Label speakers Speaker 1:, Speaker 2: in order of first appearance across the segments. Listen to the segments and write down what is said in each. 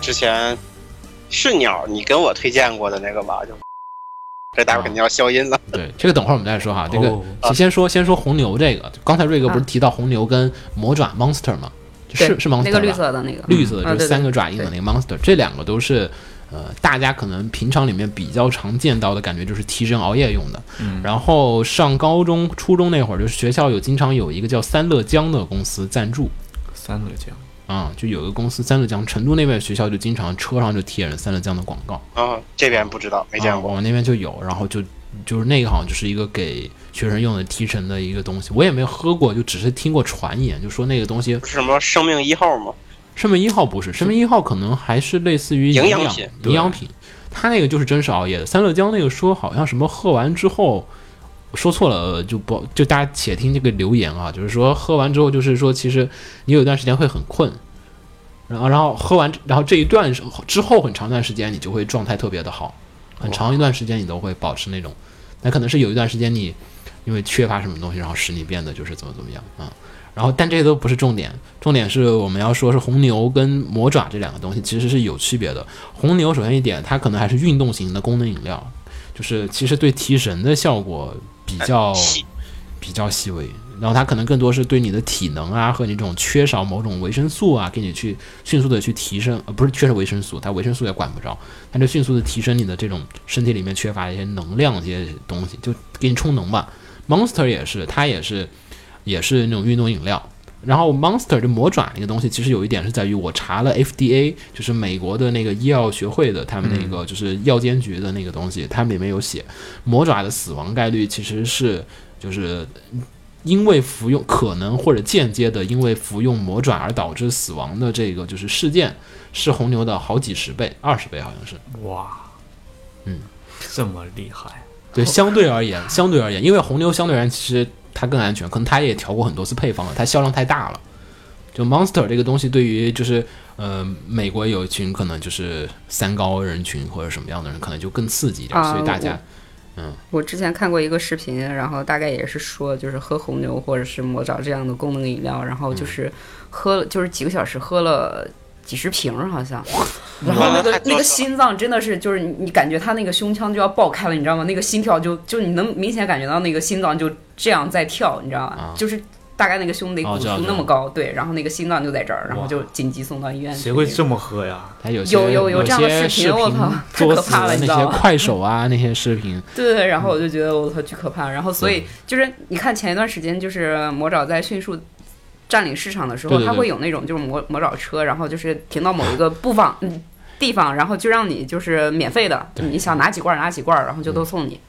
Speaker 1: 之前是鸟你跟我推荐过的那个吧？就这
Speaker 2: 啊
Speaker 1: 待会儿肯定要消音了。
Speaker 2: 对，这个等会儿我们再说哈。这个
Speaker 3: 哦
Speaker 2: 先先说先说红牛这个，刚才瑞哥不是提到红牛跟魔爪 monster 吗？
Speaker 4: 啊对
Speaker 2: 是是 monster 吧
Speaker 4: 那个绿色的那个，
Speaker 2: 绿色的
Speaker 4: 啊
Speaker 2: 就
Speaker 4: 对
Speaker 2: 是
Speaker 4: 对
Speaker 2: 三个爪印的那个 monster，这两个都是呃大家可能平常里面比较常见到的感觉，就是提神熬夜用的。然后上高中、初中那会儿，就是学校有经常有一个叫三乐江的公司赞助。
Speaker 3: 三个奖，
Speaker 2: 啊、就有一个公司三乐江，成都那边学校就经常车上就贴着三乐江的广告，
Speaker 1: 啊，这边不知道，没见
Speaker 2: 啊
Speaker 1: 过。
Speaker 2: 我们那边就有，然后就就是那个好像就是一个给学生用的提神的一个东西，我也没有喝过，就只是听过传言，就说那个东西
Speaker 1: 不是什么生命一号吗？
Speaker 2: 生命一号不是，生命一号可能还是类似于
Speaker 1: 营
Speaker 2: 养
Speaker 1: 养品
Speaker 2: 营养品，它那个就是真是熬夜的。三乐江那个说好像什么喝完之后，说错了就不就大家且听这个留言啊，就是说喝完之后就是说其实你有一段时间会很困，然后然后喝完然后这一段时之后很长一段时间你就会状态特别的好，很长一段时间你都会保持那种，那可能是有一段时间你因为缺乏什么东西，然后使你变得就是怎么怎么样啊。然后，但这些都不是重点，重点是我们要说是红牛跟魔爪这两个东西其实是有区别的。红牛首先一点，它可能还是运动型的功能饮料，就是其实对提神的效果比较
Speaker 1: 细
Speaker 2: 比较细微，然后它可能更多是对你的体能啊和你这种缺少某种维生素啊，给你去迅速的去提升，呃，不是缺少维生素，它维生素也管不着，它就迅速的提升你的这种身体里面缺乏一些能量这些东西，就给你充能吧。Monster 也是，它也是也是那种运动饮料。然后 Monster 这魔爪那个东西，其实有一点是在于我查了 FDA，就是美国的那个医药学会的，他们那个就是药监局的那个东西，它里面有写魔爪的死亡概率其实是就是因为服用可能或者间接的因为服用魔爪而导致死亡的这个就是事件，是红牛的好几十倍，二十倍好像是。
Speaker 3: 哇，
Speaker 2: 嗯，
Speaker 3: 这么厉害，
Speaker 2: 对，相对而言， 相对而言，因为红牛相对而言其实它更安全，可能它也调过很多次配方了，它销量太大了。就 Monster 这个东西，对于就是呃，美国有一群可能就是三高人群或者什么样的人，可能就更刺激一点，
Speaker 4: 啊
Speaker 2: 所以大家
Speaker 4: 我之前看过一个视频，然后大概也是说，就是喝红牛或者是魔爪这样的功能饮料，然后就是喝了，就是几个小时喝了。几十瓶儿好像，然后
Speaker 1: 哇
Speaker 4: 那
Speaker 1: 那太
Speaker 4: 个
Speaker 1: 多
Speaker 4: 那个
Speaker 1: 了
Speaker 4: 心脏真的是就是你你感觉他那个胸腔就要爆开了，你知道吗？那个心跳就就你能明显感觉到那个心脏就这样在跳，你知道吗
Speaker 2: 啊？
Speaker 4: 就是大概那个胸得
Speaker 2: 哦
Speaker 4: 鼓
Speaker 2: 知道
Speaker 4: 出那
Speaker 2: 知
Speaker 4: 么
Speaker 2: 道
Speaker 4: 高，对，然后那个心脏就在这儿，然后
Speaker 3: 哇
Speaker 4: 就紧急送到医院去
Speaker 3: 谁
Speaker 4: 那种。
Speaker 3: 会这么喝 呀？
Speaker 2: 它有些
Speaker 4: 有有有
Speaker 2: 有
Speaker 4: 这样的
Speaker 2: 些
Speaker 4: 视
Speaker 2: 视
Speaker 4: 频我操太
Speaker 2: 作
Speaker 4: 可
Speaker 2: 死
Speaker 4: 怕了
Speaker 2: 的
Speaker 4: 你
Speaker 2: 那
Speaker 4: 知道
Speaker 2: 些
Speaker 4: 吗
Speaker 2: 快手啊那些视频，
Speaker 4: 对对对，然后
Speaker 2: 嗯
Speaker 4: 我就觉得我操巨可怕。然后所以就是你看前一段时间就是魔爪在迅速占领市场的时候，
Speaker 2: 对对对
Speaker 4: 它会有那种就是魔魔爪车，然后就是停到某一个布放嗯地方，然后就让你就是免费的，
Speaker 2: 对
Speaker 4: 你想拿几罐儿拿几罐儿，然后就都送你。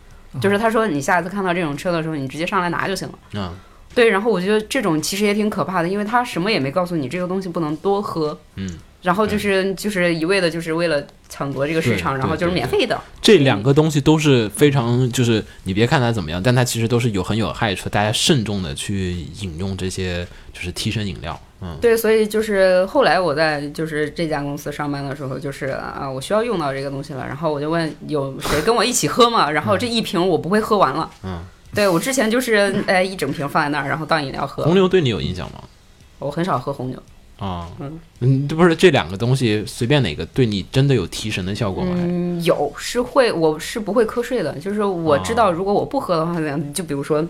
Speaker 4: 就是他说你下次看到这种车的时候，你直接上来拿就行了。
Speaker 2: 嗯，
Speaker 4: 对，然后我觉得这种其实也挺可怕的，因为他什么也没告诉你，这个东西不能多喝。
Speaker 2: 嗯。
Speaker 4: 然后就是就是一味的就是为了抢夺这个市
Speaker 2: 对
Speaker 4: 场，
Speaker 2: 对
Speaker 4: 然后就是
Speaker 2: 对
Speaker 4: 免
Speaker 2: 对
Speaker 4: 费的。
Speaker 2: 这两个东西都是非常，就是你别看它怎么样，但它其实都是有很有害处，大家慎重的去饮用这些就是提神饮料。嗯，
Speaker 4: 对，所以就是后来我在就是这家公司上班的时候，就是啊，我需要用到这个东西了，然后我就问有谁跟我一起喝吗？然后这一瓶我不会喝完了。
Speaker 2: 嗯，
Speaker 4: 对我之前就是哎一整瓶放在那儿，然后当饮料喝
Speaker 2: 红。牛对你有影响吗？
Speaker 4: 我很少喝红牛，
Speaker 2: 啊、
Speaker 4: 嗯
Speaker 2: 嗯，这不是这两个东西随便哪个对你真的有提神的效果吗？还
Speaker 4: 嗯，有是会，我是不会瞌睡的，就是我知
Speaker 2: 哦
Speaker 4: 道如果我不喝的话，就比如说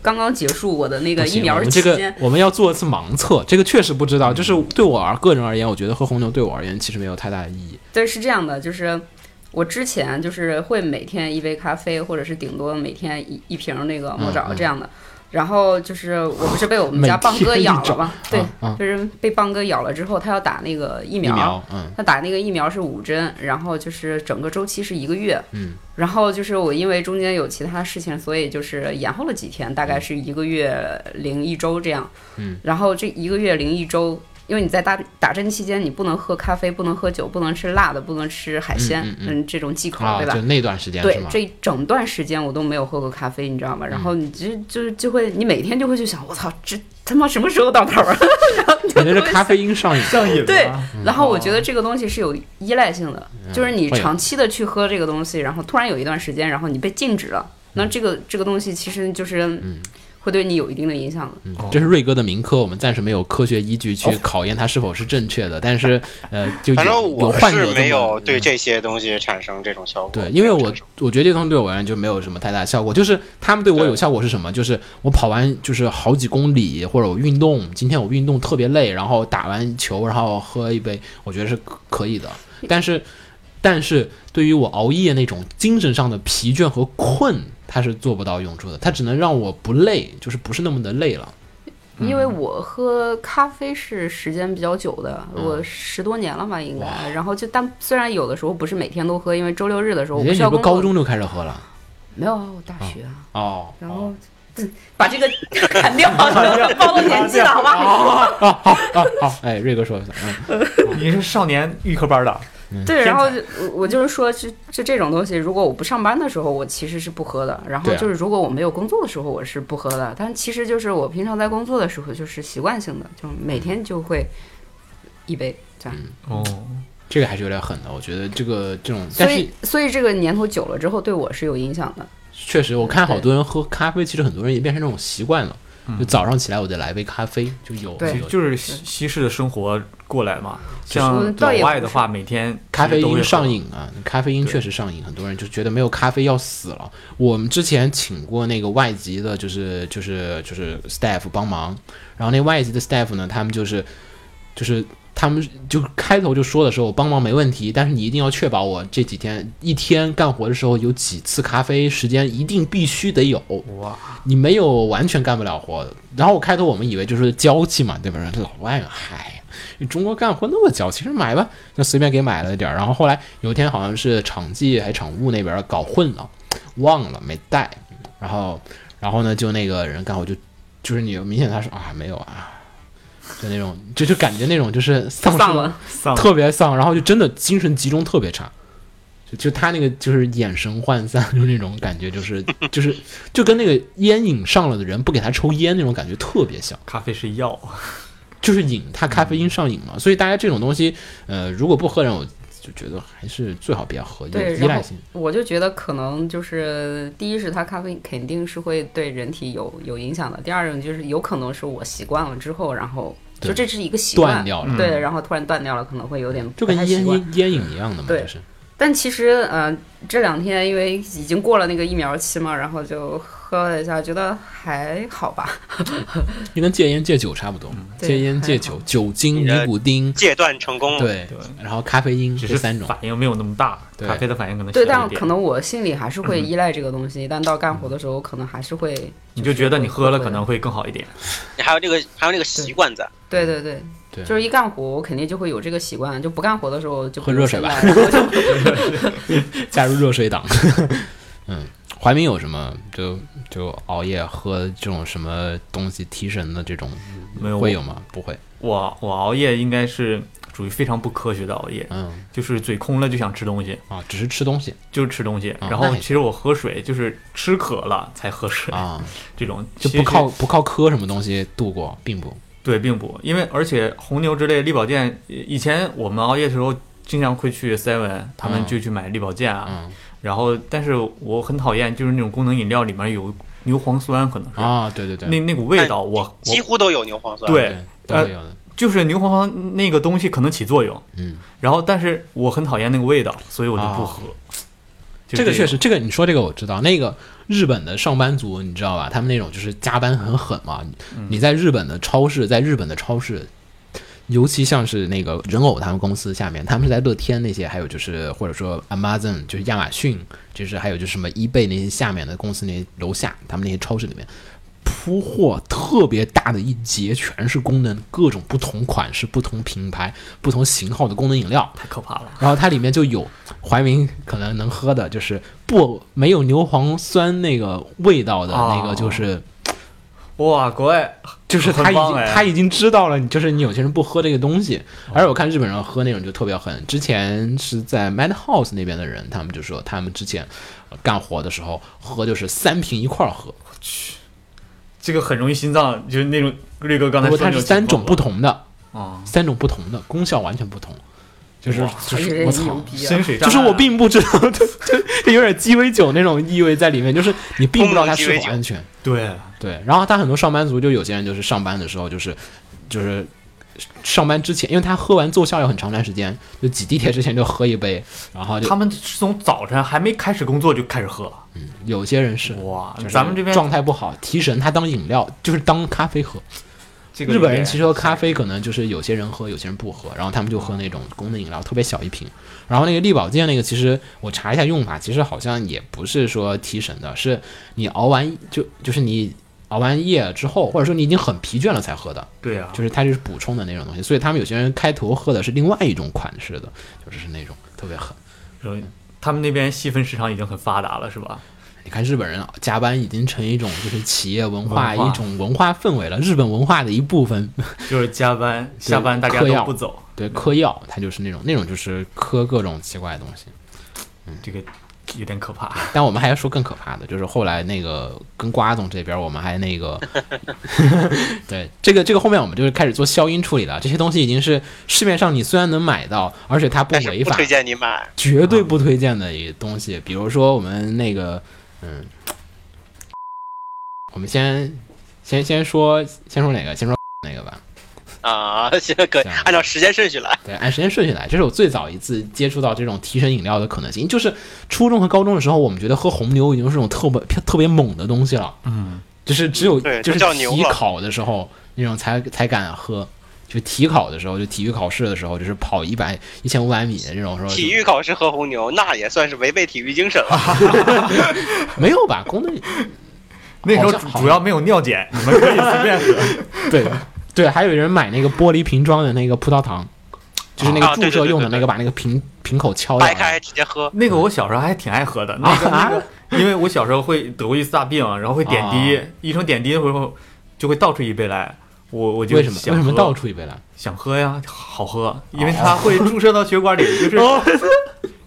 Speaker 4: 刚刚结束我的那个
Speaker 2: 不
Speaker 4: 疫
Speaker 2: 行
Speaker 4: 苗
Speaker 2: 我们
Speaker 4: 期
Speaker 2: 这
Speaker 4: 间，嗯
Speaker 2: 个我们要做一次盲测，这个确实不知道。就是对我而个人而言，我觉得喝红牛对我而言其实没有太大的意义。
Speaker 4: 对，是这样的，就是我之前就是会每天一杯咖啡，或者是顶多每天一一瓶那个魔
Speaker 2: 嗯
Speaker 4: 爪
Speaker 2: 嗯
Speaker 4: 这样的。然后就是我不是被我们家
Speaker 2: 每
Speaker 4: 棒哥
Speaker 2: 天一
Speaker 4: 咬了
Speaker 2: 爪
Speaker 4: 吗？对，
Speaker 2: 啊
Speaker 4: 就是被棒哥咬了之后，他要打那个疫
Speaker 2: 疫
Speaker 4: 苗。
Speaker 2: 苗，嗯，
Speaker 4: 他打那个疫苗是五针，然后就是整个周期是一个月，
Speaker 2: 嗯，
Speaker 4: 然后就是我因为中间有其他事情，所以就是延后了几天，大概是一个月零一周这样，
Speaker 2: 嗯，
Speaker 4: 然后这一个月零一周，因为你在打打针期间，你不能喝咖啡，不能喝酒，不能吃辣的，不能吃海鲜，
Speaker 2: 嗯嗯嗯
Speaker 4: 这种忌口，
Speaker 2: 啊，
Speaker 4: 对吧
Speaker 2: 就？那段时间是
Speaker 4: 对
Speaker 2: 吗，？
Speaker 4: 这整段时间我都没有喝过咖啡，你知
Speaker 2: 嗯
Speaker 4: 道吗？然后你就就就会，你每天就会去想，我操，这他妈什么时候到头啊？
Speaker 2: 感觉是咖啡因上瘾。
Speaker 3: 上瘾
Speaker 4: 对
Speaker 3: 吗？
Speaker 2: 嗯
Speaker 4: 然后我觉得这个东西是有依赖性的，就是你
Speaker 2: 哦会有
Speaker 4: 长期的去喝这
Speaker 2: 嗯
Speaker 4: 个东西，然后突然有一段时间，然后你被禁止了，那这个这个东西其实就是。会对你有一定的影响的。
Speaker 2: 嗯
Speaker 3: 哦
Speaker 2: 这是瑞哥的民科，我们暂时没有科学依据去考验它是否是正确的，但是呃，就有
Speaker 1: 反正
Speaker 2: 有
Speaker 1: 我
Speaker 2: 患者
Speaker 1: 是
Speaker 2: 这么
Speaker 1: 没有对
Speaker 2: 嗯
Speaker 1: 这些东西产生这种效果。
Speaker 2: 对，因为
Speaker 1: 没有
Speaker 2: 我
Speaker 1: 产生
Speaker 2: 我觉得这东西对我而言就没有什么太大效果，就是他们对我有效果是什么？就是我跑完就是好几公里，或者我运动，今天我运动特别累，然后打完球，然后喝一杯，我觉得是可可以的。但是，但是对于我熬夜那种精神上的疲倦和困，它是做不到用处的，它只能让我不累，就是不是那么的累了。
Speaker 4: 因
Speaker 2: 嗯
Speaker 4: 为我喝咖啡是时间比较久的，
Speaker 2: 嗯
Speaker 4: 我十多年了吧，应该。然后就但虽然有的时候不是每天都喝，因为周六日的时候我
Speaker 2: 人家
Speaker 4: 不需
Speaker 2: 是
Speaker 4: 要
Speaker 2: 不
Speaker 4: 工
Speaker 2: 是
Speaker 4: 作
Speaker 2: 高中就开始喝了？
Speaker 4: 没有啊，我大学啊，
Speaker 2: 哦，
Speaker 4: 然后。嗯把这个 砍掉，暴露年纪了，好吧？
Speaker 2: 啊好，哎，瑞哥说一下，嗯
Speaker 3: 你是少年预科班的，
Speaker 4: 对，
Speaker 3: 天
Speaker 4: 然后
Speaker 3: 才
Speaker 4: 就我我就是说，就就这种东西，如果我不上班的时候，我其实是不喝的。然后
Speaker 2: 对啊
Speaker 4: 就是如果我没有工作的时候，我是不喝的。但其实就是我平常在工作的时候，就是习惯性的，就每天就会一杯这
Speaker 2: 嗯
Speaker 4: 样。
Speaker 3: 哦，
Speaker 2: 这个还是有点狠的，我觉得这个这种，
Speaker 4: 所
Speaker 2: 但是
Speaker 4: 以所以这个年头久了之后，对我是有影响的。
Speaker 2: 确实，我看好多人喝咖啡，其实很多人也变成这种习惯了。就早上起来我得来杯咖啡，就有
Speaker 4: 嗯对
Speaker 3: 其
Speaker 2: 有
Speaker 3: 实就是西西式的生活过来嘛。像
Speaker 4: 嗯
Speaker 3: 老
Speaker 4: 倒也
Speaker 3: 外
Speaker 4: 不
Speaker 3: 的
Speaker 4: 是
Speaker 3: 话，每天
Speaker 2: 咖啡
Speaker 3: 其实都
Speaker 2: 因
Speaker 3: 会
Speaker 2: 上
Speaker 3: 喝
Speaker 2: 瘾啊，咖啡因确实上瘾，很多人就觉得没有咖啡要死了。我们之前请过那个外籍的，就是就是就是 staff 帮忙，然后那外籍的 staff 呢，他们就是就是他们就开头就说的时候，我帮忙没问题，但是你一定要确保我这几天一天干活的时候有几次咖啡时间一定必须得有，
Speaker 3: 哇，
Speaker 2: 你没有完全干不了活。然后我开头我们以为就是娇气嘛，对吧？这老外嘛，嗨，你中国干活那么娇气，是买吧，就随便给买了点儿。然后后来有一天好像是场记还场务那边搞混了，忘了没带。然后，然后呢，就那个人干活就就是你明显他说啊没有啊，就那种就就感觉那种就是丧失
Speaker 4: 丧
Speaker 2: 了
Speaker 4: 了，
Speaker 3: 丧
Speaker 2: 特别丧，然后就真的精神集中特别差，就就他那个就是眼神涣散， 就那种感觉，就是就是就跟那个烟瘾上了的人不给他抽烟那种感觉特别像，
Speaker 3: 咖啡是药，
Speaker 2: 就是瘾，他咖啡因上瘾
Speaker 3: 嗯
Speaker 2: 嘛，所以大家这种东西，呃，如果不喝人，我就觉得还是最好别喝，有
Speaker 4: 对
Speaker 2: 依
Speaker 4: 然
Speaker 2: 赖
Speaker 4: 后
Speaker 2: 性。
Speaker 4: 我就觉得可能就是第一是它咖啡肯定是会对人体有有影响的，第二种就是有可能是我习惯了之后，然后就
Speaker 2: 对
Speaker 4: 这是一个习
Speaker 2: 断
Speaker 4: 惯，
Speaker 2: 掉了，
Speaker 3: 嗯
Speaker 4: 对，然后突然断掉了，可能会有点
Speaker 2: 就
Speaker 4: 不
Speaker 2: 跟
Speaker 4: 太习
Speaker 2: 烟
Speaker 4: 惯。
Speaker 2: 烟烟瘾一样的嘛，
Speaker 4: 对
Speaker 2: 就是
Speaker 4: 但其实呃，这两天因为已经过了那个疫苗期嘛，然后就喝了一下，觉得还好吧。
Speaker 2: 就跟戒烟戒酒差不多，
Speaker 4: 对
Speaker 2: 戒烟
Speaker 4: 嗯还
Speaker 2: 戒
Speaker 4: 好
Speaker 2: 酒、酒精、
Speaker 1: 你
Speaker 2: 尼
Speaker 1: 的
Speaker 2: 古丁，
Speaker 1: 戒断成功了。
Speaker 2: 对
Speaker 3: 对，
Speaker 2: 然后咖啡因
Speaker 3: 嗯只
Speaker 2: 这
Speaker 3: 是
Speaker 2: 三种。
Speaker 3: 反应没有那么大，
Speaker 2: 对
Speaker 3: 咖啡的反应可能小
Speaker 4: 对，
Speaker 3: 一点。嗯
Speaker 4: 但可能我心里还是会依赖这个东西，但到干活的时候，可能还是会。
Speaker 3: 你就觉得你喝了
Speaker 4: 会
Speaker 3: 可能会更好一点。
Speaker 1: 你还有这个还有这个习惯在，
Speaker 4: 对对对，
Speaker 2: 对
Speaker 4: 就是一干活，我肯定就会有这个习惯，就不干活的时候就
Speaker 2: 喝热水吧
Speaker 4: 吧。然后就
Speaker 2: 加入热水党。 嗯，怀民有什么就就熬夜喝这种什么东西提神的这种
Speaker 3: 没有，
Speaker 2: 会有吗？不会。
Speaker 3: 我我熬夜应该是属于非常不科学的熬夜，
Speaker 2: 嗯
Speaker 3: 就是嘴空了就想吃东西，
Speaker 2: 啊，只是吃东西
Speaker 3: 就是吃东西。
Speaker 2: 啊
Speaker 3: 然
Speaker 2: 那
Speaker 3: 后
Speaker 2: 还
Speaker 3: 其实我喝水就是吃渴了才喝水，
Speaker 2: 啊，
Speaker 3: 这种
Speaker 2: 就
Speaker 3: 其
Speaker 2: 不
Speaker 3: 实
Speaker 2: 靠不靠磕什么东西度过，并不。
Speaker 3: 对，并不，因为而且红牛之类力保健，呃以前我们熬夜的时候经常会去 Seven，他们
Speaker 2: 嗯
Speaker 3: 就去买力保健啊。
Speaker 2: 嗯
Speaker 3: 然后，但是我很讨厌就是那种功能饮料里面有牛磺酸，可能是、
Speaker 2: 啊，对对对，
Speaker 3: 那那股味道，我
Speaker 1: 几乎都有牛磺
Speaker 3: 我
Speaker 1: 酸。，
Speaker 3: 对，
Speaker 2: 都会有的。
Speaker 3: 就是牛磺酸那个东西可能起作用。
Speaker 2: 嗯，
Speaker 3: 然后，但是我很讨厌那个味道，所以我就不
Speaker 2: 啊
Speaker 3: 喝。 就
Speaker 2: 这个确
Speaker 3: 种
Speaker 2: 实，这个你说这个我知道。那个日本的上班族，你知道吧？他们那种就是加班很狠嘛。
Speaker 3: 嗯
Speaker 2: 你在日本的超市，在日本的超市，尤其像是那个人偶他们公司下面，他们是在乐天那些，还有就是或者说 Amazon 就是亚马逊，就是还有就是什么 eBay 那些下面的公司那些楼下，他们那些超市里面。铺货特别大的一节，全是功能，各种不同款式、不同品牌、不同型号的功能饮料，
Speaker 3: 太可怕了。
Speaker 2: 然后它里面就有怀民可能能喝的，就是不没有牛磺酸那个味道的
Speaker 3: 哦
Speaker 2: 那个，就是、
Speaker 3: 哇，国外
Speaker 2: 就是他已
Speaker 3: 很棒
Speaker 2: 经、
Speaker 3: 哎
Speaker 2: 他已经知道了，你就是你有些人不喝这个东西，哦而且我看日本人喝那种就特别狠。之前是在 Madhouse 那边的人，他们就说他们之前呃干活的时候喝就是三瓶一块儿喝，
Speaker 3: 这个很容易心脏就是那种瑞哥刚才
Speaker 2: 不
Speaker 3: 说
Speaker 2: 过它
Speaker 3: 的那
Speaker 2: 是
Speaker 3: 种
Speaker 2: 三种不
Speaker 3: 情
Speaker 2: 同的，
Speaker 3: 况啊、
Speaker 2: 三种不同的功效完全不同。就是就
Speaker 4: 这
Speaker 2: 是
Speaker 4: 人
Speaker 2: 我
Speaker 4: 牛
Speaker 2: 操。
Speaker 4: 逼啊
Speaker 3: 深！水炸
Speaker 2: 就
Speaker 3: 弹
Speaker 2: 是
Speaker 3: 啊
Speaker 2: 我并不知道，对对，有点鸡尾酒那种意味在里面，就是你并不知道它是否安全。
Speaker 3: 对
Speaker 2: 对，然后他很多上班族，就有些人就是上班的时候，就是就是上班之前，因为他喝完奏效要很长一段时间，就挤地铁之前就喝一杯，然后就
Speaker 3: 他们是从早晨还没开始工作就开始喝了，
Speaker 2: 有些人是
Speaker 3: 哇
Speaker 2: 就！是
Speaker 3: 哦咱们这边
Speaker 2: 状态不好，提神，他当饮料就是当咖啡喝。
Speaker 3: 这个
Speaker 2: 日
Speaker 3: 有
Speaker 2: 本人
Speaker 3: 点
Speaker 2: 其实喝咖啡可能就是有些人喝，有些人不喝，然后他们就喝那种功能饮料，特别小一瓶。然后那个力保健那个，其实我查一下用法，其实好像也不是说提神的，是你熬完就就是你熬完夜之后，或者说你已经很疲倦了才喝的，
Speaker 3: 对啊，
Speaker 2: 就是它就是补充的那种东西。所以他们有些人开头喝的是另外一种款式的，就是那种特别狠。
Speaker 3: 就是他们那边细分市场已经很发达了，是吧？
Speaker 2: 你看日本人啊加班已经成一种就是企业文化
Speaker 3: 文化
Speaker 2: 一种文化氛围了，日本文化的一部分。
Speaker 3: 就是加班下班大家
Speaker 2: 嗑
Speaker 3: 都
Speaker 2: 药
Speaker 3: 不走，
Speaker 2: 对，嗑药，它就是那种那种就是嗑各种奇怪的东西。
Speaker 3: 这个有点可怕。
Speaker 2: 但我们还要说更可怕的，就是后来那个跟瓜总这边，我们还 那个，对这个这个后面我们就是开始做消音处理了。这些东西已经是市面上你虽然能买到，而且它不
Speaker 1: 但是
Speaker 2: 违
Speaker 1: 不
Speaker 2: 法，
Speaker 1: 推荐你买。
Speaker 2: 绝对不推荐的一个东西。比如说我们那个，嗯，我们先先先说先说哪个？先说那个吧。
Speaker 1: 啊， 行，可以
Speaker 2: 这样
Speaker 1: 按照时间顺序来。
Speaker 2: 对，按时间顺序来，这是我最早一次接触到这种提神饮料的可能性。就是初中和高中的时候，我们觉得喝红牛已经是种特别特别猛的东西了，
Speaker 3: 嗯，
Speaker 2: 就是只有
Speaker 1: 对
Speaker 2: 就是
Speaker 1: 这叫牛
Speaker 2: 体
Speaker 1: 了
Speaker 2: 考的时候那种才才敢喝。就体考的时候，就体育考试的时候，就是跑一百、一千五百米的这种时候，
Speaker 1: 体育考试喝红牛，那也算是违背体育精神
Speaker 2: 啊
Speaker 1: 了。
Speaker 2: 没有吧？功能
Speaker 3: 那时候
Speaker 2: 好像
Speaker 3: 主主要没有尿检，你们可以随便喝。
Speaker 2: 对对，还有人买那个玻璃瓶装的那个葡萄糖，就是那
Speaker 1: 啊
Speaker 2: 个
Speaker 1: 对对
Speaker 2: 注射
Speaker 1: 对
Speaker 2: 用的
Speaker 1: 对
Speaker 2: 那个，把那个瓶瓶口敲掉
Speaker 1: 掰
Speaker 2: 了。
Speaker 1: 开直接喝，
Speaker 3: 那个我小时候还挺爱喝的，那个
Speaker 2: 啊
Speaker 3: 那个，因为我小时候会得过一次大病，然后会点滴
Speaker 2: 啊，
Speaker 3: 医生点滴的时候就会倒出一杯来，我我就
Speaker 2: 为什么？为
Speaker 3: 想
Speaker 2: 什么
Speaker 3: 喝
Speaker 2: 倒出一哦杯来？
Speaker 3: 想喝呀，好喝，因为它会注射到血管里，就是、
Speaker 2: 哦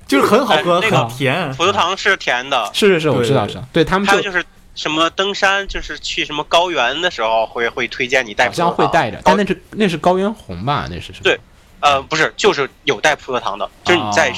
Speaker 3: 就是很好喝，
Speaker 1: 哎那个
Speaker 3: 很甜。
Speaker 1: 葡萄糖是甜的，
Speaker 2: 是是是，我
Speaker 3: 对
Speaker 2: 知道
Speaker 3: 对
Speaker 2: 是，对他们
Speaker 1: 还
Speaker 2: 就
Speaker 1: 有就是什么登山，就是去什么高原的时候会会推荐你带
Speaker 2: 好
Speaker 1: 葡萄
Speaker 2: 像
Speaker 1: 糖，
Speaker 2: 会带着，但那是那是高原红吧？那是什么？
Speaker 1: 对呃不是，就是有带葡萄糖的，就是你在、
Speaker 2: 哦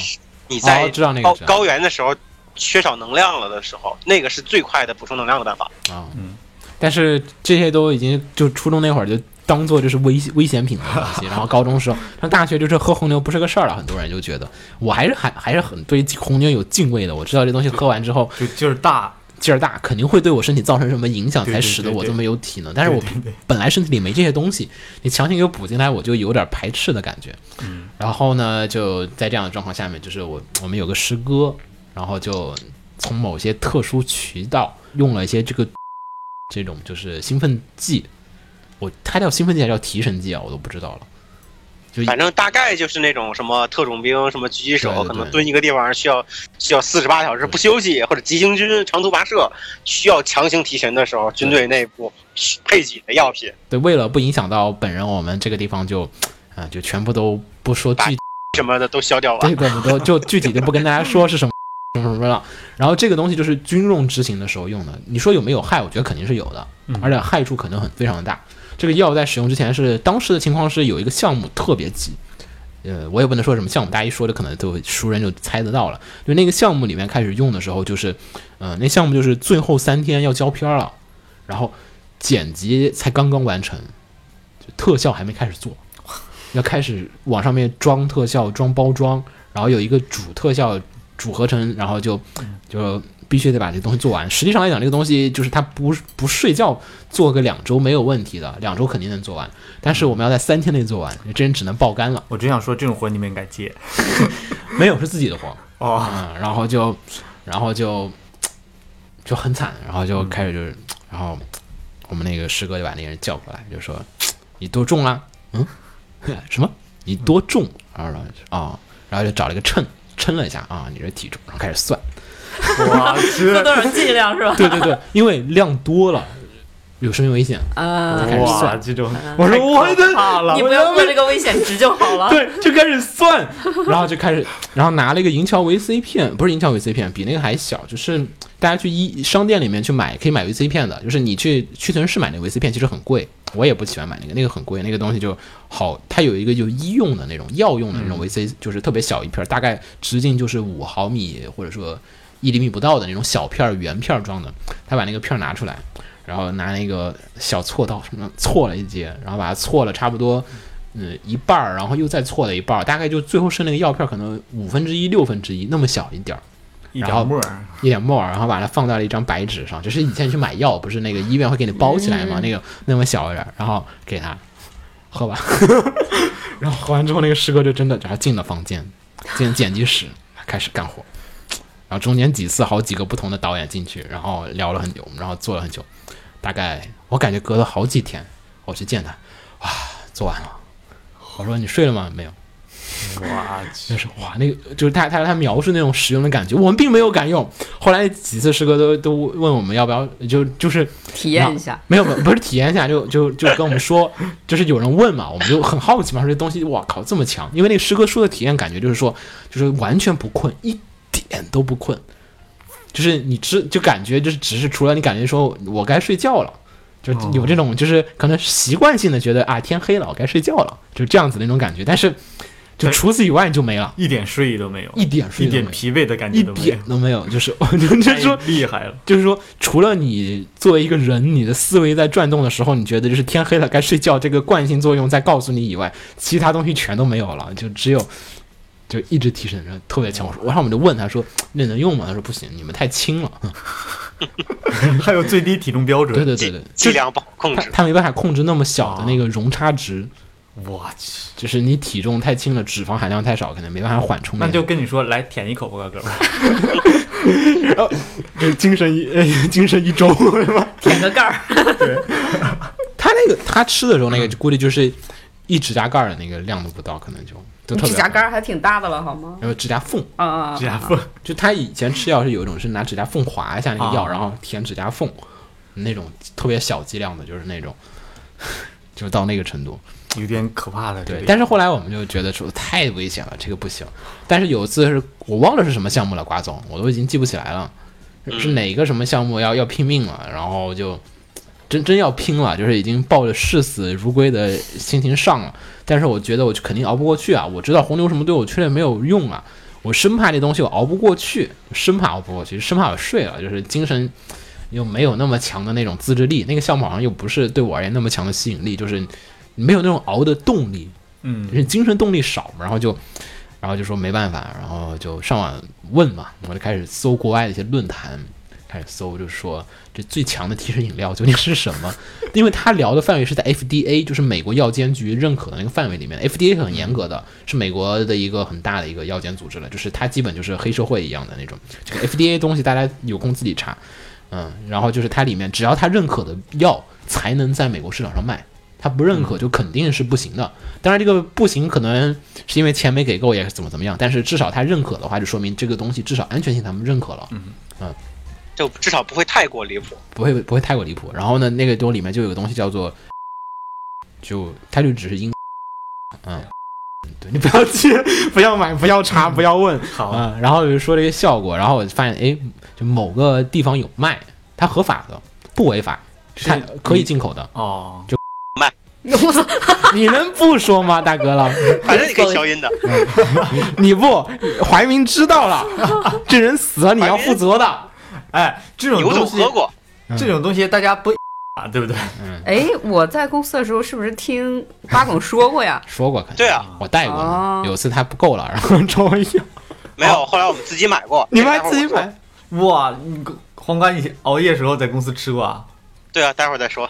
Speaker 1: 你在
Speaker 2: 哦知道那个
Speaker 1: 高
Speaker 2: 知道
Speaker 1: 高原的时候缺少能量了的时候，那个是最快的补充能量的办法。
Speaker 2: 啊，
Speaker 3: 嗯
Speaker 2: 但是这些都已经就初中那会儿就当做就是危危险品的东 西，然后高中时候上大学就是喝红牛不是个事儿了，很多人就觉得我还是还还是很对红牛有敬畏的，我知道这东西喝完之后
Speaker 3: 就就是大，
Speaker 2: 劲儿大，肯定会对我身体造成什么影响，
Speaker 3: 对
Speaker 2: 才
Speaker 3: 对
Speaker 2: 使得
Speaker 3: 对
Speaker 2: 我
Speaker 3: 对
Speaker 2: 这么有体能，但是我
Speaker 3: 对对对
Speaker 2: 本来身体里没这些东西，你强行给我补进来，我就有点排斥的感觉。
Speaker 3: 嗯，
Speaker 2: 然后呢，就在这样的状况下面，就是我我们有个师哥，然后就从某些特殊渠道用了一些这个 这种就是兴奋剂，我它叫兴奋剂还叫提神剂啊，我都不知道了。就
Speaker 1: 反正大概就是那种什么特种兵、什么狙击手，
Speaker 2: 对对对
Speaker 1: 可能蹲一个地方需要需要四十八小时不休息，或者急行军、长途跋涉需要强行提神的时候，军队内部配给的药品。
Speaker 2: 对，为了不影响到本人，我们这个地方就啊、就全部都不说具体，
Speaker 1: 什么的都消掉了
Speaker 2: 对，对，我们都就具体就不跟大家说是什么 什么什么了。然后这个东西就是军用执行的时候用的，你说有没有害？我觉得肯定是有的。
Speaker 3: 嗯
Speaker 2: 而且害处可能很非常大。这个药在使用之前是当时的情况是有一个项目特别急，呃，我也不能说什么项目，大家一说的可能都熟人就猜得到了。就那个项目里面开始用的时候，就是，呃，那项目就是最后三天要交片儿了，然后剪辑才刚刚完成，就特效还没开始做，要开始往上面装特效、装包装，然后有一个主特效组合成，然后就就必须得把这东西做完。实际上来讲，这个东西就是它不不睡觉做个两周没有问题的，两周肯定能做完。但是我们要在三天内做完，这人只能爆肝了。
Speaker 3: 我只想说这种活你们应该 接
Speaker 2: 没有是自己的活，
Speaker 3: 哦。
Speaker 2: 嗯，然后就，然后就就很惨，然后就开始就是，然后我们那个师哥就把那个人叫过来，就说你多重啦？嗯， 什么？你多重？然后啊、哦，然后就找了一个秤称了一下啊，你这体重，然后开始算。
Speaker 3: 哇，
Speaker 4: 这
Speaker 3: 这
Speaker 4: 都是剂量是吧？
Speaker 2: 对对对，因为量多了，有生命危险。
Speaker 4: 啊，还是
Speaker 3: 哇，
Speaker 4: 算了。
Speaker 3: 这种
Speaker 4: 啊
Speaker 3: 我说我
Speaker 4: 太
Speaker 3: 的
Speaker 4: 可怕 了，你不要做这个危险值就好了。
Speaker 2: 对，就开始算，然后就开始，然后拿了一个银桥维 C 片，不是银桥维 C 片，比那个还小，就是大家去一商店里面去买，可以买 VC 片的，就是你去屈臣氏买那个 VC 片其实很贵，我也不喜欢买那个，那个很贵，那个东西就好，它有一个就医用的那种药用的那种 VC，就是特别小一片儿，大概直径就是五毫米或者说一厘米不到的那种小片儿圆片儿装的，他把那个片儿拿出来。然后拿那个小锉刀什么锉了一截，然后把它锉了差不多，嗯，一半儿，然后又再错了一半儿，大概就最后剩那个药片儿可能五分之一、六分之一那么小一点儿，
Speaker 3: 一
Speaker 2: 然后
Speaker 3: 点沫儿，
Speaker 2: 一点沫儿，然后把它放到了一张白纸上，就是以前去买药，不是那个医院会给你包起来嘛，那个那么小一点儿，然后给他喝完，然后喝完之后，那个师哥就真的然后进了房间，进剪辑室开始干活，然后中间几次好几个不同的导演进去，然后聊了很久，然后做了很久，大概我感觉隔了好几天，我去见他，哇，做完了，我说你睡了吗？没有。
Speaker 3: 哇去
Speaker 2: 就是哇，那个就是他他他描述那种使用的感觉，我们并没有敢用。后来几次师哥都都问我们要不要，就就是
Speaker 4: 体验一下，
Speaker 2: 没有没有不是体验一下，就就就跟我们说， 就是有人问嘛，我们就很好奇嘛，说这东西哇靠这么强，因为那个师哥说的体验感觉就是说，就是完全不困，一点都不困，就是你知就感觉就是只是除了你感觉说我该睡觉了。就
Speaker 3: 哦
Speaker 2: 有这种，就是可能习惯性的觉得啊，天黑了，我该睡觉了，就这样子的那种感觉。但是，就
Speaker 3: 对
Speaker 2: 除此以外你就没了。
Speaker 3: 一点睡意 都没有，
Speaker 2: 一点睡
Speaker 3: 一
Speaker 2: 都没有
Speaker 3: 点疲惫的感觉
Speaker 2: 一
Speaker 3: 都没有哎
Speaker 2: 点，都没有，就是 就是说
Speaker 3: 太厉害了，
Speaker 2: 就是说，除了你作为一个人，你的思维在转动的时候，你觉得就是天黑了该睡觉这个惯性作用在告诉你以外，其他东西全都没有了，就只有就一直提神，然后特别强。我说，然后我们就问他说：“那能用吗？”他说：“不行，你们太轻了。
Speaker 3: 还有最低体重标”
Speaker 2: 对
Speaker 3: 准，
Speaker 2: 对对
Speaker 1: 剂
Speaker 2: 对，
Speaker 1: 剂
Speaker 2: 就
Speaker 1: 量不好控
Speaker 2: 他
Speaker 1: 制。
Speaker 2: 他没办法控制那么小的那个容差值，
Speaker 3: 我去，
Speaker 2: 就是你体重太轻了，脂肪含量太少，可能没办法缓冲。
Speaker 3: 那就跟你说，来舔一口吧，哥们儿，
Speaker 2: 就精神一、呃精神一周是吧？
Speaker 4: 舔个盖 儿，
Speaker 2: 他那个他吃的时候，那个估计就是一指甲盖儿的那个量都不到，可能就就特别
Speaker 4: 指甲盖，儿还挺大的了，好吗？
Speaker 2: 然后指甲缝，
Speaker 4: 啊啊，啊
Speaker 3: 指甲缝，
Speaker 2: 就他以前吃药是有一种是拿指甲缝划一下那个药，
Speaker 3: 啊
Speaker 2: 然后填指甲缝，那种特别小剂量的，就是那种。 就到那个程度，
Speaker 3: 有点可怕的，
Speaker 2: 对。
Speaker 3: 这个
Speaker 2: 但是后来我们就觉得说太危险了，这个不行。但是有一次是我忘了是什么项目了，瓜总，我都已经记不起来了，是是哪个什么项目要要拼命了，然后就真真要拼了，就是已经抱着视死如归的心情上了。但是我觉得我肯定熬不过去啊！我知道红牛什么对我确实没有用啊，我生怕这东西我熬不过去，生怕熬不过去，生怕我睡了，就是精神又没有那么强的那种自制力。那个项目好像又不是对我而言那么强的吸引力，就是没有那种熬的动力，
Speaker 3: 嗯，
Speaker 2: 就是精神动力少，然后就。然后就说没办法，然后就上网问嘛，我就开始搜国外的一些论坛，开始搜，就说这最强的提神饮料究竟是什么？ 因为他聊的范围是在 FDA，就是美国药监局认可的那个范围里面，FDA 很严格的，是美国的一个很大的一个药监组织了，就是它基本就是黑社会一样的那种。这个 FDA 东西大家有空自己查，嗯，然后就是它里面只要它认可的药才能在美国市场上卖。它不认可就肯定是不行的，当然这个不行可能是因为钱没给够，也是怎么怎么样，但是至少它认可的话，就说明这个东西至少安全性他们认可了。
Speaker 1: 就至少不会太过离谱。
Speaker 2: 不会不会太过离谱。然后呢，那个东西里面就有个东西叫做，就它就只是英，嗯， 对你不要记，不要买，不要查，不要问，
Speaker 3: 好，
Speaker 2: 嗯，然后就说这个效果，然后我就发现，哎，就某个地方有卖，它合法的，不违法，
Speaker 3: 是
Speaker 2: 它可以进口的，
Speaker 3: 哦，
Speaker 4: 我操，
Speaker 2: 你能不说吗，大哥了？
Speaker 1: 反正你可以消音的，
Speaker 2: 你不，怀民知道了， 这人死了你要负责的，？
Speaker 3: 哎，这种
Speaker 1: 有
Speaker 3: 东
Speaker 1: 种
Speaker 3: 西
Speaker 1: 喝，过，
Speaker 3: 这种东西大家不啊，对不对？
Speaker 4: 哎，我在公司的时候是不是听八拱说过呀
Speaker 2: 说过肯定，
Speaker 1: 对啊，
Speaker 2: 我带过呢
Speaker 4: 哦，
Speaker 2: 有次他不够了，然后找我要，
Speaker 1: 没有。后来我们自己买过，
Speaker 2: 嗯哦你们还自己
Speaker 1: 待会儿我
Speaker 2: 买
Speaker 1: 说？。
Speaker 3: 哇，你黄瓜，你熬夜时候在公司吃过啊？
Speaker 1: 对啊，待会儿再说。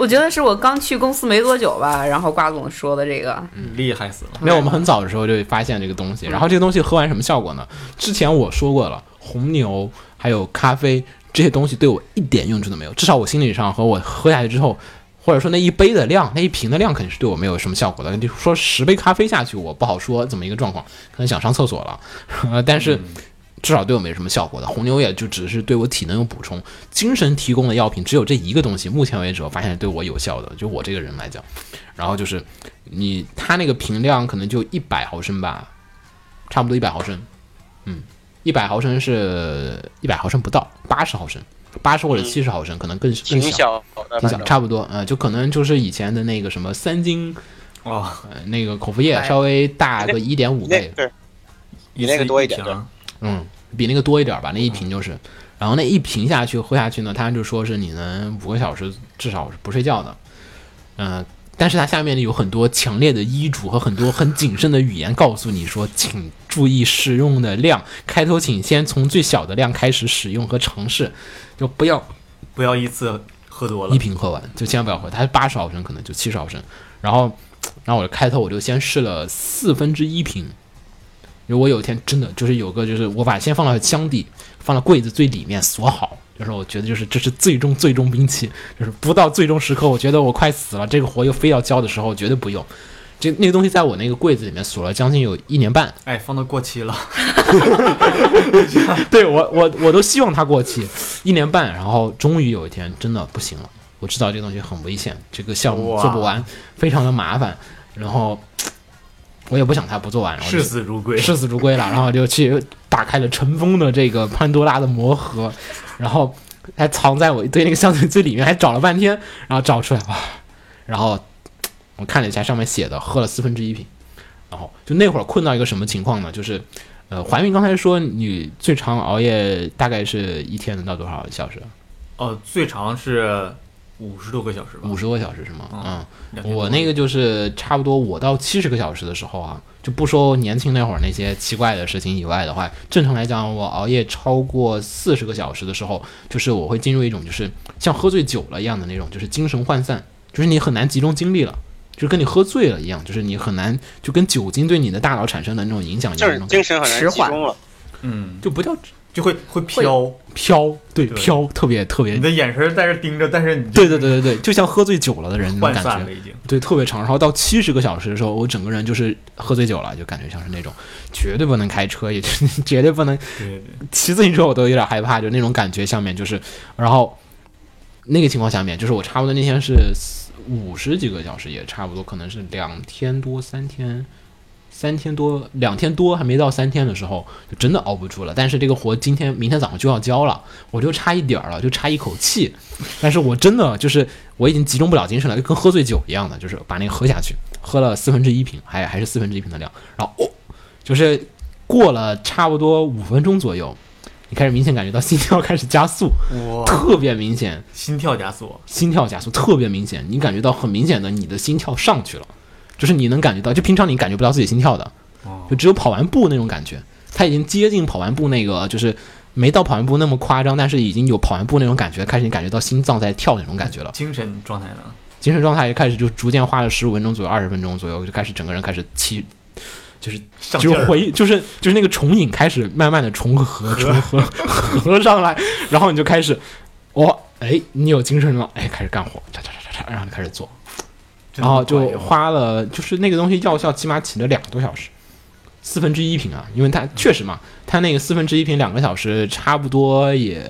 Speaker 4: 我觉得是我刚去公司没多久吧，然后瓜总说的这个，
Speaker 1: 嗯
Speaker 3: 厉害死了！
Speaker 2: 没有，我们很早的时候就发现这个东西。然后这个东西喝完什么效果呢？之前我说过了，红牛还有咖啡这些东西对我一点用处都没有，至少我心理上和我喝下去之后，或者说那一杯的量、那一瓶的量肯定是对我没有什么效果的。就说 十杯咖啡下去，我不好说怎么一个状况，可能想上厕所了。呃但是至少对我没什么效果的。红牛也就只是对我体能有补充，精神提供的药品只有这一个东西，目前为止我发现对我有效的，就我这个人来讲。然后就是你它那个瓶量可能就一百毫升吧，差不多一百毫升，嗯，一百毫升是一百毫升不到，八十毫升，八十或者七十毫升，可能更
Speaker 1: 挺
Speaker 2: 更小。
Speaker 1: 小的，
Speaker 2: 挺
Speaker 1: 反
Speaker 2: 小，
Speaker 1: 正
Speaker 2: 差不多，呃，就可能就是以前的那个什么三斤，
Speaker 3: 哦，
Speaker 2: 呃，那个口服液
Speaker 4: 哎
Speaker 2: 稍微大个一点五
Speaker 1: 那
Speaker 2: 倍，
Speaker 1: 对
Speaker 3: 比
Speaker 1: 那个多一点对
Speaker 3: 啊
Speaker 2: 嗯，比那个多一点儿吧，那一瓶就是。然后那一瓶下去喝下去呢，他就说是你能五个小时至少是不睡觉的，嗯、但是它下面有很多强烈的医嘱和很多很谨慎的语言告诉你说，请注意使用的量，开头请先从最小的量开始使用和尝试，就不要
Speaker 3: 不要一次喝多了
Speaker 2: 一。瓶喝完，就千万不要喝，它八十毫升可能就七十毫升，然后，然后我开头我就先试了四分之一瓶，因为我有一天真的就是有个就是我把先放到箱底，放到柜子最里面锁好，就是我觉得就是这是最终最终兵器，就是不到最终时刻，我觉得我快死了，这个活又非要交的时候，绝对不用。这那个东西在我那个柜子里面锁了将近有一年半，
Speaker 3: 哎，放到过期了，
Speaker 2: 啊 对我我我都希望它过期，一年半，然后终于有一天真的不行了，我知道这东西很危险，这个项目
Speaker 3: 哇
Speaker 2: 做不完，非常的麻烦，然后我也不想它不做完，然后就
Speaker 3: 视死如归。
Speaker 2: 视死如归了，然后就去打开了尘封的这个潘多拉的魔盒，然后还藏在我一堆那个箱子最里面，还找了半天，然后找出来哇，然后我看了一下上面写的，喝了四分之一瓶，然后就那会儿困到一个什么情况呢？就是，呃，怀孕刚才说你最长熬夜大概是一天能到多少小时？
Speaker 3: 哦，最长是五十多个小时吧
Speaker 2: 五。十个小时是吗？
Speaker 3: 嗯
Speaker 2: 嗯，
Speaker 3: 两天多
Speaker 2: 我那个就是差不多，我到七十个小时的时候啊，就不说年轻那会儿那些奇怪的事情以外的话，正常来讲，我熬夜超过四十个小时的时候，就是我会进入一种就是像喝醉酒了一样的那种，就是精神涣散，就是你很难集中精力了。就是跟你喝醉了一样，就是你很难就跟酒精对你的大脑产生的那种影响一
Speaker 1: 就
Speaker 2: 样，那
Speaker 1: 是
Speaker 2: 种感
Speaker 1: 精神很难
Speaker 4: 迟
Speaker 1: 集
Speaker 4: 缓
Speaker 1: 中了。
Speaker 3: 嗯，
Speaker 2: 就不叫
Speaker 3: 就会会飘，
Speaker 2: 飘，对
Speaker 3: 对
Speaker 2: 飘，特别特别
Speaker 3: 你，的眼神在这盯着，但是你就
Speaker 2: 对对对对对，就像喝醉酒了的人那种感
Speaker 3: 涣
Speaker 2: 觉
Speaker 3: 散了，已经。
Speaker 2: 对，特别长。然后到七十个小时的时候，我整个人就是喝醉酒了，就感觉像是那种绝对不能开车，也 绝对不能
Speaker 3: 对对对，
Speaker 2: 骑自行车，我都有点害怕，就那种感觉。下面就是，然后那个情况下面，就是我差不多那天是五十几个小时，也差不多可能是两天多三天。三天多，两天多还没到三天的时候，就真的熬不住了。但是这个活今天、明天早上就要交了，我就差一点儿了，就差一口气。但是我真的就是我已经集中不了精神了，就跟喝醉酒一样的，就是把那个喝下去，喝了四分之一瓶，还还是四分之一瓶的量。然后哦，就是过了差不多五分钟左右，你开始明显感觉到心跳开 始加速，
Speaker 3: 哇，
Speaker 2: 特别明显，
Speaker 3: 心跳加速，
Speaker 2: 心跳加速特别明显，你感觉到很明显的你的心跳上去了，就是你能感觉到，就平常你感觉不到自己心跳的，
Speaker 3: 哦
Speaker 2: 就只有跑完步那种感觉，它已经接近跑完步那个，就是没到跑完步那么夸张，但是已经有跑完步那种感觉，开始你感觉到心脏在跳那种感觉了。
Speaker 3: 精神状态呢？
Speaker 2: 精神状态也开始就逐渐花了十五分钟左右、二十分钟左右，就开始整个人开始起，就是
Speaker 3: 上
Speaker 2: 就
Speaker 3: 劲
Speaker 2: 是
Speaker 3: 儿，
Speaker 2: 回就是就是那个重影开始慢慢的重合重合 合上来，然后你就开始，哦，哎，你有精神了，哎，开始干活，叉叉叉叉叉，然后就开始做，
Speaker 3: 真的
Speaker 2: 然后
Speaker 3: 不
Speaker 2: 啊
Speaker 3: 管
Speaker 2: 就
Speaker 3: 用
Speaker 2: 花了就是那个东西药效起码起了两个多小时，四分之一瓶啊，因为它确实嘛，它那个四分之一瓶两个小时差不多也。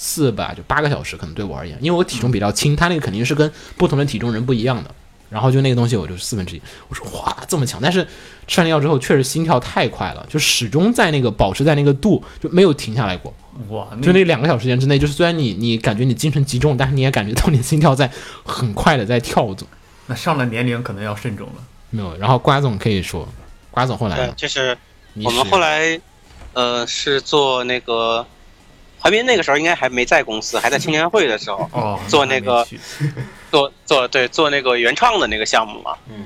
Speaker 2: 四吧，就八个小时，可能对我而言，因为我体重比较轻，它那个肯定是跟不同的体重人不一样的。然后就那个东西，我就四分之一，我说哇这么强，但是吃完药之后确实心跳太快了，就始终在那个保持在那个度，就没有停下来过。
Speaker 3: 哇，
Speaker 2: 就那两个小时时间之内，就是虽然你你感觉你精神集中，但是你也感觉到你的心跳在很快的在跳动。
Speaker 3: 那上了年龄可能要慎重了。
Speaker 2: 没有，然后瓜总可以说，瓜总后来
Speaker 1: 对
Speaker 2: 呢，
Speaker 1: 就是
Speaker 2: 哎你
Speaker 1: 我们
Speaker 2: 是
Speaker 1: 后来，呃，是做那个怀民那个时候应该还没在公司，还 在青年会的时候
Speaker 3: 哦，
Speaker 1: 做那个
Speaker 3: 还没去
Speaker 1: 做做对做那个原创的那个项目嘛。
Speaker 2: 嗯。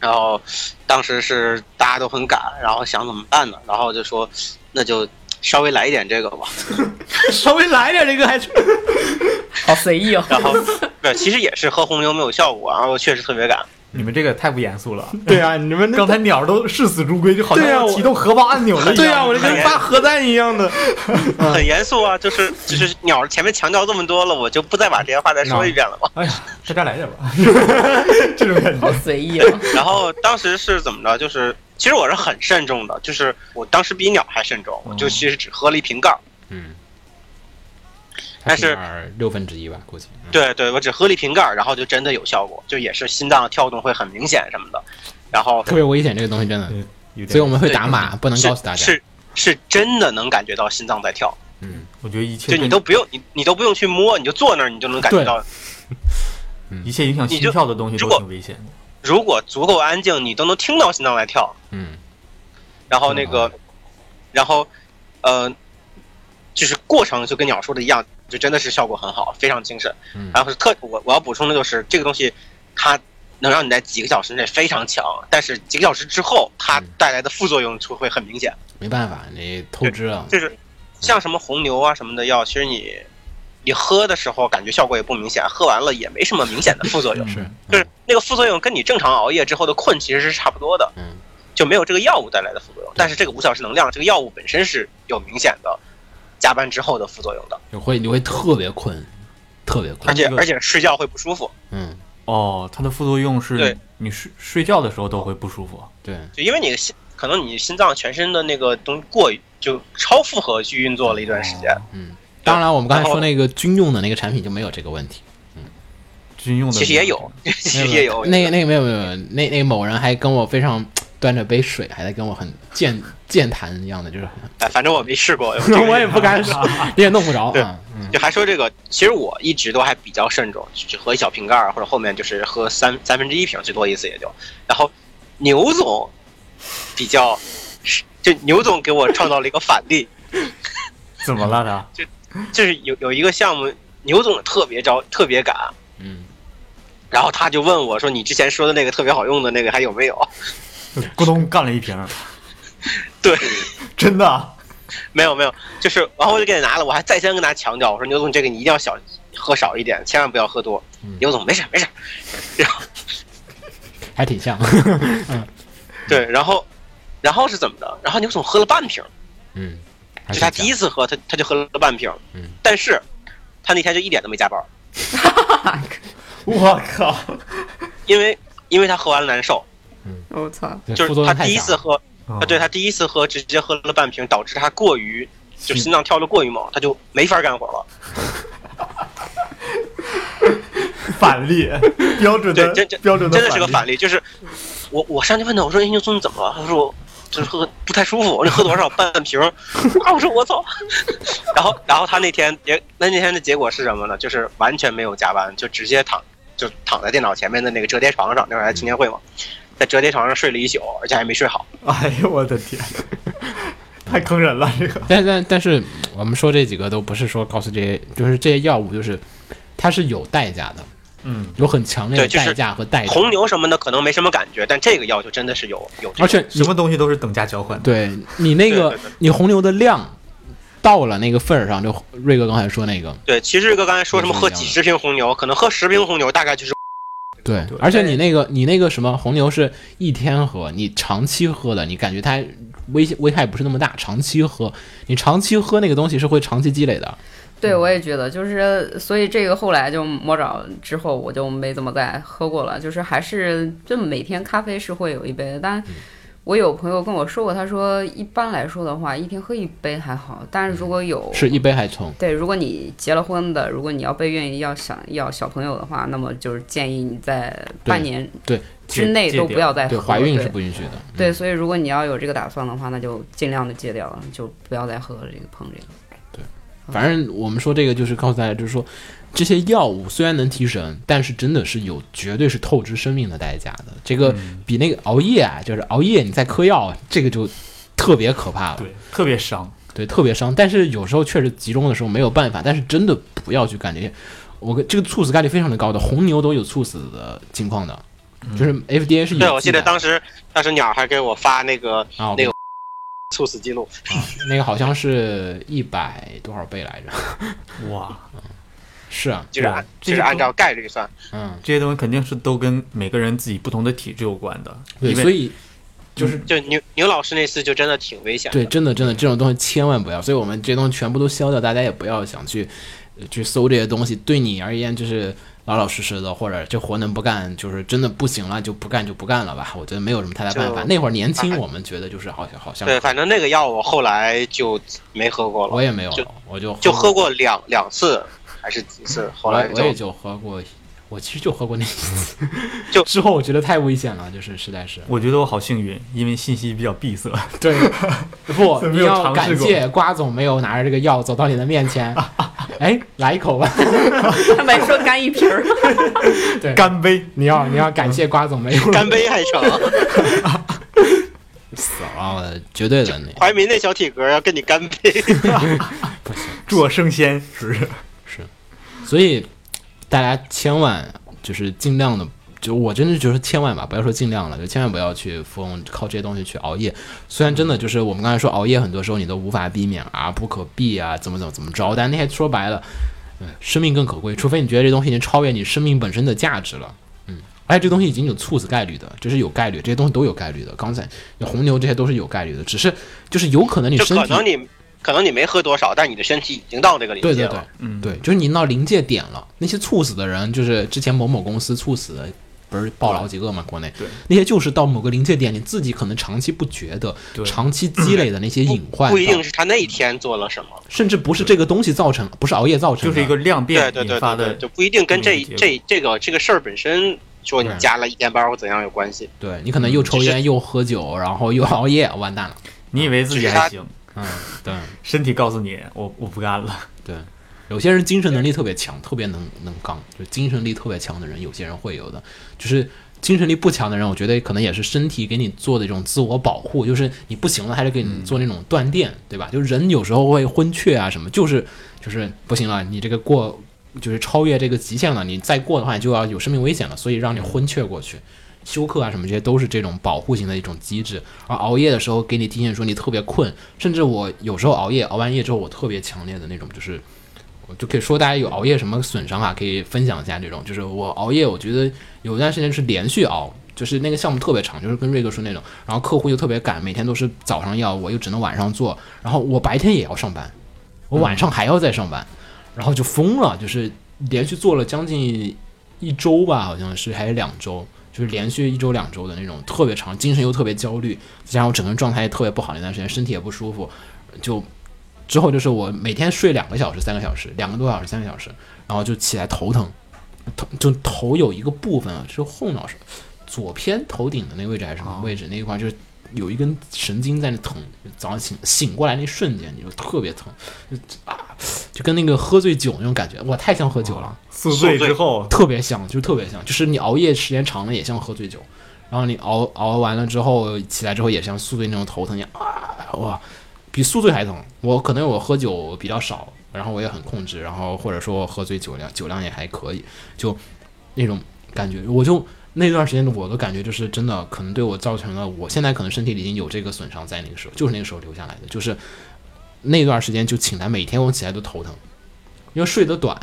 Speaker 1: 然后当时是大家都很赶，然后想怎么办呢？然后就说那就稍微来一点这个吧。
Speaker 2: 稍微来点这个还 是
Speaker 4: 好随意哦。
Speaker 1: 然后对，其实也是喝红牛没有效果，然后确实特别赶。
Speaker 3: 你们这个太不严肃了。
Speaker 2: 对啊，你们那
Speaker 3: 刚才鸟都视死如归，就好像
Speaker 2: 对啊
Speaker 3: 要
Speaker 2: 我
Speaker 3: 启动荷包按钮了一样。
Speaker 2: 对啊，我这
Speaker 1: 哎
Speaker 2: 跟发核弹一样的。 嗯
Speaker 1: 很严肃啊，就是就是鸟儿前面强调这么多了，我就不再把这些话再说一遍了吧。
Speaker 3: 哎呀，在这儿来点吧， 这种感 觉。
Speaker 4: 好随意啊！
Speaker 2: 嗯
Speaker 1: 然后当时是怎么着？就是其实我是很慎重的，就是我当时比鸟还慎重，我就其实只喝了一瓶盖儿。
Speaker 2: 嗯，
Speaker 1: 但是
Speaker 2: 六分之一吧，估计。嗯，
Speaker 1: 对对，我只喝了一瓶盖儿，然后就真的有效果，就也是心脏跳动会很明显什么的。然后
Speaker 2: 特别危险这个东西真的，
Speaker 3: 嗯有点
Speaker 2: 所以我们会打
Speaker 1: 对
Speaker 2: 码，不能
Speaker 1: 是
Speaker 2: 告诉大家。
Speaker 1: 是是真的能感觉到心脏在跳，
Speaker 2: 嗯，
Speaker 3: 我觉得一切
Speaker 1: 就你都不用你你都不用去摸，你就坐那儿，你就能感觉到。
Speaker 3: 一切影响心跳的东西
Speaker 1: 你就
Speaker 3: 都挺危险的。
Speaker 1: 如果足够安静，你都能听到心脏在跳。
Speaker 2: 嗯，
Speaker 1: 然后那个，然后呃，就是过程就跟鸟说的一样，就真的是效果很好，非常精神。
Speaker 2: 嗯
Speaker 1: 然后是特我我要补充的就是这个东西，它能让你在几个小时内非常强，但是几个小时之后它
Speaker 2: 嗯
Speaker 1: 带来的副作用就会很明显，
Speaker 2: 没办法，你透支了。
Speaker 1: 就是像什么红牛啊什么的药，其实你你喝的时候感觉效果也不明显，喝完了也没什么明显的副作用，
Speaker 2: 是，
Speaker 1: 就是那个副作用跟你正常熬夜之后的困其实是差不多的。
Speaker 2: 嗯
Speaker 1: 就没有这个药物带来的副作用。但是这个无效式能量，这个药物本身是有明显的加班之后的副作用的，
Speaker 2: 你会你会特别困，特别困
Speaker 1: 而。且
Speaker 3: 这个
Speaker 1: 而且睡觉会不舒服，
Speaker 2: 嗯，
Speaker 3: 哦，它的副作用是
Speaker 1: 对
Speaker 3: 你睡睡觉的时候都会不舒服。
Speaker 2: 对，
Speaker 1: 就因为你的心可能你心脏全身的那个东西过于就超负荷去运作了一段时间。
Speaker 2: 嗯。当然，我们刚才
Speaker 1: 然后
Speaker 2: 说那个军用的那个产品就没有这个问题。
Speaker 3: 军用的
Speaker 1: 其实也有，其实也有
Speaker 2: 哦那个那个没有没有，没有那那个某人还跟我非常端着杯水，还在跟我很健健谈一样的，就是
Speaker 1: 哎，反正我没 试过。
Speaker 2: 我也不敢说，你也弄不着
Speaker 1: 对
Speaker 2: 啊。嗯
Speaker 1: 就还说这个，其实我一直都还比较慎重，只喝一小瓶盖儿，或者后面就是喝三三分之一瓶，最多一次也就。然后牛总比较，就牛总给我创造了一个反例，
Speaker 3: 怎么了他？
Speaker 1: 就是有有一个项目，牛总特别招特别赶，
Speaker 2: 嗯，
Speaker 1: 然后他就问我说：“你之前说的那个特别好用的那个还有没有
Speaker 3: 咕咚干了一瓶。
Speaker 1: 对，
Speaker 3: 真的。？”啊
Speaker 1: 没有没有，就是然后我就给他拿了，我还再三跟他强调，我说：“牛总，这个你一定要小喝少一点，千万不要喝多。”牛总没事没事，
Speaker 2: 还挺 像。
Speaker 1: 对，然后然后是怎么的？然后牛总喝了半瓶，
Speaker 2: 嗯，还
Speaker 1: 就
Speaker 2: 挺
Speaker 1: 他
Speaker 2: 像
Speaker 1: 第一次喝，他他就喝了半瓶，
Speaker 2: 嗯
Speaker 1: 但是他那天就一点都没加班，
Speaker 3: 我靠！
Speaker 1: 因为因为他喝完了难受，
Speaker 4: 我操，
Speaker 2: 对
Speaker 1: 就是
Speaker 2: 副作
Speaker 1: 他
Speaker 2: 用太嗯
Speaker 1: 第一
Speaker 2: 强
Speaker 1: 次喝，
Speaker 3: 啊
Speaker 1: 啊，对他第一次喝直接喝了半瓶，导致他过于就心脏跳得过于猛，他就没法干活了。
Speaker 3: 反 例，标准
Speaker 1: 对
Speaker 3: 的，
Speaker 1: 真真
Speaker 3: 标准的，
Speaker 1: 真的是个反例，就是我我上去问他，我说：“哎，牛总你怎么了？”他说：“我就是喝不太舒服。”我说：“喝多少？半瓶。” 啊，我说：“我操！” 然后然后他那天也那那天的结果是什么呢？就是完全没有加班，就直接躺就躺在电脑前面的那个折叠床上，那会儿还青年会嘛，在折叠床上睡了一宿，而且还没睡好。
Speaker 3: 哎呦我的天，太坑人了这个。
Speaker 2: 但但但是，嗯我们说这几个都不是说告诉这些，就是这些药物，就是它是有代价的，
Speaker 3: 嗯，
Speaker 2: 有很强烈的
Speaker 1: 对就是
Speaker 2: 代价和代
Speaker 1: 红
Speaker 2: 偿，
Speaker 1: 牛什么的可能没什么感觉，但这个药就真的是有有这
Speaker 2: 而
Speaker 1: 个。
Speaker 2: 且
Speaker 3: 什
Speaker 2: 你
Speaker 3: 么东西都是等价交换的。
Speaker 2: 对你那个
Speaker 1: 对对对
Speaker 2: 你红牛的量到了那个份儿上，就瑞哥刚才说那个，
Speaker 1: 对，其实哥刚才说什么
Speaker 2: 也是
Speaker 1: 喝
Speaker 2: 一样
Speaker 1: 几
Speaker 2: 的
Speaker 1: 十瓶红牛，可能喝十瓶红牛大概就是
Speaker 2: 对
Speaker 3: 对，
Speaker 2: 而且你那个你那个什么红牛是一天喝，你长期喝的，你感觉它危危害不是那么大，长期喝，你长期喝那个东西是会长期积累的，
Speaker 4: 对我也觉得，就是所以这个后来就摸着之后，我就没怎么再喝过了，就是还是就每天咖啡是会有一杯的，但。我有朋友跟我说过，他说一般来说的话，一天喝一杯还好，但是如果有
Speaker 2: 是一杯还冲。
Speaker 4: 对，如果你结了婚的，如果你要被愿意要想要小朋友的话，那么就是建议你在半
Speaker 2: 对
Speaker 4: 年
Speaker 2: 对
Speaker 4: 之内
Speaker 3: 戒
Speaker 4: 都
Speaker 3: 掉
Speaker 4: 不要再哎喝
Speaker 2: 对，
Speaker 4: 了。
Speaker 2: 怀孕
Speaker 4: 对
Speaker 2: 是不允许的。嗯
Speaker 4: 对，所以如果你要有这个打算的话，那就尽量的戒掉了，就不要再喝这个碰这个。
Speaker 2: 反正我们说这个就是告诉大家，就是说这些药物虽然能提神，但是真的是有绝对是透支生命的代价的。这个
Speaker 4: 嗯
Speaker 2: 比那个熬夜啊，就是熬夜你再嗑药，啊这个就特别可怕了，
Speaker 3: 对，特别伤。
Speaker 2: 对特别伤。但是有时候确实集中的时候没有办法，但是真的不要去干这些。我跟这个猝死概率非常的高的，红牛都有猝死的情况的，
Speaker 3: 嗯
Speaker 2: 就是 FDA 是有
Speaker 1: 对，我记
Speaker 2: 嗯记载
Speaker 1: 得当时当时鸟还给我发那个
Speaker 2: 啊，我
Speaker 1: 那个猝死记录，
Speaker 2: 那个好像是一百多少倍来着，
Speaker 3: 哇，
Speaker 2: 是啊，
Speaker 1: 就是按就是按照概率算。
Speaker 2: 嗯，
Speaker 3: 这些东西肯定是都跟每个人自己不同的体质有关的，
Speaker 2: 对，
Speaker 3: 因为
Speaker 2: 所以
Speaker 3: 就是
Speaker 1: 就牛牛老师那次就真的挺危险的。
Speaker 2: 对，真的真的这种东西千万不要，所以我们这些东西全部都消掉，大家也不要想去呃去搜这些东西，对你而言就是老老实实的，或者这活能不干，就是真的不行了就不干就不干了吧，我觉得没有什么太大办法。
Speaker 1: 就
Speaker 2: 那会儿年轻，
Speaker 1: 啊
Speaker 2: 我们觉得就是好像好像
Speaker 1: 对，反正那个药我后来就没喝过了，
Speaker 2: 我也没有
Speaker 1: 就
Speaker 2: 了，我就
Speaker 1: 就喝，过两两次还是几次，后
Speaker 2: 我
Speaker 1: 来
Speaker 2: 我也
Speaker 1: 就
Speaker 2: 就喝过。我其实就喝过那一次，
Speaker 1: 就
Speaker 2: 之后我觉得太危险了，就是实在是
Speaker 3: 我觉得我好幸运，因为信息比较 闭塞。
Speaker 2: 对，不，
Speaker 3: 怎么
Speaker 2: 你
Speaker 3: 没有
Speaker 2: 要
Speaker 3: 尝试
Speaker 2: 感
Speaker 3: 过
Speaker 2: 谢瓜总没有拿着这个药走到你的面 前，哎，来一口吧。
Speaker 4: 他们还说干一瓶儿，
Speaker 2: 对，
Speaker 3: 干杯！
Speaker 2: 你要你要感谢瓜总没有
Speaker 1: 干杯还成。
Speaker 2: 死了，绝对的那
Speaker 1: 怀民那小体格要跟你干杯，
Speaker 2: 不行。
Speaker 3: 祝我升仙，是不是？
Speaker 2: 所以大家千万就是尽量的，就我真的觉得千万吧，不要说尽量了，就千万不要去服用靠这些东西去熬夜。虽然真的就是我们刚才说熬夜，很多时候你都无法避免啊，不可避啊，怎么怎么怎么着，但那些说白了，呃生命更可贵，除非你觉得这东西已经超越你生命本身的价值了。嗯，而且这东西已经有猝死概率的，这是有概率，这些东西都有概率的。刚才红牛这些都是有概率的，只是就是有可能你
Speaker 1: 就
Speaker 2: 身
Speaker 1: 可
Speaker 2: 体
Speaker 1: 能你可能你没喝多少，但你的身体已经到那个临
Speaker 2: 对
Speaker 1: 界
Speaker 2: 对
Speaker 1: 了。
Speaker 2: 对，
Speaker 3: 嗯，
Speaker 2: 对，就是你到临界点了。那些猝死的人，就是之前某某公司猝死的，不是爆了好几个嘛？国内
Speaker 3: 对
Speaker 2: 那些就是到某个临界点，你自己可能长期不觉得，
Speaker 3: 对
Speaker 2: 长期积累的那些隐患，
Speaker 1: 不一定是他那一天做了什么，
Speaker 2: 甚至不是这个东西造成，不是熬夜造成
Speaker 3: 就
Speaker 2: 的，
Speaker 3: 是一个量
Speaker 1: 对
Speaker 3: 变
Speaker 1: 对
Speaker 3: 引
Speaker 1: 对
Speaker 3: 发
Speaker 1: 对
Speaker 3: 的
Speaker 1: 对，就不一定跟这
Speaker 3: 这种
Speaker 1: 这这
Speaker 3: 结果
Speaker 1: 个这个事儿本身说你
Speaker 2: 嗯对
Speaker 1: 加了一天班或怎样有关系。
Speaker 2: 对你可能又抽
Speaker 1: 只是
Speaker 2: 烟又喝酒，然后又熬夜，完蛋了。
Speaker 3: 你以为自己还行，
Speaker 2: 嗯，对
Speaker 3: 身体告诉你我我不干了。
Speaker 2: 对，有些人精神能力特别强，特别能能刚，就精神力特别强的人，有些人会有的，就是精神力不强的人，我觉得可能也是身体给你做的一种自我保护，就是你不行了，还是给你做那种断电，对吧？就是人有时候会昏厥啊什么，就是就是不行了，你这个过就是超越这个极限了，你再过的话你就要有生命危险了，所以让你昏厥过去。休克啊什么这些都是这种保护型的一种机制，而熬夜的时候给你提醒说你特别困，甚至我有时候熬夜，熬完夜之后我特别强烈的那种就是我就可以说大家有熬夜什么损伤啊，可以分享一下这种。就是我熬夜，我觉得有一段时间是连续熬，就是那个项目特别长，就是跟瑞哥说那种，然后客户又特别赶，每天都是早上要，我又只能晚上做，然后我白天也要上班，我晚上还要再上班，然后就疯了，就是连续做了将近一周吧，好像是还是两周。就是连续一周两周的那种特别长，精神又特别焦虑，再加上我整个人状态也特别不好，那段时间身体也不舒服，就之后就是我每天睡两个小时、三个小时，两个多小时、三个小时，然后就起来头疼，头就头有一个部分啊，是后脑勺左偏头顶的那个位置还是什么位置、那一块，就是有一根神经在那疼。早上醒醒过来那瞬间，你就特别疼，就啊，就跟那个喝醉酒那种感觉，我太像喝酒了，
Speaker 3: 宿醉之后，
Speaker 2: 特别像，就特别像，就是你熬夜时间长了也像喝醉酒，然后你熬熬完了之后起来之后也像宿醉那种头疼一样啊，哇，比宿醉还疼。我可能我喝酒比较少，然后我也很控制，然后或者说我喝醉酒量酒量也还可以，就那种感觉，我就。那段时间我的感觉就是真的，可能对我造成了，我现在可能身体里已经有这个损伤，在那个时候，就是那个时候留下来的，就是那段时间就请来，每天我起来都头疼，因为睡得短，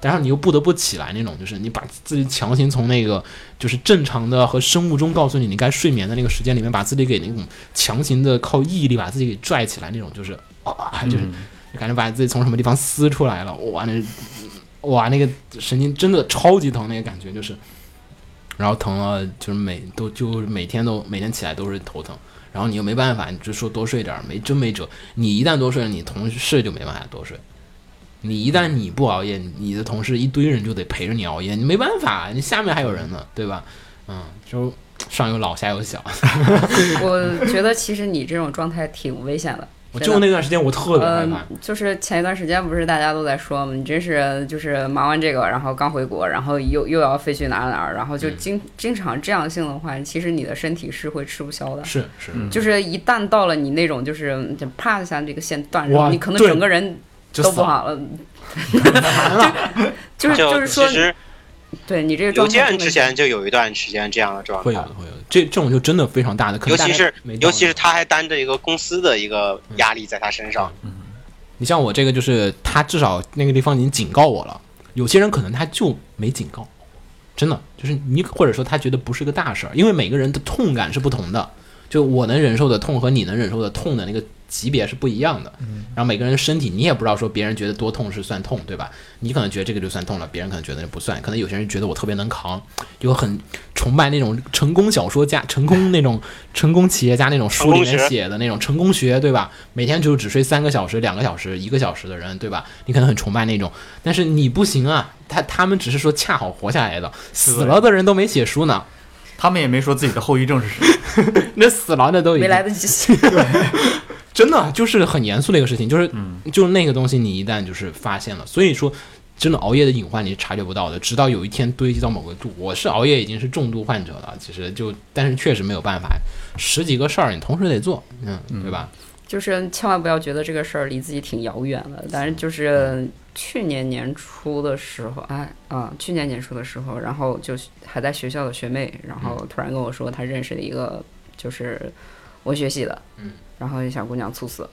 Speaker 2: 但是你又不得不起来那种，就是你把自己强行从那个就是正常的和生物钟告诉你你该睡眠的那个时间里面，把自己给那种强行的靠毅力把自己给拽起来那种，就是啊，
Speaker 3: 嗯
Speaker 2: 就是感觉把自己从什么地方撕出来了，哇，那哇那个神经真的超级疼，那个感觉就是，然后疼了就是每都就是每天都每天起来都是头疼。然后你又没办法，你就说多睡点儿，没真没辙。你一旦多睡了，你同事就没办法多睡。你一旦你不熬夜，你的同事一堆人就得陪着你熬夜，你没办法，你下面还有人呢，对吧？嗯，就上有老下有小。
Speaker 4: 我觉得其实你这种状态挺危险的。
Speaker 2: 我
Speaker 4: 真
Speaker 2: 就
Speaker 4: 的
Speaker 2: 那段时间我特别害怕，
Speaker 4: 嗯，就是前一段时间不是大家都在说嘛，你真是就是忙完这个，然后刚回国，然后又又要飞去哪儿哪儿，然后就
Speaker 2: 嗯
Speaker 4: 经、经常这样性的话，其实你的身体是会吃不消的。
Speaker 2: 是是，
Speaker 3: 嗯
Speaker 4: 就是一旦到了你那种就是就啪一下这个线断，然
Speaker 2: 哇
Speaker 4: 后你可能
Speaker 2: 对
Speaker 4: 整个人
Speaker 2: 就
Speaker 4: 都
Speaker 2: 死
Speaker 4: 不 好了。
Speaker 2: 完了，
Speaker 4: 就是
Speaker 1: 就是
Speaker 4: 说
Speaker 1: 其，实
Speaker 4: 对你这个
Speaker 1: 刘
Speaker 4: 状态
Speaker 1: 健
Speaker 4: 真的
Speaker 1: 之前就有一段时间这样的状
Speaker 2: 会有
Speaker 1: 态
Speaker 2: 的，会有的，这这种就真的非常大的，可
Speaker 1: 尤
Speaker 2: 能
Speaker 1: 其
Speaker 2: 大家
Speaker 1: 是
Speaker 2: 没到
Speaker 1: 尤其
Speaker 2: 那
Speaker 1: 是他还担着一个公司的一个
Speaker 2: 嗯
Speaker 1: 压力在他身上，
Speaker 2: 你像我这个，就是他至少那个地方已经警告我了，有些人可能他就没警告，真的就是你或者说他觉得不是个大事儿，因为每个人的痛感是不同的，就我能忍受的痛和你能忍受的痛的那个级别是不一样的。
Speaker 1: 嗯
Speaker 2: 然后每个人身体你也不知道说别人觉得多痛是算痛，对吧？你可能觉得这个就算痛了，别人可能觉得不算。可能有些人觉得我特别能扛，就很崇拜那种成功小说家、成功 那种成功企业家那种书
Speaker 1: 成
Speaker 2: 里
Speaker 1: 功
Speaker 2: 面
Speaker 1: 学
Speaker 2: 写的那种成功学，对吧？每天就只睡三个小时、两个小时、一个小时的人，对吧？你可能很崇拜那种，但是你不行啊。他他们只是说恰好活下来的，死了的人都没写书呢。
Speaker 3: 他们也没说自己的后遗症是什么。
Speaker 2: 那死了的都已
Speaker 4: 没
Speaker 2: 经
Speaker 4: 来得及 写。
Speaker 2: 真的啊就是很严肃的一个事情，就是、就是那个东西，你一旦就是发现了，所以说真的熬夜的隐患你是察觉不到的，直到有一天堆积到某个度。我是熬夜已经是重度患者了，其实就但是确实没有办法，十几个事儿你同时得做，嗯，对吧？
Speaker 4: 就是千万不要觉得这个事儿离自己挺遥远的，但是就是去年年初的时候，哎啊，去年年初的时候，然后就还在学校的学妹，然后突然跟我说她认识了一个就是文学系的，
Speaker 2: 嗯，
Speaker 4: 然后小姑娘猝死，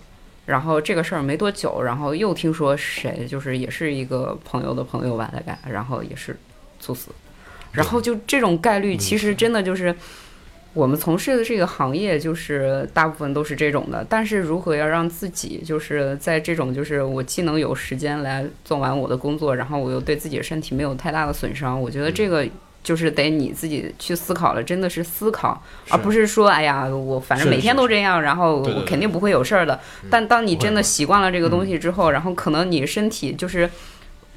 Speaker 4: 然后这个事儿没多久，然后又听说谁就是也是一个朋友的朋友吧，大概，然后也是猝死，然后就这种概率其实真的就是。我们从事的这个行业，就是大部分都是这种的。但是如何要让自己，就是在这种，就是我既能有时间来做完我的工作，然后我又对自己的身体没有太大的损伤，我觉得这
Speaker 2: 嗯
Speaker 4: 个就是得你自己去思考了，真的是思考，
Speaker 2: 是
Speaker 4: 而不是说，哎呀，我反正
Speaker 2: 是
Speaker 4: 每天都这样，然后
Speaker 2: 对对
Speaker 4: 我
Speaker 2: 对嗯
Speaker 4: 肯定不会有事儿的。但当你真的习惯了这个东西之后，然后可能你身体就是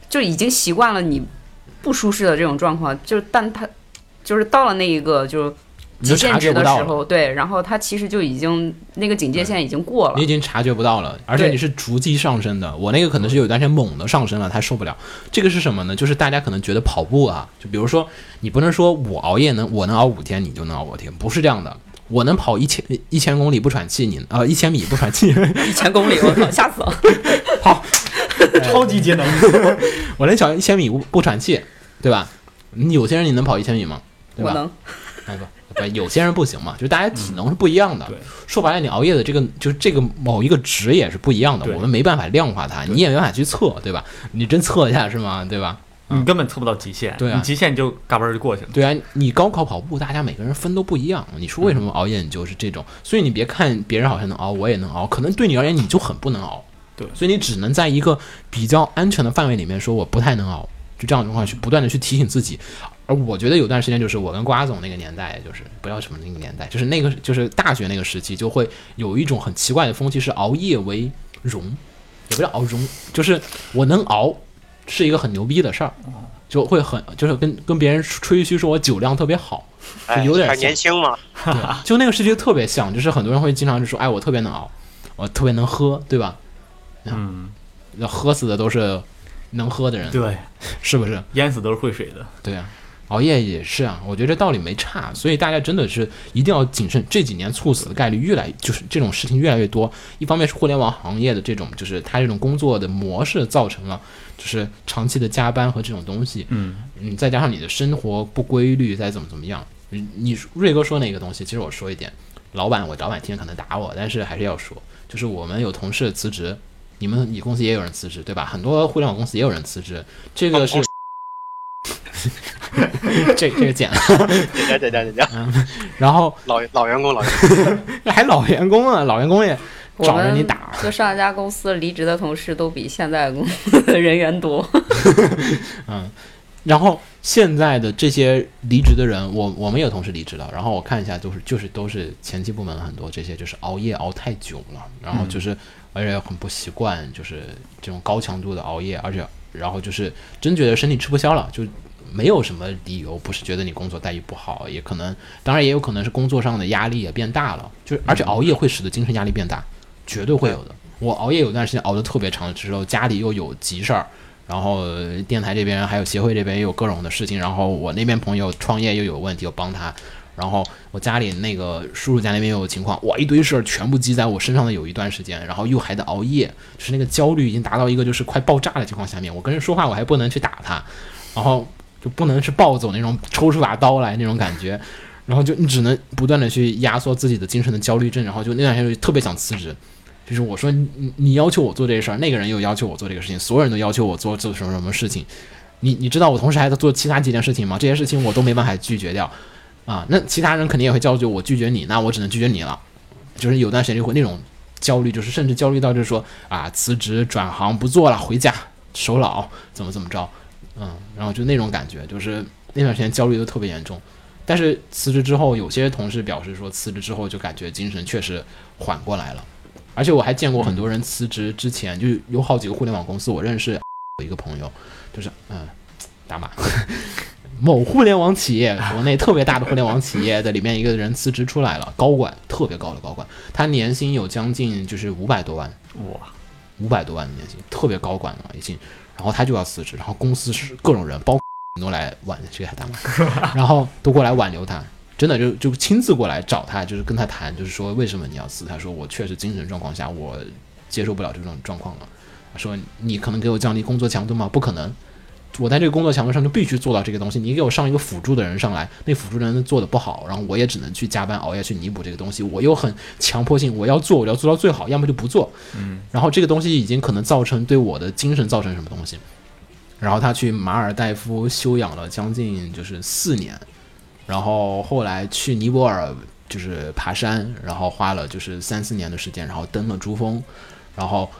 Speaker 4: 就已经习惯了你不舒适的这种状况，就是但它就是到了那一个就
Speaker 2: 你
Speaker 4: 极
Speaker 2: 就
Speaker 4: 限
Speaker 2: 察
Speaker 4: 值
Speaker 2: 觉
Speaker 4: 的
Speaker 2: 不到
Speaker 4: 时
Speaker 2: 了，
Speaker 4: 候，对，然后它其实就已经那个警戒线已经过了
Speaker 2: 你已，经察觉不到了，而且你是逐级上升的。我那个可能是有一段时间猛的上升了，他受不了。这个是什么呢？就是大家可能觉得跑步啊，就比如说你不能说我熬夜能我能熬五天，你就能熬五天，不是这样的。我能跑一千一千公里不喘气，你啊、呃、一千米不喘气，
Speaker 4: 一千 公里，我靠，吓死了！
Speaker 2: 嗯
Speaker 3: 超级节能，
Speaker 2: 我能跑一千米不不喘气，对吧？你有些人你能跑一千米吗？ 对
Speaker 4: 我
Speaker 2: 吧？
Speaker 4: 能，
Speaker 2: 哎不，对，有些人不行嘛，就大家体能是不一样的。
Speaker 3: 嗯对
Speaker 2: 说白了，你熬夜的这个就是这个某一个值也是不一样的，
Speaker 3: 对
Speaker 2: 我们没办法量化它，你也没办法去测，对吧？你真测一下是吗？对吧？
Speaker 3: 你根本测不到极限，
Speaker 2: 对啊
Speaker 3: 你极限就嘎嘣儿就过去了。
Speaker 2: 对啊，你高考跑步，大家每个人分都不一样。你说为什么熬夜你就是这种？所以你别看别人好像能熬，我也能熬，可能对你而言你就很不能熬。
Speaker 3: 对
Speaker 2: 所以你只能在一个比较安全的范围里面说我不太能熬，就这样的情况去不断的去提醒自己。而我觉得有段时间就是我跟瓜总那个年代，就是不要什么那个年代，就是那个就是大学那个时期，就会有一种很奇怪的风气，是熬夜为荣，也不叫熬荣，就是我能熬是一个很牛逼的事儿，就会很就是跟跟别人吹嘘说我酒量特别好，
Speaker 1: 哎，
Speaker 2: 有点
Speaker 1: 还
Speaker 2: 像
Speaker 1: 年轻嘛，
Speaker 2: 对，就那个世界特别像，就是很多人会经常就说，哎，我特别能熬，我特别能喝，对吧？
Speaker 3: 嗯，
Speaker 2: 那喝死的都是能喝的人，
Speaker 3: 对，
Speaker 2: 是不是？
Speaker 3: 淹死都是会水的。
Speaker 2: 对啊，熬夜也是啊，我觉得这道理没差，所以大家真的是一定要谨慎。这几年猝死的概率越来，就是这种事情越来越多。一方面是互联网行业的这种，就是它这种工作的模式造成了，就是长期的加班和这种东西，
Speaker 3: 嗯，
Speaker 2: 嗯，再加上你的生活不规律，再怎么怎么样。你你瑞哥说那个东西，其实我说一点，老板我老板听着可能打我，但是还是要说，就是我们有同事辞职，你们你公司也有人辞职对吧？很多互联网公司也有人辞职，这个
Speaker 4: 哦
Speaker 2: 是这这个简单。
Speaker 1: 对对对对
Speaker 2: 嗯
Speaker 1: 对，
Speaker 2: 然后
Speaker 1: 老老员工老员
Speaker 2: 嗯
Speaker 1: 工，
Speaker 2: 还老员工啊，老员工也
Speaker 4: 我
Speaker 2: 找人你
Speaker 4: 们
Speaker 2: 打，
Speaker 4: 就上一家公司离职的同事都比现在公司的人员多，
Speaker 2: 嗯，然后现在的这些离职的人，我我们有同事离职了，然后我看一下，就是就是都是前期部门很多这些就是熬夜熬太久了，然后就是、而且很不习惯，就是这种高强度的熬夜，而且然后就是真觉得身体吃不消了，就没有什么理由，不是觉得你工作待遇不好，也可能当然也有可能是工作上的压力也变大了，就是而且熬夜会使得精神压力变大，绝对会有的。我熬夜有段时间熬得特别长之后，家里又有急事儿，然后呃电台这边还有协会这边也有各种的事情，然后我那边朋友创业又有问题，我帮他，然后我家里那个叔叔家那边有情况，哇，一堆事儿全部积在我身上的有一段时间，然后又还得熬夜，就是那个焦虑已经达到一个就是快爆炸的情况下面，我跟人说话我还不能去打他，然后就不能是暴走那种抽出把刀来那种感觉，然后就你只能不断的去压缩自己的精神的焦虑症，然后就那段时间就特别想辞职。就是我说你你你要求我做这事儿，那个人又要求我做这个事情，所有人都要求我做做什么什么事情，你你知道我同时还在做其他几件事情吗？这些事情我都没办法拒绝掉，啊，那其他人肯定也会焦虑，我拒绝你，那我只能拒绝你了。就是有段时间就会那种焦虑，就是甚至焦虑到就是说啊，辞职转行不做了，回家守老，怎么怎么着，嗯，然后就那种感觉，就是那段时间焦虑都特别严重。但是辞职之后，有些同事表示说，辞职之后就感觉精神确实缓过来了。而且我还见过很多人辞职之前，就有好几个互联网公司，我认识 有一个朋友，就是嗯，打码。 某互联网企业，国内特别大的互联网企业的里面一个人辞职出来了，高管，特别高的高管，他年薪有将近就是五百多万，
Speaker 3: 我
Speaker 2: 五百多万的年薪，特别高管了已经，然后他就要辞职，然后公司是各种人，包括都来挽这个还打码，然后都过来挽留他，真的就就亲自过来找他，就是跟他谈，就是说为什么你要辞？他说我确实精神状况下我接受不了这种状况了，他说你可能给我降低工作强度吗？不可能。我在这个工作强度上就必须做到这个东西。你给我上一个辅助的人上来，那辅助的人做的不好，然后我也只能去加班熬夜去弥补这个东西。我又很强迫性，我要做，我要做到最好，要么就不做。嗯，然后这个东西已经可能造成对我的精神造成什么东西。然后他去马尔代夫休养了将近就是四年，然后后来去尼泊尔就是爬山，然后花了就是三四年的时间，然后登了珠峰，然后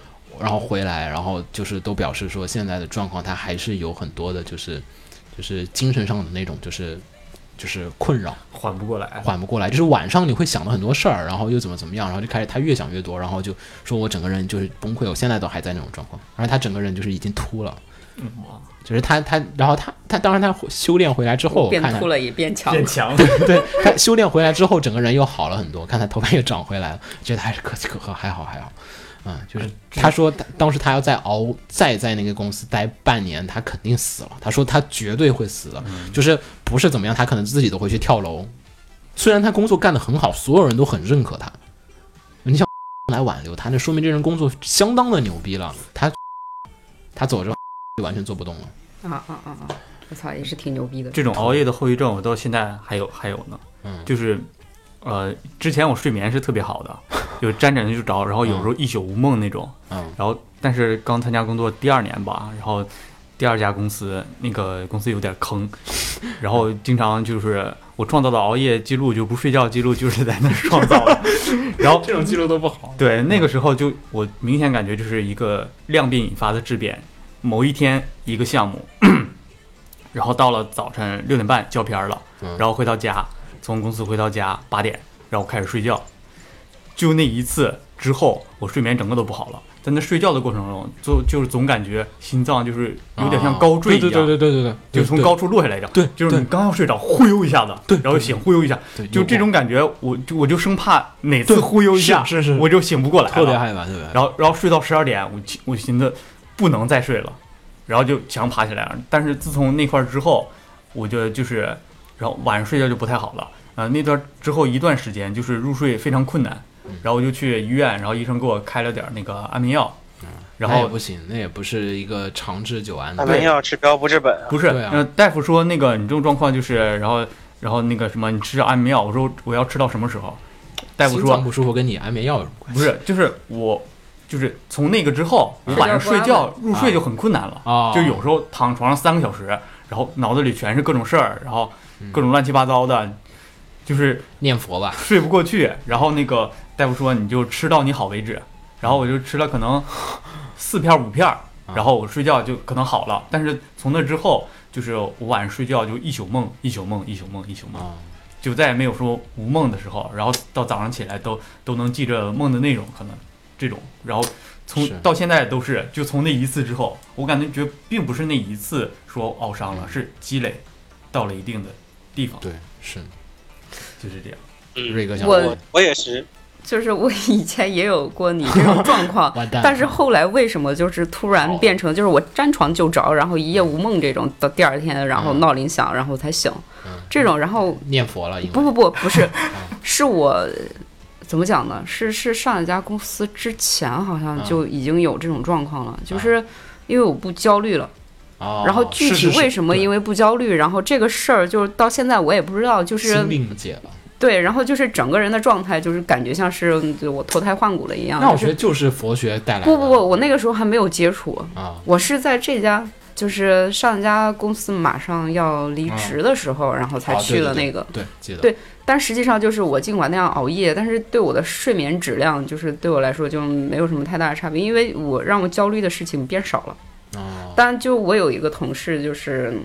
Speaker 2: 然后回来，然后就是都表示说现在的状况，他还是有很多的，就是就是精神上的那种，就是就是困扰，
Speaker 3: 缓不过来，
Speaker 2: 缓不过来。就是晚上你会想到很多事儿，然后又怎么怎么样，然后就开始他越想越多，然后就说我整个人就是崩溃，我现在都还在那种状况，而且他整个人就是已经秃了，
Speaker 3: 嗯
Speaker 2: 就是他他，然后他他当然他修炼回来之后，我
Speaker 4: 变
Speaker 2: 哦看他
Speaker 4: 秃了也变强
Speaker 3: 变
Speaker 4: 了，
Speaker 3: 强。
Speaker 2: 对他修炼回来之后，整个人又好了很多，看他头发又长回来了，觉得还是可可可还好还好。嗯，就是他说他当时他要再熬再在那个公司待半年，他肯定死了。他说他绝对会死的，
Speaker 3: 嗯
Speaker 2: 就是不是怎么样，他可能自己都会去跳楼。虽然他工作干得很好，所有人都很认可他，你想 来挽留他，那说明这人工作相当的牛逼了。他 他走之后 就完全做不动了。
Speaker 4: 啊啊啊啊！我操，也是挺牛逼的。
Speaker 3: 这种熬夜的后遗症，我到现在还有还有呢。
Speaker 2: 嗯
Speaker 3: 就是，呃，之前我睡眠是特别好的，就沾枕头就着，然后有时候一宿无梦那种。
Speaker 2: 嗯
Speaker 3: 然后，但是刚参加工作第二年吧，然后第二家公司那个公司有点坑，然后经常就是我创造的熬夜记录，就不睡觉记录，就是在那儿创造的。 然后
Speaker 2: 这种记录都不好。
Speaker 3: 对，那个时候就我明显感觉就是一个量变引发的质变。某一天一个项目， 然后到了早晨六点半交片儿了，
Speaker 2: 嗯
Speaker 3: 然后回到家，从公司回到家八点，然后开始睡觉。就那一次之后，我睡眠整个都不好了。在那睡觉的过程中，就就是总感觉心脏就是有点像高坠一样，
Speaker 2: 啊对对对对对对，
Speaker 3: 就从高处落下来一样。
Speaker 2: 对
Speaker 3: 就是你
Speaker 2: 对
Speaker 3: 刚要睡着，忽悠一下子，
Speaker 2: 对
Speaker 3: 然后醒，忽悠一下，
Speaker 2: 对
Speaker 3: 就这种感觉，我就我就生怕哪次
Speaker 2: 对
Speaker 3: 忽悠一下，
Speaker 2: 是是是
Speaker 3: 我就醒不过来了，
Speaker 2: 特别害怕，特别害怕。
Speaker 3: 然后然后睡到十二点，我起我寻思不能再睡了，然后就强爬起来了。但是自从那块儿之后，我觉得就是，然后晚上睡觉就不太好了。呃，那段之后一段时间就是入睡非常困难，然后我就去医院，然后医生给我开了点儿那个安眠药，然
Speaker 2: 那也
Speaker 3: 后
Speaker 2: 不行，那也不是一个长治久安的
Speaker 1: 安。眠药治标不治本啊。
Speaker 3: 不是，
Speaker 2: 对啊
Speaker 3: 呃，大夫说那个你这种状况就是，然后然后那个什么，你吃安眠药，我说我要吃到什么时候？大夫
Speaker 2: 心
Speaker 3: 说
Speaker 2: 脏不舒服跟你安眠药有什么关系？
Speaker 3: 不是，就是我，就是从那个之后，我晚上睡觉入睡就很困难了，
Speaker 2: 啊，
Speaker 3: 就有时候躺床上三个小时，然后脑子里全是各种事儿，然后各种乱七八糟的，就是
Speaker 2: 念佛吧，
Speaker 3: 睡不过去。然后那个大夫说你就吃到你好为止，然后我就吃了可能四片儿五片儿，然后我睡觉就可能好了。但是从那之后，就是我晚上睡觉就一宿梦，一宿梦，一宿梦，一宿梦。
Speaker 2: 啊，
Speaker 3: 就再也没有说无梦的时候，然后到早上起来都都能记着梦的内容，可能这种，然后从
Speaker 2: 是
Speaker 3: 到现在都是，就从那一次之后，我感觉并不是那一次说熬伤了，
Speaker 2: 嗯
Speaker 3: 是积累到了一定的地方，
Speaker 2: 对，是
Speaker 3: 就是这样。
Speaker 2: 瑞哥想，
Speaker 4: 我
Speaker 1: 嗯我我也是，
Speaker 4: 就是我以前也有过你这种状况
Speaker 2: 完蛋了
Speaker 4: 但是后来为什么就是突
Speaker 2: 哦
Speaker 4: 然变成就是我沾床就着，然后一夜无梦这种，到第二天然后闹铃响，然后才醒
Speaker 2: 嗯，
Speaker 4: 这种，然后
Speaker 2: 念佛了，因为
Speaker 4: 不不不不是， 是我怎么讲呢？是是上一家公司之前好像
Speaker 2: 嗯
Speaker 4: 就已经有这种状况了，就是因为我不焦虑了。
Speaker 2: 哦
Speaker 4: 然后具
Speaker 2: 是
Speaker 4: 体
Speaker 2: 是是
Speaker 4: 为什么
Speaker 2: 对
Speaker 4: 因为不焦虑，然后这个事儿就是到现在我也不知道，就是
Speaker 2: 心病解了？
Speaker 4: 对，然后就是整个人的状态就是感觉像是我脱胎换骨了一样。
Speaker 2: 那我
Speaker 4: 啊就是
Speaker 2: 觉得就是佛学带来的。
Speaker 4: 不不不，我那个时候还没有接触，
Speaker 2: 啊
Speaker 4: 我是在这家就是上一家公司马上要离职的时候，然后才
Speaker 2: 啊
Speaker 4: 去了
Speaker 2: 嗯对对
Speaker 4: 那个。
Speaker 2: 对，记得
Speaker 4: 对但实际上就是我尽管那样熬夜，但是对我的睡眠质量，就是对我来说就没有什么太大的差别，因为我让我焦虑的事情变少了。
Speaker 2: 哦，
Speaker 4: 但就我有一个同事，就是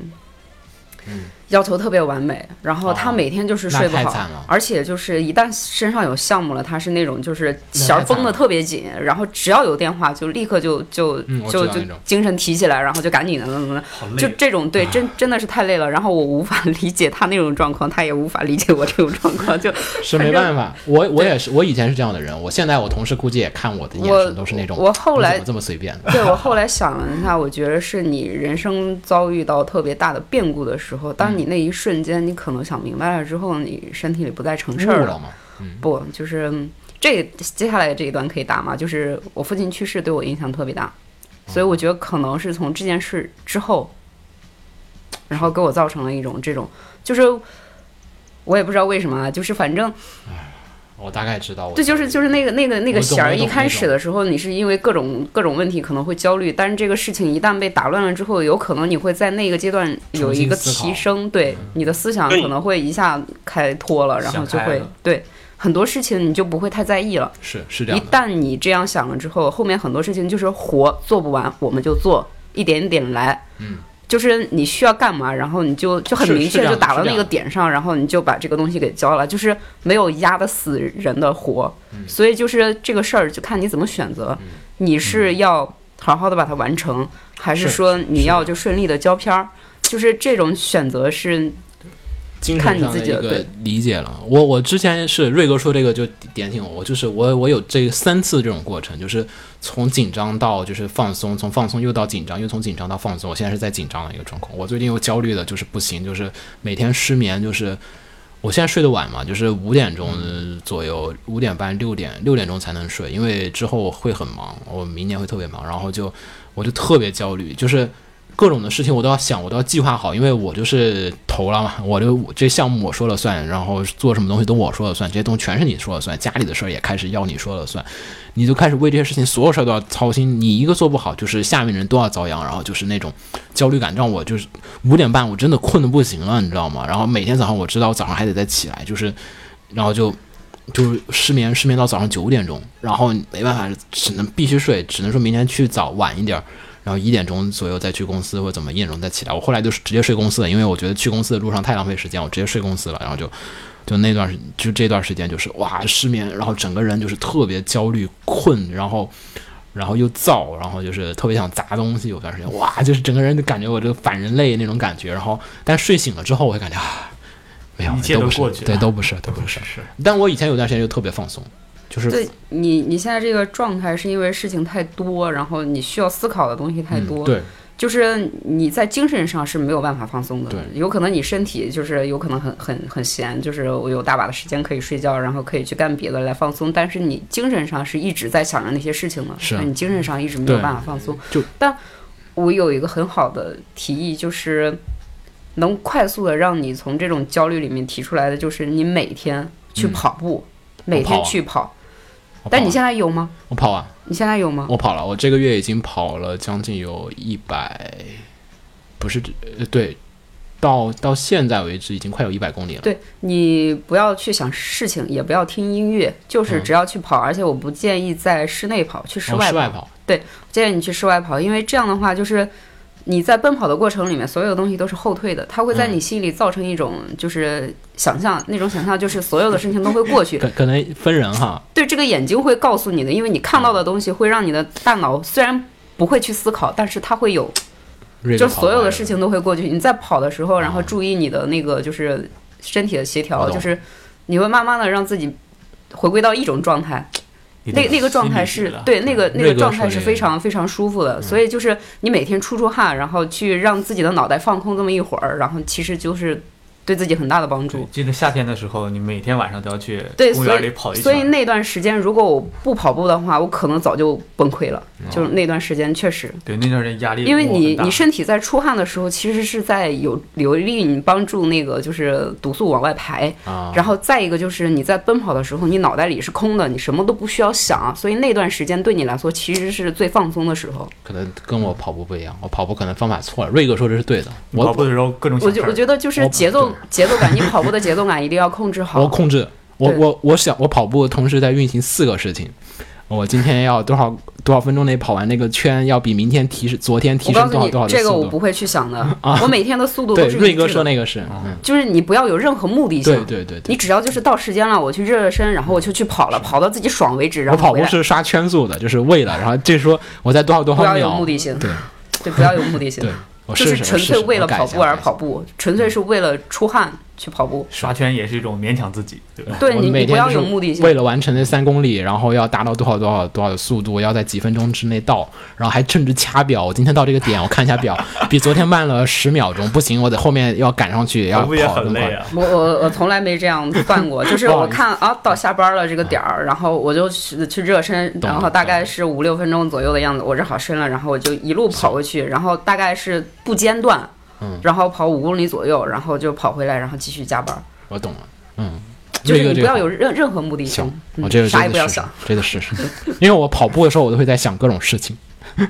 Speaker 2: 嗯
Speaker 4: 要求特别完美，然后他
Speaker 2: 哦
Speaker 4: 每天就是
Speaker 2: 那
Speaker 4: 睡不
Speaker 2: 太
Speaker 4: 好，
Speaker 2: 惨了
Speaker 4: 而且就是一旦身上有项目了，他是那种就是
Speaker 2: 那
Speaker 4: 弦儿
Speaker 2: 太惨
Speaker 4: 绷得
Speaker 2: 了
Speaker 4: 特别紧，然后只要有电话就立刻就就、
Speaker 2: 嗯我
Speaker 4: 就
Speaker 2: 知道
Speaker 4: 就
Speaker 2: 那种
Speaker 4: 精神提起来，然后就赶紧的怎么怎么的，
Speaker 3: 好
Speaker 4: 就
Speaker 3: 累，
Speaker 4: 这种对真真的是太累了。然后我无法理解他那种状况，他也无法理解我这种状况，就是
Speaker 2: 没办法，我我也是，我以前是这样的人，我现在我同事估计也看我的眼
Speaker 4: 我
Speaker 2: 神都是那种，
Speaker 4: 我后
Speaker 2: 你
Speaker 4: 来
Speaker 2: 怎么这么随便？
Speaker 4: 对我后来想了一下，我觉得是你人生遭遇到特别大的变故的时候，当你那一瞬间，你可能想明白了之后，你身体里不再成事
Speaker 2: 悟
Speaker 4: 儿
Speaker 2: 了吗？
Speaker 4: 不，就是嗯这接下来这一段可以打吗？就是我父亲去世对我影响特别大，所以我觉得可能是从这件事之后，然后给我造成了一种这种，就是我也不知道为什么啊，就是反正
Speaker 2: 我大概知道，我
Speaker 4: 对，就是就是那个那个那个
Speaker 2: 我懂
Speaker 4: 弦儿，
Speaker 2: 我懂
Speaker 4: 一开始的时候你是因为各种各种问题可能会焦虑，但是这个事情一旦被打乱了之后，有可能你会在那个阶段有一个
Speaker 2: 重新思考嗯
Speaker 4: 提升，对你的思想
Speaker 1: 对
Speaker 4: 可能会一下开脱了，然后就
Speaker 3: 想开
Speaker 4: 会
Speaker 3: 了
Speaker 4: 对很多事情你就不会太在意了。
Speaker 2: 是是这
Speaker 4: 一
Speaker 2: 样的，
Speaker 4: 旦你这样想了之后，后面很多事情就是活做不完，我们就做一点一点来，
Speaker 2: 嗯，
Speaker 4: 就是你需要干嘛，然后你就就很
Speaker 2: 是
Speaker 4: 明
Speaker 2: 是这
Speaker 4: 确
Speaker 2: 样
Speaker 4: 就
Speaker 2: 的
Speaker 4: 打
Speaker 2: 是
Speaker 4: 到
Speaker 2: 这
Speaker 4: 那
Speaker 2: 样
Speaker 4: 个
Speaker 2: 的
Speaker 4: 点上，然后你就把这个东西给交了，就是没有压得死人的活，
Speaker 2: 嗯
Speaker 4: 所以就是这个事儿就看你怎么选择，你是要好好的把它完成，还是
Speaker 2: 是
Speaker 4: 说
Speaker 2: 是
Speaker 4: 你
Speaker 2: 的
Speaker 4: 要就顺利的交片儿，就是这种选择是
Speaker 2: 精
Speaker 4: 看
Speaker 2: 神
Speaker 4: 你
Speaker 2: 上
Speaker 4: 自
Speaker 2: 的一
Speaker 4: 己了
Speaker 2: 个
Speaker 4: 对
Speaker 2: 理解了。我我之前是瑞哥说这个就点醒我，我就是我我有这三次这种过程，就是从紧张到就是放松，从放松又到紧张，又从紧张到放松。我现在是在紧张的一个状况。我最近又焦虑的就是不行，就是每天失眠，就是我现在睡得晚嘛，就是五点钟
Speaker 4: 嗯
Speaker 2: 左右，五点半六点六点钟才能睡，因为之后会很忙，我明年会特别忙，然后就我就特别焦虑，就是。各种的事情我都要想，我都要计划好，因为我就是投了嘛，我就我这项目我说了算，然后做什么东西都我说了算，这些东西全是你说了算，家里的事儿也开始要你说了算，你就开始为这些事情所有事儿都要操心，你一个做不好，就是下面人都要遭殃，然后就是那种焦虑感让我就是五点半我真的困得不行了，你知道吗？然后每天早上我知道早上还得再起来，就是然后就就是失眠，失眠到早上九点钟，然后没办法，只能必须睡，只能说明天去早晚一点儿，然后一点钟左右再去公司或者怎么一点钟再起来。我后来就是直接睡公司了，因为我觉得去公司的路上太浪费时间，我直接睡公司了，然后就。就那段时，就这段时间，就是哇失眠，然后整个人就是特别焦虑、困，然后，然后又燥，然后就是特别想砸东西。有段时间，哇，就是整个人就感觉我这反人类那种感觉。然后，但睡醒了之后，我会感觉啊，没有，
Speaker 3: 一切
Speaker 2: 都
Speaker 3: 都
Speaker 2: 不是
Speaker 3: 过去
Speaker 2: 对，
Speaker 3: 了
Speaker 2: 都不是，都不是
Speaker 3: 是。是，
Speaker 2: 但我以前有段时间就特别放松，就是嗯
Speaker 4: 对你你现在这个状态是因为事情太多，然后你需要思考的东西太
Speaker 2: 嗯
Speaker 4: 多，
Speaker 2: 对，
Speaker 4: 就是你在精神上是没有办法放松的，
Speaker 2: 对
Speaker 4: 有可能你身体就是有可能很很很闲，就是我有大把的时间可以睡觉，然后可以去干别的来放松，但是你精神上是一直在想着那些事情的，
Speaker 2: 是啊
Speaker 4: 所以你精神上一直没有
Speaker 2: 对
Speaker 4: 办法放松。
Speaker 2: 就
Speaker 4: 但我有一个很好的提议，就是能快速的让你从这种焦虑里面提出来的，就是你每天去
Speaker 2: 嗯
Speaker 4: 跑步，每天
Speaker 2: 跑啊
Speaker 4: 去跑。
Speaker 2: 我
Speaker 4: 但
Speaker 2: 跑
Speaker 4: 你
Speaker 2: 啊
Speaker 4: 现在有吗？
Speaker 2: 我跑啊，
Speaker 4: 你现在有吗？
Speaker 2: 我跑了，我这个月已经跑了将近有一百，不是呃对，到到现在为止已经快有一百公里了。
Speaker 4: 对你不要去想事情，也不要听音乐，就是
Speaker 2: 嗯
Speaker 4: 只要去跑。而且我不建议在室内跑，去室
Speaker 2: 然后
Speaker 4: 外
Speaker 2: 室
Speaker 4: 跑。
Speaker 2: 外跑，
Speaker 4: 建议你去室外跑，因为这样的话就是。你在奔跑的过程里面，所有东西都是后退的，它会在
Speaker 2: 嗯
Speaker 4: 你心里造成一种就是想象，那种想象就是所有的事情都会过去。
Speaker 2: 可可能分人哈，
Speaker 4: 对，这个眼睛会告诉你的，因为你看到的东西会让你的大脑虽然不会去思考，但是它会有
Speaker 2: 瑞
Speaker 4: 就
Speaker 2: 哥跑
Speaker 4: 所有
Speaker 2: 完
Speaker 4: 的
Speaker 2: 了
Speaker 4: 事情都会过去。你在跑的时候，然后
Speaker 2: 哦
Speaker 4: 注意你的那个就是身体的协
Speaker 2: 我
Speaker 4: 调，
Speaker 2: 懂
Speaker 4: 就是你会慢慢的让自己回归到一种状态。那那个状态是对那个那
Speaker 2: 瑞
Speaker 4: 个
Speaker 2: 哥
Speaker 4: 状态
Speaker 2: 说
Speaker 4: 是
Speaker 2: 这
Speaker 4: 非
Speaker 2: 个
Speaker 4: 常非常舒服的，所以就是你每天出出汗，然后去让自己的脑袋放空这么一会儿，然后其实就是对自己很大的帮助。
Speaker 3: 记得夏天的时候，你每天晚上都要去
Speaker 4: 对，
Speaker 3: 公
Speaker 4: 所
Speaker 3: 园里
Speaker 4: 以
Speaker 3: 跑一
Speaker 4: 所以
Speaker 3: 圈。
Speaker 4: 那段时间如果我不跑步的话，我可能早就崩溃了。就是那段时间确实，
Speaker 3: 对，那段时间压力
Speaker 4: 因为你
Speaker 3: 很大
Speaker 4: 你身体在出汗的时候，其实是在有有利于你帮助那个就是毒素往外排。
Speaker 2: 啊，
Speaker 4: 然后再一个就是你在奔跑的时候，你脑袋里是空的，你什么都不需要想，啊所以那段时间对你来说其实是最放松的时候。
Speaker 2: 可能跟我跑步不一样，我跑步可能方法错了。瑞哥说这是对的，
Speaker 3: 你跑
Speaker 2: 我
Speaker 3: 步的时候各种
Speaker 4: 我
Speaker 3: 想事
Speaker 4: 觉我
Speaker 3: 儿。
Speaker 4: 觉得就是
Speaker 2: 我
Speaker 4: 节奏节奏感，你跑步的节奏感一定要控制 好。
Speaker 2: 我控制，我
Speaker 4: 对
Speaker 2: 我我想我跑步同时在运行四个事情，我今天要多少多少分钟内跑完那个圈，要比明天提升昨天提
Speaker 4: 我告
Speaker 2: 升
Speaker 4: 诉
Speaker 2: 多少
Speaker 4: 你
Speaker 2: 多少，的
Speaker 4: 这
Speaker 2: 速
Speaker 4: 个我
Speaker 2: 度。啊
Speaker 4: 不会去 想的。我每天的速度
Speaker 2: 对，
Speaker 4: 都是
Speaker 2: 瑞哥说
Speaker 4: 那，
Speaker 2: 那个是，嗯，
Speaker 4: 就是你不要有任何目的性。
Speaker 2: 对对对对
Speaker 4: 你。只要就是到时间了，我去热热身，然后我就去跑了，跑到自己爽为止，然
Speaker 2: 我
Speaker 4: 后
Speaker 2: 跑
Speaker 4: 回
Speaker 2: 步
Speaker 4: 来。
Speaker 2: 是刷圈速的，就是为了，然后这说我在多少多
Speaker 4: 不
Speaker 2: 少
Speaker 4: 要有
Speaker 2: 秒
Speaker 4: 目，的性，
Speaker 2: 对
Speaker 4: 对，不要有目的性
Speaker 2: 对，，我
Speaker 4: 就
Speaker 2: 试试
Speaker 4: 是纯
Speaker 2: 我试
Speaker 4: 粹
Speaker 2: 试
Speaker 4: 为
Speaker 2: 我
Speaker 4: 了
Speaker 2: 改一嗯
Speaker 4: 跑
Speaker 2: 下
Speaker 4: 步而
Speaker 2: 改一下
Speaker 4: 跑步，纯粹是为了出汗去跑步。
Speaker 3: 刷圈也是一种勉强自己，对吧？
Speaker 4: 对
Speaker 2: 我
Speaker 4: 你，
Speaker 2: 每
Speaker 4: 你不
Speaker 2: 天
Speaker 4: 要
Speaker 2: 就
Speaker 4: 有
Speaker 2: 是
Speaker 4: 目的性
Speaker 2: 为。了完成那三公里，然后要达到多少多少多少的速度，要在几分钟之内到，然后还趁着掐表。我今天到这个点，我看一下表，比昨天慢了十秒钟，不行，我得后面要赶上去，要
Speaker 3: 跑
Speaker 2: 跑
Speaker 3: 步也
Speaker 2: 得
Speaker 3: 很
Speaker 2: 更快
Speaker 3: 累。啊。
Speaker 4: 我我我从来没这样算过，就是
Speaker 2: 不好
Speaker 4: 我
Speaker 2: 意思
Speaker 4: 看啊，到下班了这个点儿，然后我就去去热身，
Speaker 2: 懂了
Speaker 4: 然后大概是五六分钟左右的样子，我热好身了，然后我就一路跑过去，然后大概是不间断
Speaker 2: 嗯，
Speaker 4: 然后跑五公里左右，然后就跑回来，然后继续加班。
Speaker 2: 我懂了，嗯，
Speaker 4: 就是
Speaker 2: 瑞哥
Speaker 4: 你
Speaker 2: 这
Speaker 4: 不
Speaker 2: 个
Speaker 4: 要
Speaker 2: 好
Speaker 4: 有任任何目的性
Speaker 2: 行，，我这个
Speaker 4: 嗯啥也
Speaker 2: 真
Speaker 4: 不要
Speaker 2: 的是
Speaker 4: 想。，
Speaker 2: 真的是，因为我跑步的时候，我都会在想各种事情，
Speaker 4: 嗯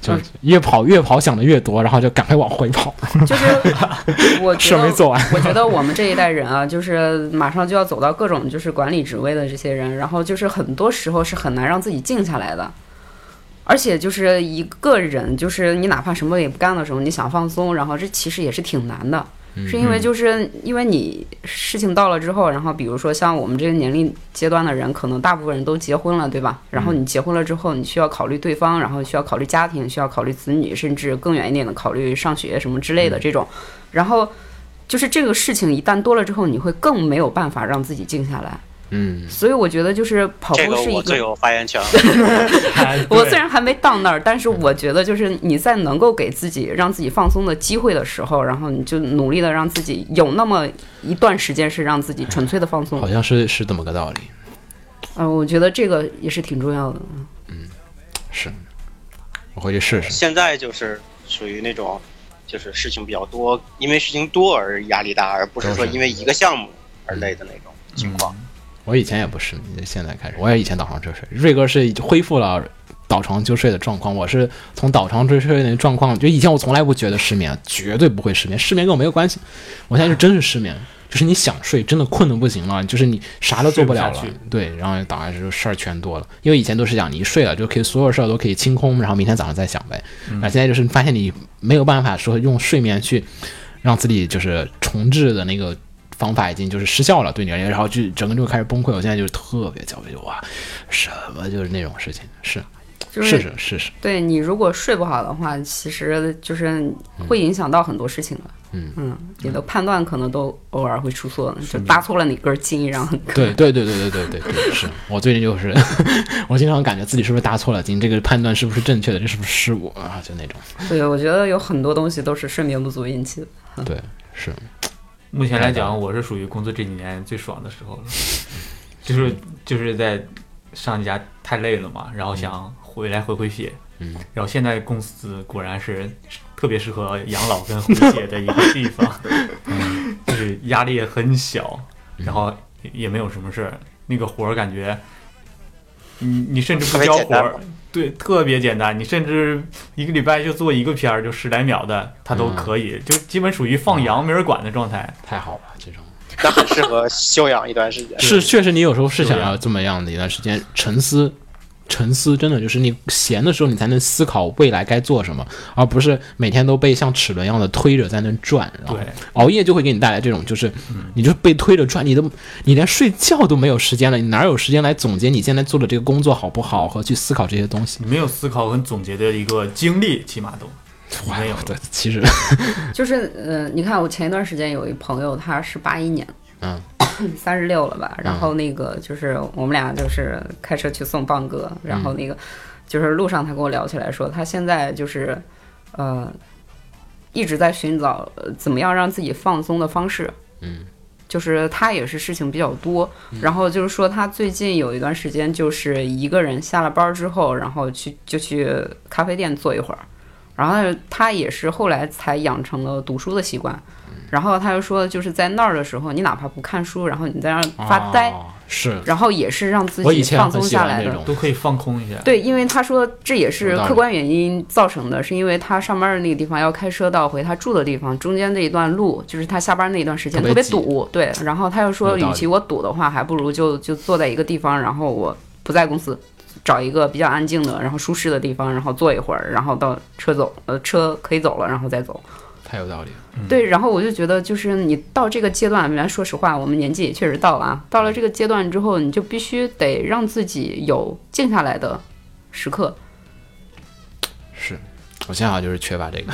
Speaker 2: 就是越跑越跑想的越多，然后就赶快往回跑，
Speaker 4: 就是 我觉
Speaker 2: 事儿
Speaker 4: 得
Speaker 2: 没做完。
Speaker 4: 我觉得我们这一代人啊，就是马上就要走到各种就是管理职位的这些人，然后就是很多时候是很难让自己静下来的。而且就是一个人，就是你哪怕什么也不干的时候，你想放松，然后这其实也是挺难的，是因为就是因为你事情到了之后，然后比如说像我们这个年龄阶段的人，可能大部分人都结婚了，对吧？然后你结婚了之后，你需要考虑对方，然后需要考虑家庭，需要考虑子女，甚至更远一点的考虑上学什么之类的这种，然后。就是这个事情一旦多了之后，你会更没有办法让自己静下来。
Speaker 2: 嗯，
Speaker 4: 所以我觉得就是跑
Speaker 1: 这
Speaker 4: 步
Speaker 1: 个
Speaker 4: 是一
Speaker 1: 我
Speaker 4: 个
Speaker 1: 最有发言权了。
Speaker 3: 哎
Speaker 4: 我
Speaker 3: 对
Speaker 4: 虽然还没到那儿，但是我觉得就是你在能够给自己让自己放松的机会的时候，然后你就努力的让自己有那么一段时间是让自己纯粹的放松。
Speaker 2: 好像是是这么个道理，
Speaker 4: 嗯、我觉得这个也是挺重要的。
Speaker 2: 是，我回去试试。
Speaker 1: 现在就是属于那种，就是事情比较多，因为事情多而压力大，而不是说因为一个项目而累的那种
Speaker 2: 嗯
Speaker 1: 情况。
Speaker 3: 嗯
Speaker 2: 我以前也不是，现在开始，我也以前倒床就睡。瑞哥是恢复了倒床就睡的状况，我是从倒床就睡的状况，就以前我从来不觉得失眠，绝对不会失眠，失眠跟我没有关系。我现在就真是失眠，就是你想睡，真的困得不行了，就是你啥都做了了
Speaker 3: 睡不下去，
Speaker 2: 对，然后倒下去就事儿全多了。因为以前都是讲你一睡了就可以所有事儿都可以清空，然后明天早上再想呗。
Speaker 3: 嗯
Speaker 2: 啊，现在就是发现你没有办法说用睡眠去让自己就是重置的那个方法已经就是失效了，对你而言，然后就整个就开始崩溃。我现在就是特别焦虑，哇，什么就是那种事情，是
Speaker 4: 就是
Speaker 2: 是是是，
Speaker 4: 对你如果睡不好的话，其实就是会影响到很多事情的。
Speaker 2: 嗯
Speaker 4: 你的判断可能都偶尔会出错，就搭错了哪根筋，然后
Speaker 2: 对对对对对对对对，是我最近就是，我经常感觉自己是不是搭错了筋，这个判断是不是正确的，这是不是失误啊？就那种，
Speaker 4: 对，我觉得有很多东西都是睡眠不足引起的。
Speaker 2: 对，是
Speaker 3: 目前来讲，我是属于工作这几年最爽的时候了，就是就是在上一家太累了嘛，然后
Speaker 1: 嗯
Speaker 3: 想回来回回血，
Speaker 2: 嗯，
Speaker 3: 然后现在公司果然是特别适合养老跟回血的一个地 方，就是压力也很小，
Speaker 1: 嗯
Speaker 3: 然后也没有什么事儿，那个活儿感觉你你甚至不交
Speaker 1: 特别简
Speaker 3: 活
Speaker 1: 单
Speaker 3: 儿，对，特别简单，你甚至一个礼拜就做一个片儿，就十来秒的，它都
Speaker 2: 嗯
Speaker 3: 可以，就基本属于放羊没人管的状态。
Speaker 2: 太好了，这种。
Speaker 1: 那很适合休养一段时间。
Speaker 2: 是，确实你有时候是
Speaker 3: 是这
Speaker 2: 想要这么样的一段时间沉思，沉思真的就是你闲的时候，你才能思考未来该做什么，而不是每天都被像齿轮一样的推着在那转。然后
Speaker 3: 对
Speaker 2: 熬夜就会给你带来这种，就是
Speaker 4: 嗯
Speaker 2: 你就是被推着转，你都你连睡觉都没有时间了，你哪有时间来总结你现在做的这个工作好不好和去思考这些东 西？
Speaker 3: 你没有思考跟总结的一个经历，起码都
Speaker 2: 哇
Speaker 3: 没有，
Speaker 2: 对，其实
Speaker 4: 就是呃，你看我前一段时间有一朋友，他是八一年，
Speaker 2: 嗯，
Speaker 4: 三十六了吧，然后那个就是我们俩就是开车去送棒哥，然后那个就是路上他跟我聊起来说，他现在就是呃。一直在寻找呃怎么样让自己放松的方式。
Speaker 2: 嗯，
Speaker 4: 就是他也是事情比较多，然后就是说他最近有一段时间就是一个人下了班之后，然后去就去咖啡店坐一会儿，然后他也是后来才养成了读书的习惯。
Speaker 2: 嗯
Speaker 4: 然后他就说，就是在那儿的时候，你哪怕不看书，然后你在那儿发呆，
Speaker 2: 哦是
Speaker 4: 然后也是让自
Speaker 2: 我以
Speaker 4: 己
Speaker 2: 前
Speaker 4: 放
Speaker 2: 很
Speaker 4: 松
Speaker 2: 喜
Speaker 4: 下
Speaker 2: 欢
Speaker 4: 来
Speaker 2: 那
Speaker 4: 的。
Speaker 2: 种，
Speaker 3: 都可以放空一下。
Speaker 4: 对，因为他说这也
Speaker 2: 有
Speaker 4: 是
Speaker 2: 道理
Speaker 4: 客观原因造成的，是因为他上班的那个地方要开车到回他住的地方，中间这一段路就是他下班那一段时间
Speaker 2: 特
Speaker 4: 特
Speaker 2: 别
Speaker 4: 别
Speaker 2: 挤
Speaker 4: 堵。对，然后他又
Speaker 2: 有
Speaker 4: 说，
Speaker 2: 道
Speaker 4: 与
Speaker 2: 理
Speaker 4: 其我堵的话，还不如就就坐在一个地方，然后我不在公司。找一个比较安静的，然后舒适的地方，然后坐一会儿，然后到车走，呃，车可以走了，然后再走。
Speaker 2: 嗯太有道理了。
Speaker 4: 对，然后我就觉得，就是你到这个阶段，来说实话，我们年纪也确实到了啊。到了这个阶段之后，你就必须得让自己有静下来的时刻。
Speaker 2: 是我现在好像就是缺乏这个，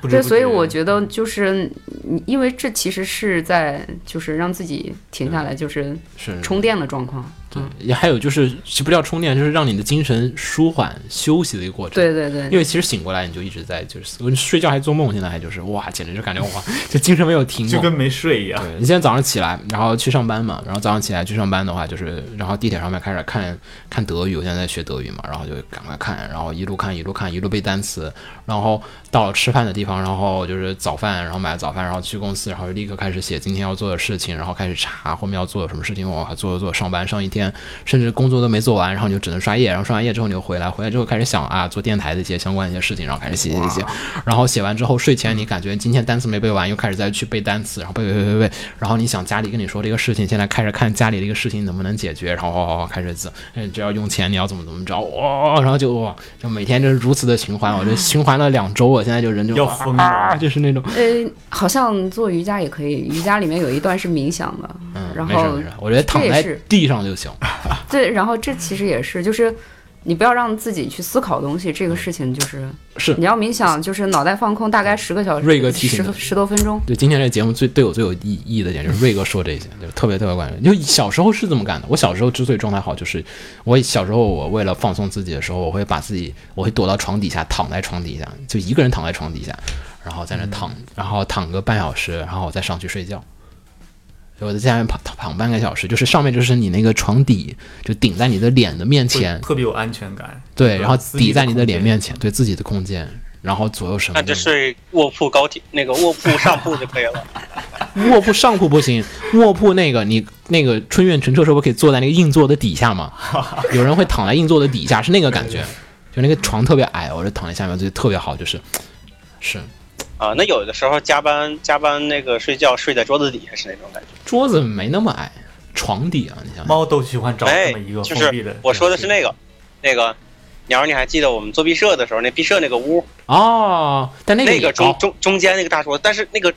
Speaker 3: 不知不觉
Speaker 4: 对，所以我觉得就是你，因为这其实是在就是让自己停下来，就是
Speaker 2: 是
Speaker 4: 充电的状况。
Speaker 2: 对，也还有就是不叫充电，就是让你的精神舒缓休息的一个过程。
Speaker 4: 对对对
Speaker 2: 因为其实醒过来你就一直在就是我睡觉还做梦，现在还就是哇，简直就感觉哇， 就精神没有停
Speaker 3: 就
Speaker 2: 过。
Speaker 3: 跟没睡一样。
Speaker 2: 对你现在早上起来，然后去上班嘛，然后早上起来去上班的话，就是然后地铁上面开始看看德语，我现在在学德语嘛，然后就赶快看，然后一路看一路看一路背单词，然后到了吃饭的地方，然后就是早饭，然后买了早饭，然后去公司，然后立刻开始写今天要做的事情，然后开始查后面要做什么事情，我做做做上班上一天，甚至工作都没做完，然后你就只能刷夜，然后刷完夜之后你就回来，回来之后开始想啊做电台的一些相关的一些事情，然后开始写写写，然后写完之后睡前你感觉今天单词没背完，又开始再去背单词，然后背背背背背，然后你想家里跟你说这个事情，现在开始看家里这个事情能不能解决，然后、哦哦、开始自， 嗯，只要用钱你要怎么怎么着，哦哇、然后就哇、哦就每天就是如此的循环，我这循环了两周，我现在就人就
Speaker 3: 要疯了
Speaker 2: 啊，就是那种，
Speaker 4: 对，呃，好像做瑜伽也可以，瑜伽里面有一段是冥想的，
Speaker 2: 嗯，
Speaker 4: 然
Speaker 2: 没事
Speaker 4: 后
Speaker 2: 没事，我觉得躺
Speaker 4: 这也
Speaker 2: 在
Speaker 4: 是
Speaker 2: 地上就行，
Speaker 4: 对，然后这其实也是，就是你不要让自己去思考东西，这个事情就是
Speaker 2: 是
Speaker 4: 你要冥想，就是脑袋放空大概十个小时，
Speaker 2: 瑞哥提醒
Speaker 4: 十
Speaker 2: 的
Speaker 4: 十多分钟。
Speaker 2: 对，今天这节目最对我最有意义的点就是瑞哥说这些，就特别特别管用。就小时候是这么干的。我小时候之所以状态好，就是我小时候我为了放松自己的时候，我会把自己我会躲到床底下，躺在床底下，就一个人躺在床底下，然后在那躺，
Speaker 3: 嗯
Speaker 2: 然后躺个半小时，然后我再上去睡觉。所以我在下面躺躺半个小时，就是上面就是你那个床底，就顶在你的脸的面
Speaker 3: 会
Speaker 2: 前，
Speaker 3: 特别有安全感。
Speaker 2: 对，然后
Speaker 3: 私密
Speaker 2: 抵在你的脸
Speaker 3: 空间
Speaker 2: 面前，对自己的空间，然后左右什么
Speaker 1: 那
Speaker 2: 都没
Speaker 1: 就
Speaker 2: 有？
Speaker 1: 睡卧铺高铁那个卧铺上铺就可以了。
Speaker 2: 卧铺上铺不行， 卧铺那个你那个春院乘车时候不可以坐在那个硬座的底 下吗？有人会躺在硬座的底下，是那个感觉，就那个床特别矮，我就躺在下面就特别好，就是是
Speaker 1: 啊，那有的时候加班加班那个睡觉睡在桌子底下是那种感觉。
Speaker 2: 桌子没那么矮，床底啊，你想想，
Speaker 3: 猫都喜欢找
Speaker 1: 哎
Speaker 3: 这么一个
Speaker 1: 就
Speaker 3: 封闭的
Speaker 1: 是。我说的是那个，那个鸟儿，你还记得我们做毕设的时候，那毕设那个屋，
Speaker 2: 哦，但那个
Speaker 1: 那
Speaker 2: 也
Speaker 1: 个中
Speaker 2: 高
Speaker 1: 中中间那个大桌，但是那个，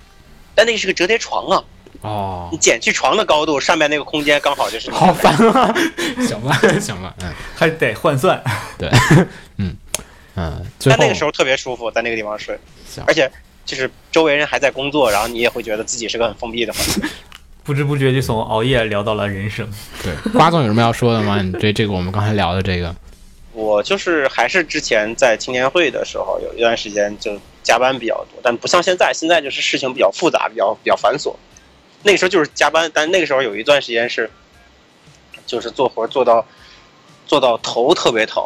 Speaker 1: 但那个是个折叠床啊，
Speaker 2: 哦
Speaker 1: 你，减去床的高度，上面那个空间刚好就是。
Speaker 2: 好烦啊， 行吧行吧，嗯
Speaker 3: 还得换算，
Speaker 2: 嗯，最
Speaker 1: 但
Speaker 2: 后
Speaker 1: 那个时候特别舒服，在那个地方睡
Speaker 2: 行，
Speaker 1: 而且就是周围人还在工作，然后你也会觉得自己是个很封闭的环境。
Speaker 3: 不知不觉就从熬夜聊到了人生。
Speaker 2: 对瓜总有什么要说的吗？你对这个我们刚才聊的这个，
Speaker 1: 我就是还是之前在青年会的时候，有一段时间就加班比较多，但不像现在，现在就是事情比较复杂，比较比较繁琐。那个时候就是加班，但那个时候有一段时间是，就是做活做到做到头特别疼，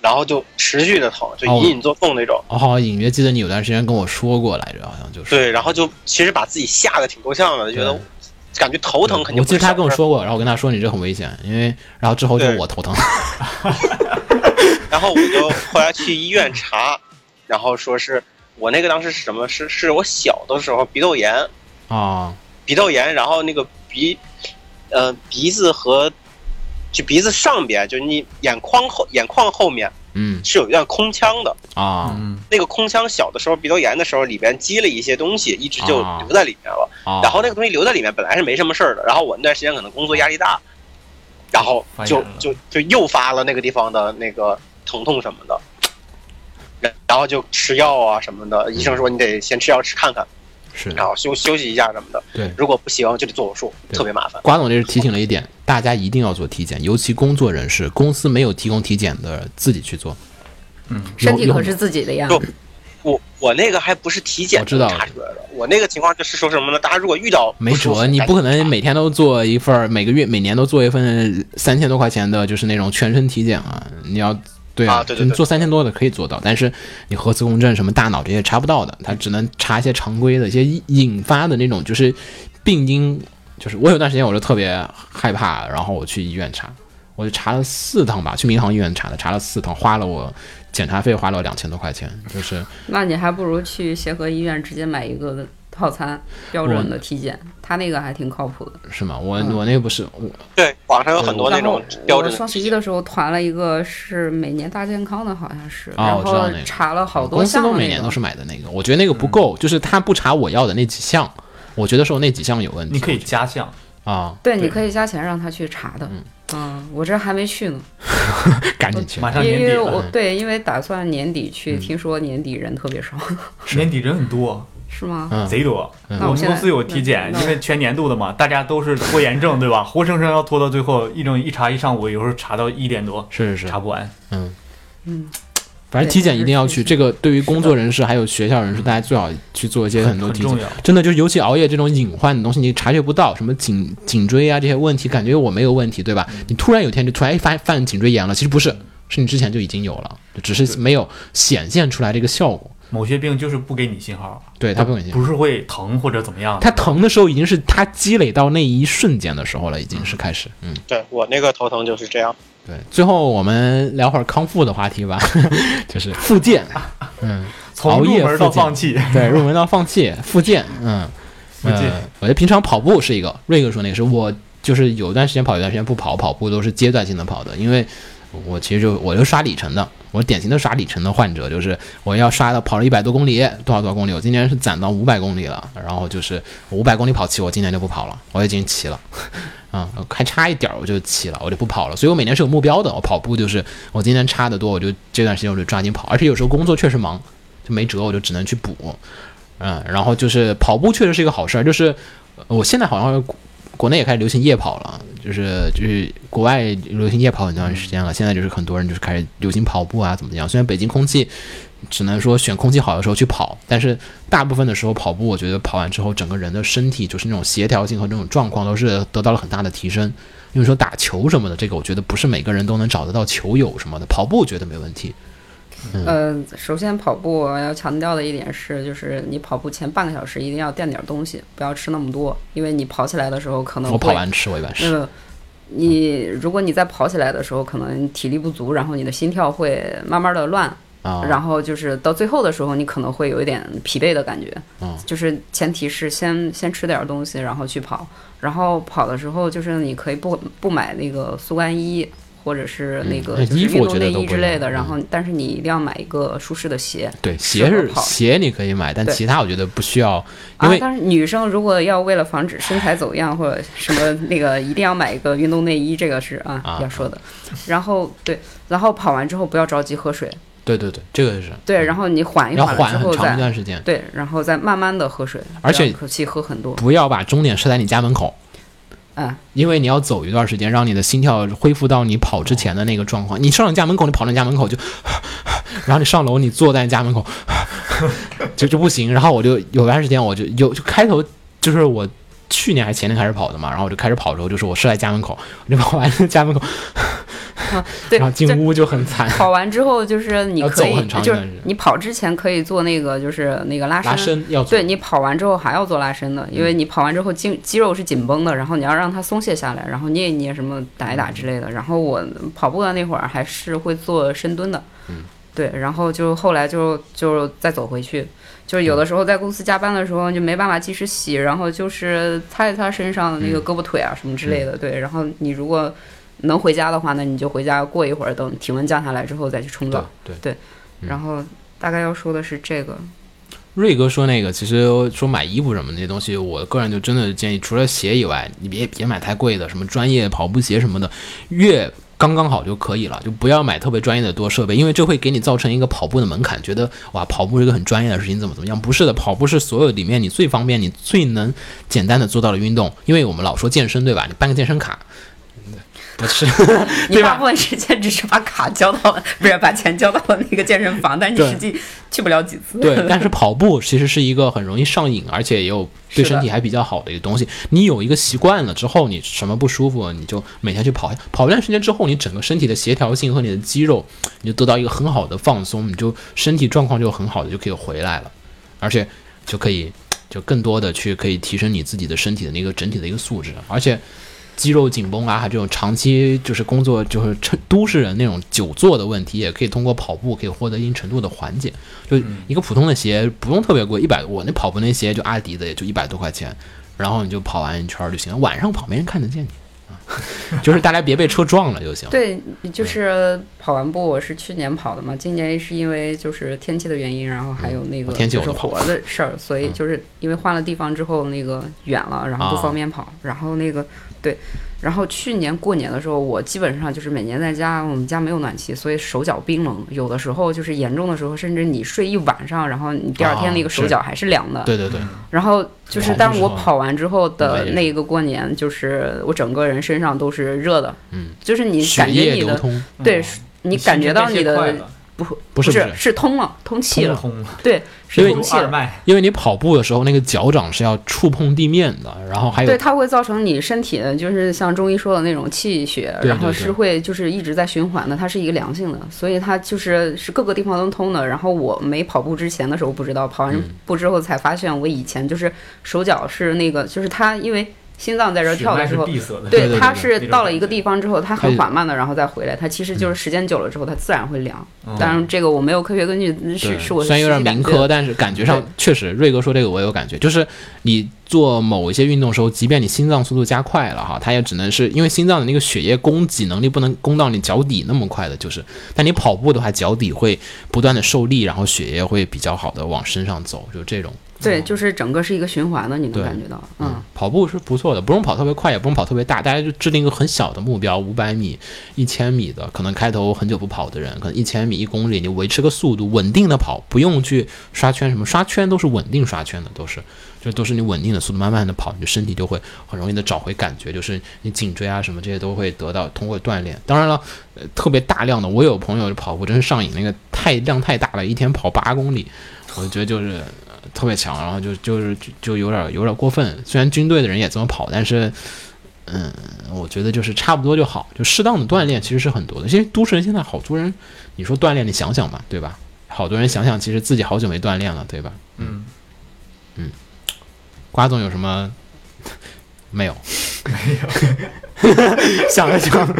Speaker 1: 然后就持续的疼，就
Speaker 2: 哦
Speaker 1: 隐隐作痛那种。
Speaker 2: 我好像哦隐约记得你有段时间跟我说过来着，好像就是
Speaker 1: 对，然后就其实把自己吓得挺够呛的，就觉得
Speaker 2: 对
Speaker 1: 感觉头疼肯定
Speaker 2: 我
Speaker 1: 不
Speaker 2: 记
Speaker 1: 是
Speaker 2: 得他跟我
Speaker 1: 小事儿
Speaker 2: 说过，然后我跟他说你这很危险，因为然后之后就
Speaker 1: 对
Speaker 2: 我头疼，
Speaker 1: 然后我就后来去医院查，然后说是我那个当时是什么？是是我小的时候鼻窦炎，
Speaker 2: 啊，
Speaker 1: 鼻窦炎，然后那个鼻，呃，鼻子和就鼻子上边，就是你眼眶后眼眶后面
Speaker 2: 嗯
Speaker 1: 是有一段空腔的，
Speaker 2: 啊
Speaker 3: 嗯，
Speaker 1: 那个空腔小的时候鼻窦炎的时候里边积了一些东西，一直就
Speaker 2: 啊
Speaker 1: 留在里面了。
Speaker 2: 啊，
Speaker 1: 然后那个东西留在里面本来是没什么事儿的，然后我那段时间可能工作压力大，然后
Speaker 3: 发炎
Speaker 1: 就
Speaker 3: 了
Speaker 1: 就就诱发了那个地方的那个疼痛什么的，然然后就吃药啊什么
Speaker 2: 嗯
Speaker 1: 的，医生说你得先吃药吃看看，
Speaker 2: 是
Speaker 1: 然后休休息一下什么的，
Speaker 2: 对
Speaker 1: 如果不行就得做手术，
Speaker 2: 对
Speaker 1: 特别麻烦。
Speaker 2: 瓜总这是提醒了一点，大家一定要做体检，尤其工作人士，公司没有提供体检的自己去做，
Speaker 3: 嗯
Speaker 2: 有
Speaker 4: 身体
Speaker 2: 有
Speaker 4: 可是自己的呀，
Speaker 1: 有我我那个还不是体检
Speaker 2: 我知道
Speaker 1: 查出来的，我那个情况就是说什么呢？大家如果遇到
Speaker 2: 没
Speaker 1: 舒服
Speaker 2: 辙，你
Speaker 1: 赶
Speaker 2: 不可
Speaker 1: 紧
Speaker 2: 能
Speaker 1: 查
Speaker 2: 每天都做一份儿，每个月每年都做一份三千多块钱的，就是那种全身体检啊。你要对
Speaker 1: 啊对对
Speaker 2: 就你
Speaker 1: 对
Speaker 2: 做三千多的可以做到，但是你核磁共振什么大脑这些查不到的，它只能查一些常规的一些引发的那种就是病因。就是我有段时间我就特别害怕，然后我去医院查，我就查了四趟吧，去民航医院查的，查了四趟，花了我检查费花了两千多块钱，就是
Speaker 4: 那你还不如去协和医院直接买一个套餐，标准的体检，他那个还挺靠谱的。
Speaker 2: 是吗？我
Speaker 4: 嗯
Speaker 2: 我那个不是我
Speaker 1: 对网上有很多那
Speaker 4: 然后
Speaker 1: 种标
Speaker 4: 我
Speaker 1: 准的
Speaker 4: 双十一的时候团了一个是每年大健康的，好像是，
Speaker 2: 哦我
Speaker 4: 然
Speaker 2: 知道
Speaker 4: 后
Speaker 2: 那个嗯
Speaker 4: 查了好多
Speaker 2: 公司
Speaker 4: 项
Speaker 2: 都
Speaker 4: 的
Speaker 2: 每
Speaker 4: 那
Speaker 2: 年
Speaker 4: 种嗯
Speaker 2: 都是买的那个，我觉得那个不够，就是他不查我要的那几项，我觉得是我那几项有问题。
Speaker 3: 你可以加项，
Speaker 2: 啊，
Speaker 4: 对，
Speaker 3: 对
Speaker 4: 你可以加钱让他去查的。嗯，我这还没去呢，
Speaker 2: 赶紧去
Speaker 3: 马。上
Speaker 4: 因
Speaker 3: 年
Speaker 4: 为
Speaker 3: 底
Speaker 4: 因为
Speaker 3: 了，
Speaker 4: 我
Speaker 2: 嗯
Speaker 4: 对，因为打算年底去，听说年底人特别少，
Speaker 3: 年底人很多，
Speaker 4: 是吗？
Speaker 2: 嗯
Speaker 3: 贼多。
Speaker 4: 那我
Speaker 3: 们
Speaker 4: 现
Speaker 3: 公
Speaker 4: 在嗯
Speaker 3: 司有体检，
Speaker 4: 那
Speaker 3: 因为全年度的嘛，大家都是拖延症，对吧？ 活生生要拖到最后，一整一查一上午，有时候查到一点多，
Speaker 2: 是是是
Speaker 3: 查，不完。
Speaker 2: 嗯
Speaker 4: 嗯，
Speaker 2: 反正体检一定要去。这个对于工作
Speaker 4: 是
Speaker 2: 人士还有学校人士，大家最好去做一些很多
Speaker 3: 很
Speaker 2: 体
Speaker 3: 重
Speaker 2: 检。
Speaker 3: 要。
Speaker 2: 真的就是，尤其熬夜这种隐患的东西，你察觉不到，什么颈颈椎啊这些问题，感觉我没有问题，对吧？
Speaker 4: 嗯
Speaker 2: 你突然有一天就突然哎发犯颈椎炎了，其实不是，是你之前就已经有了，就只是没有显现出来这个效果。
Speaker 3: 某些病就是不给你信号，
Speaker 2: 对，它不给你
Speaker 3: 不是会疼或者怎么样的。
Speaker 2: 他疼的时候已经是他积累到那一瞬间的时候了，已经是开始。嗯，
Speaker 1: 对我那个头疼就是这样。
Speaker 2: 对。最后我们聊会儿康复的话题吧， 就是复健。嗯，
Speaker 3: 从入门到放弃，
Speaker 2: 对，入门到放弃复健。嗯，
Speaker 3: 附近
Speaker 2: 呃我觉得平常跑步是一个，瑞哥说那个是我就是有段时间跑，有段时间不跑，跑步都是阶段性的跑的，因为我其实就我就刷里程的，我典型的刷里程的患者，就是我要刷到跑了一百多公里，多少多少公里，我今年是攒到五百公里了，然后就是五百公里跑齐，我今年就不跑了，我已经齐了。 啊、还差一点儿我就齐了，我就不跑了。所以我每年是有目标的，我跑步就是我今年差的多，我就这段时间我就抓紧跑，而且有时候工作确实忙，就没辙，我就只能去补。嗯，然后就是跑步确实是一个好事儿，就是呃我现在好像国国内也开始流行夜跑了，就是就是国外流行夜跑很长时间了，现在就是很多人就是开始流行跑步啊，怎么样？虽然北京空气只能说选空气好的时候去跑，但是大部分的时候跑步，我觉得跑完之后整个人的身体就是那种协调性和那种状况都是得到了很大的提升。因为说打球什么的，这个我觉得不是每个人都能找得到球友什么的，跑步觉得没问题。嗯
Speaker 4: 呃，首先跑步我要强调的一点是，就是你跑步前半个小时一定要垫点东西，不要吃那么多，因为你跑起来的时候可能
Speaker 2: 我跑
Speaker 4: 会
Speaker 2: 完吃，我一般
Speaker 4: 那
Speaker 2: 是。
Speaker 4: 个你如果你在跑起来的时候，可能体力不足，然后你的心跳会慢慢的乱，
Speaker 2: 啊，
Speaker 4: 然后就是到最后的时候，你可能会有一点疲惫的感觉。
Speaker 2: 嗯
Speaker 4: 就是前提是先先吃点儿东西，然后去跑。然后跑的时候，就是你可以不不买那个速干衣，或者是那
Speaker 2: 嗯那
Speaker 4: 个就是
Speaker 2: 衣服
Speaker 4: 运
Speaker 2: 我
Speaker 4: 动
Speaker 2: 觉得
Speaker 4: 内
Speaker 2: 都
Speaker 4: 衣
Speaker 2: 不
Speaker 4: 之类
Speaker 2: 用
Speaker 4: 的。然
Speaker 2: 嗯
Speaker 4: 后，但是你一定要买一个舒适的鞋。
Speaker 2: 对，鞋
Speaker 4: 适合
Speaker 2: 是
Speaker 4: 跑
Speaker 2: 鞋你可以买，但
Speaker 4: 对
Speaker 2: 其他我觉得不需要，因
Speaker 4: 啊
Speaker 2: 为，
Speaker 4: 但是女生如果要为了防止身材走样或者什么那个，一定要买一个运动内衣，这个是啊
Speaker 2: 啊
Speaker 4: 要说的。然后对，然后跑完之后不要着急喝水，
Speaker 2: 对对对，这个是
Speaker 4: 对，然后你缓一
Speaker 2: 要
Speaker 4: 缓了
Speaker 2: 缓
Speaker 4: 之
Speaker 2: 很
Speaker 4: 后
Speaker 2: 长一
Speaker 4: 再
Speaker 2: 段时间，
Speaker 4: 对，然后再慢慢的喝水，
Speaker 2: 而且
Speaker 4: 不要口气喝很多，
Speaker 2: 不要把终点设在你家门口，
Speaker 4: 嗯，
Speaker 2: 因为你要走一段时间，让你的心跳恢复到你跑之前的那个状况。你上你家门口，你跑到你家门口就， 然后你上楼，你坐在你家门口， 就就不行。然后我就有段时间，我就有就开头就是我去年还是前年开始跑的嘛，然后我就开始跑的时候，就是我设在家门口，我就跑完家门口，
Speaker 4: 对，
Speaker 2: 然后进
Speaker 4: 这
Speaker 2: 屋就很惨。
Speaker 4: 跑完之后就是你
Speaker 2: 要
Speaker 4: 可
Speaker 2: 走
Speaker 4: 以
Speaker 2: 很长，一
Speaker 4: 就
Speaker 2: 段
Speaker 4: 是
Speaker 2: 时间
Speaker 4: 你跑之前可以做那个就是那个拉伸。
Speaker 2: 拉伸要做
Speaker 4: 对你跑完之后还要做拉伸的，
Speaker 2: 嗯
Speaker 4: 因为你跑完之后肌肌肉是紧绷的，然后你要让它松懈下来，然后捏一捏什么打一打之类
Speaker 2: 嗯
Speaker 4: 的。然后我跑步的那会儿还是会做深蹲的，
Speaker 2: 嗯
Speaker 4: 对，然后就后来就就再走回去，就是有的时候在公司加班的时候就没办法及时洗，然后就是擦一擦身上的那个胳膊腿啊什么之
Speaker 2: 嗯
Speaker 4: 类的，对。然后你如果能回家的话，那你就回家过一会儿，等体温降下来之后再去冲
Speaker 2: 对
Speaker 4: 澡。
Speaker 2: 对。嗯
Speaker 4: 然后大概要说的是这个，
Speaker 2: 瑞哥说那个，其实说买衣服什么那些东西，我个人就真的建议，除了鞋以外，你别别买太贵的，什么专业跑步鞋什么的，越刚刚好就可以了，就不要买特别专业的多设备，因为这会给你造成一个跑步的门槛，觉得哇，跑步是一个很专业的事情，怎么怎么样？不是的，跑步是所有里面你最方便、你最能简单的做到的运动，因为我们老说健身对吧？你办个健身卡。不是，
Speaker 4: 你
Speaker 2: 对
Speaker 4: 大
Speaker 2: 吧
Speaker 4: 部？分时间只是把卡交到了，不是把钱交到了那个健身房，但是
Speaker 2: 对
Speaker 4: 你实际去不了几 次。
Speaker 2: 对，但是跑步其实是一个很容易上瘾，而且也有对
Speaker 4: 是的
Speaker 2: 身体还比较好的一个东西。你有一个习惯了之后，你什么不舒服，你就每天去跑，跑一段时间之后，你整个身体的协调性和你的肌肉，你就得到一个很好的放松，你就身体状况就很好的就可以回来了，而且就可以就更多的去可以提升你自己的身体的那个整体的一个素质，而且。肌肉紧绷啊，还有这种长期就是工作就是趁都市人那种久坐的问题，也可以通过跑步可以获得一定程度的缓解。就一个普通的鞋不用特别贵，一百我那跑步那鞋就阿迪的也就一百多块钱，然后你就跑完一圈儿就行，晚上跑没人看得见你 啊，就是大家别被车撞了就行。
Speaker 4: 对，就是跑完步，我是去年跑的嘛，今年是因为就是天气的原因，然后还有那个
Speaker 2: 嗯天气
Speaker 4: 就
Speaker 2: 我
Speaker 4: 是
Speaker 2: 都跑
Speaker 4: 活的事儿，所
Speaker 2: 嗯
Speaker 4: 以就是因为换了地方之后，那个远了，然后不
Speaker 2: 啊
Speaker 4: 方便跑，然后那个对，然后去年过年的时候，我基本上就是每年在家，我们家没有暖气，所以手脚冰冷，有的时候就是严重的时候，甚至你睡一晚上，然后你第二天
Speaker 2: 啊
Speaker 4: 那个手
Speaker 2: 是
Speaker 4: 脚还是凉的，
Speaker 2: 对对对，
Speaker 4: 然后就是，
Speaker 2: 跑步
Speaker 4: 但
Speaker 2: 时
Speaker 4: 我
Speaker 2: 候
Speaker 4: 跑完之后的
Speaker 2: 对
Speaker 4: 那一个过年，就是我整个人身上都是热的，
Speaker 2: 嗯，
Speaker 4: 就是你
Speaker 2: 血
Speaker 4: 感觉
Speaker 2: 液
Speaker 4: 你
Speaker 2: 流
Speaker 4: 的，
Speaker 2: 通
Speaker 4: 对
Speaker 3: 嗯
Speaker 4: 你感觉到你
Speaker 3: 新陈代谢快
Speaker 4: 的
Speaker 3: 了
Speaker 2: 不是
Speaker 4: 是
Speaker 2: 不是，
Speaker 4: 是通了，通气了，
Speaker 3: 通了，
Speaker 4: 对，
Speaker 2: 因
Speaker 4: 是
Speaker 2: 为
Speaker 4: 通
Speaker 3: 通
Speaker 4: 气
Speaker 3: 二
Speaker 4: 了。
Speaker 3: 脉，
Speaker 2: 因为你跑步的时候那个脚掌是要触碰地面的，然后还有
Speaker 4: 对，它会造成你身体的，就是像中医说的那种气血，
Speaker 2: 对
Speaker 4: 然后
Speaker 2: 对
Speaker 4: 是
Speaker 2: 对
Speaker 4: 会就是一直在循环的，它是一个良性的，所以它就是是各个地方都通的。然后我没跑步之前的时候不知道，跑
Speaker 2: 嗯
Speaker 4: 完步之后才发现，我以前就是手脚是那个，就是它因为心脏在这儿
Speaker 3: 血
Speaker 4: 跳
Speaker 3: 脉
Speaker 4: 的时
Speaker 3: 是
Speaker 4: 候，
Speaker 3: 闭塞的，
Speaker 2: 对
Speaker 4: 对，
Speaker 2: 对
Speaker 4: 它
Speaker 2: 对
Speaker 4: 是
Speaker 3: 那种
Speaker 4: 到了
Speaker 3: 感
Speaker 4: 一个
Speaker 3: 觉
Speaker 4: 地方之后，
Speaker 2: 它
Speaker 4: 它很
Speaker 2: 有
Speaker 4: 缓慢的，然后再回来。它其实
Speaker 2: 嗯
Speaker 4: 就是时间久了之后，它自然会凉。
Speaker 3: 嗯
Speaker 4: 当然，这个我没有科学根据，是
Speaker 2: 哦对，
Speaker 4: 是我
Speaker 2: 虽然有点
Speaker 4: 实际
Speaker 2: 民
Speaker 4: 感觉
Speaker 2: 科，但是感觉上
Speaker 4: 对
Speaker 2: 确实，瑞哥说这个我有感觉，就是你做某一些运动的时候，即便你心脏速度加快了哈，它也只能是因为心脏的那个血液供给能力不能供到你脚底那么快的，就是，但你跑步的话，脚底会不断的受力，然后血液会比较好的往身上走，就这种。
Speaker 4: 对，就是整个是一个循环的，你能
Speaker 2: 嗯对
Speaker 4: 感觉到，嗯，，
Speaker 2: 跑步是不错的，不用跑特别快，也不用跑特别大，大家就制定一个很小的目标，五百米、一千米的，可能开头很久不跑的人，可能一千米、一公里，你维持个速度，稳定的跑，不用去刷圈什么，刷圈都是稳定刷圈的，都是，就都是你稳定的速度，慢慢的跑，你的身体就会很容易的找回感觉，就是你颈椎啊什么这些都会得到通过锻炼。当然了，呃，特别大量的，我有朋友跑步真是上瘾，那个太量太大了，一天跑八公里，我觉得就是呃特别强，然后就就是就就有点有点过分。虽然军队的人也这么跑，但是，嗯，我觉得就是差不多就好，就适当的锻炼其实是很多的。其实都市人现在好多人，你说锻炼，你想想吧，对吧？好多人想想，其实自己好久没锻炼了，对吧？嗯
Speaker 3: 嗯，
Speaker 2: 瓜总有什么？ 没有，没有， 想了想，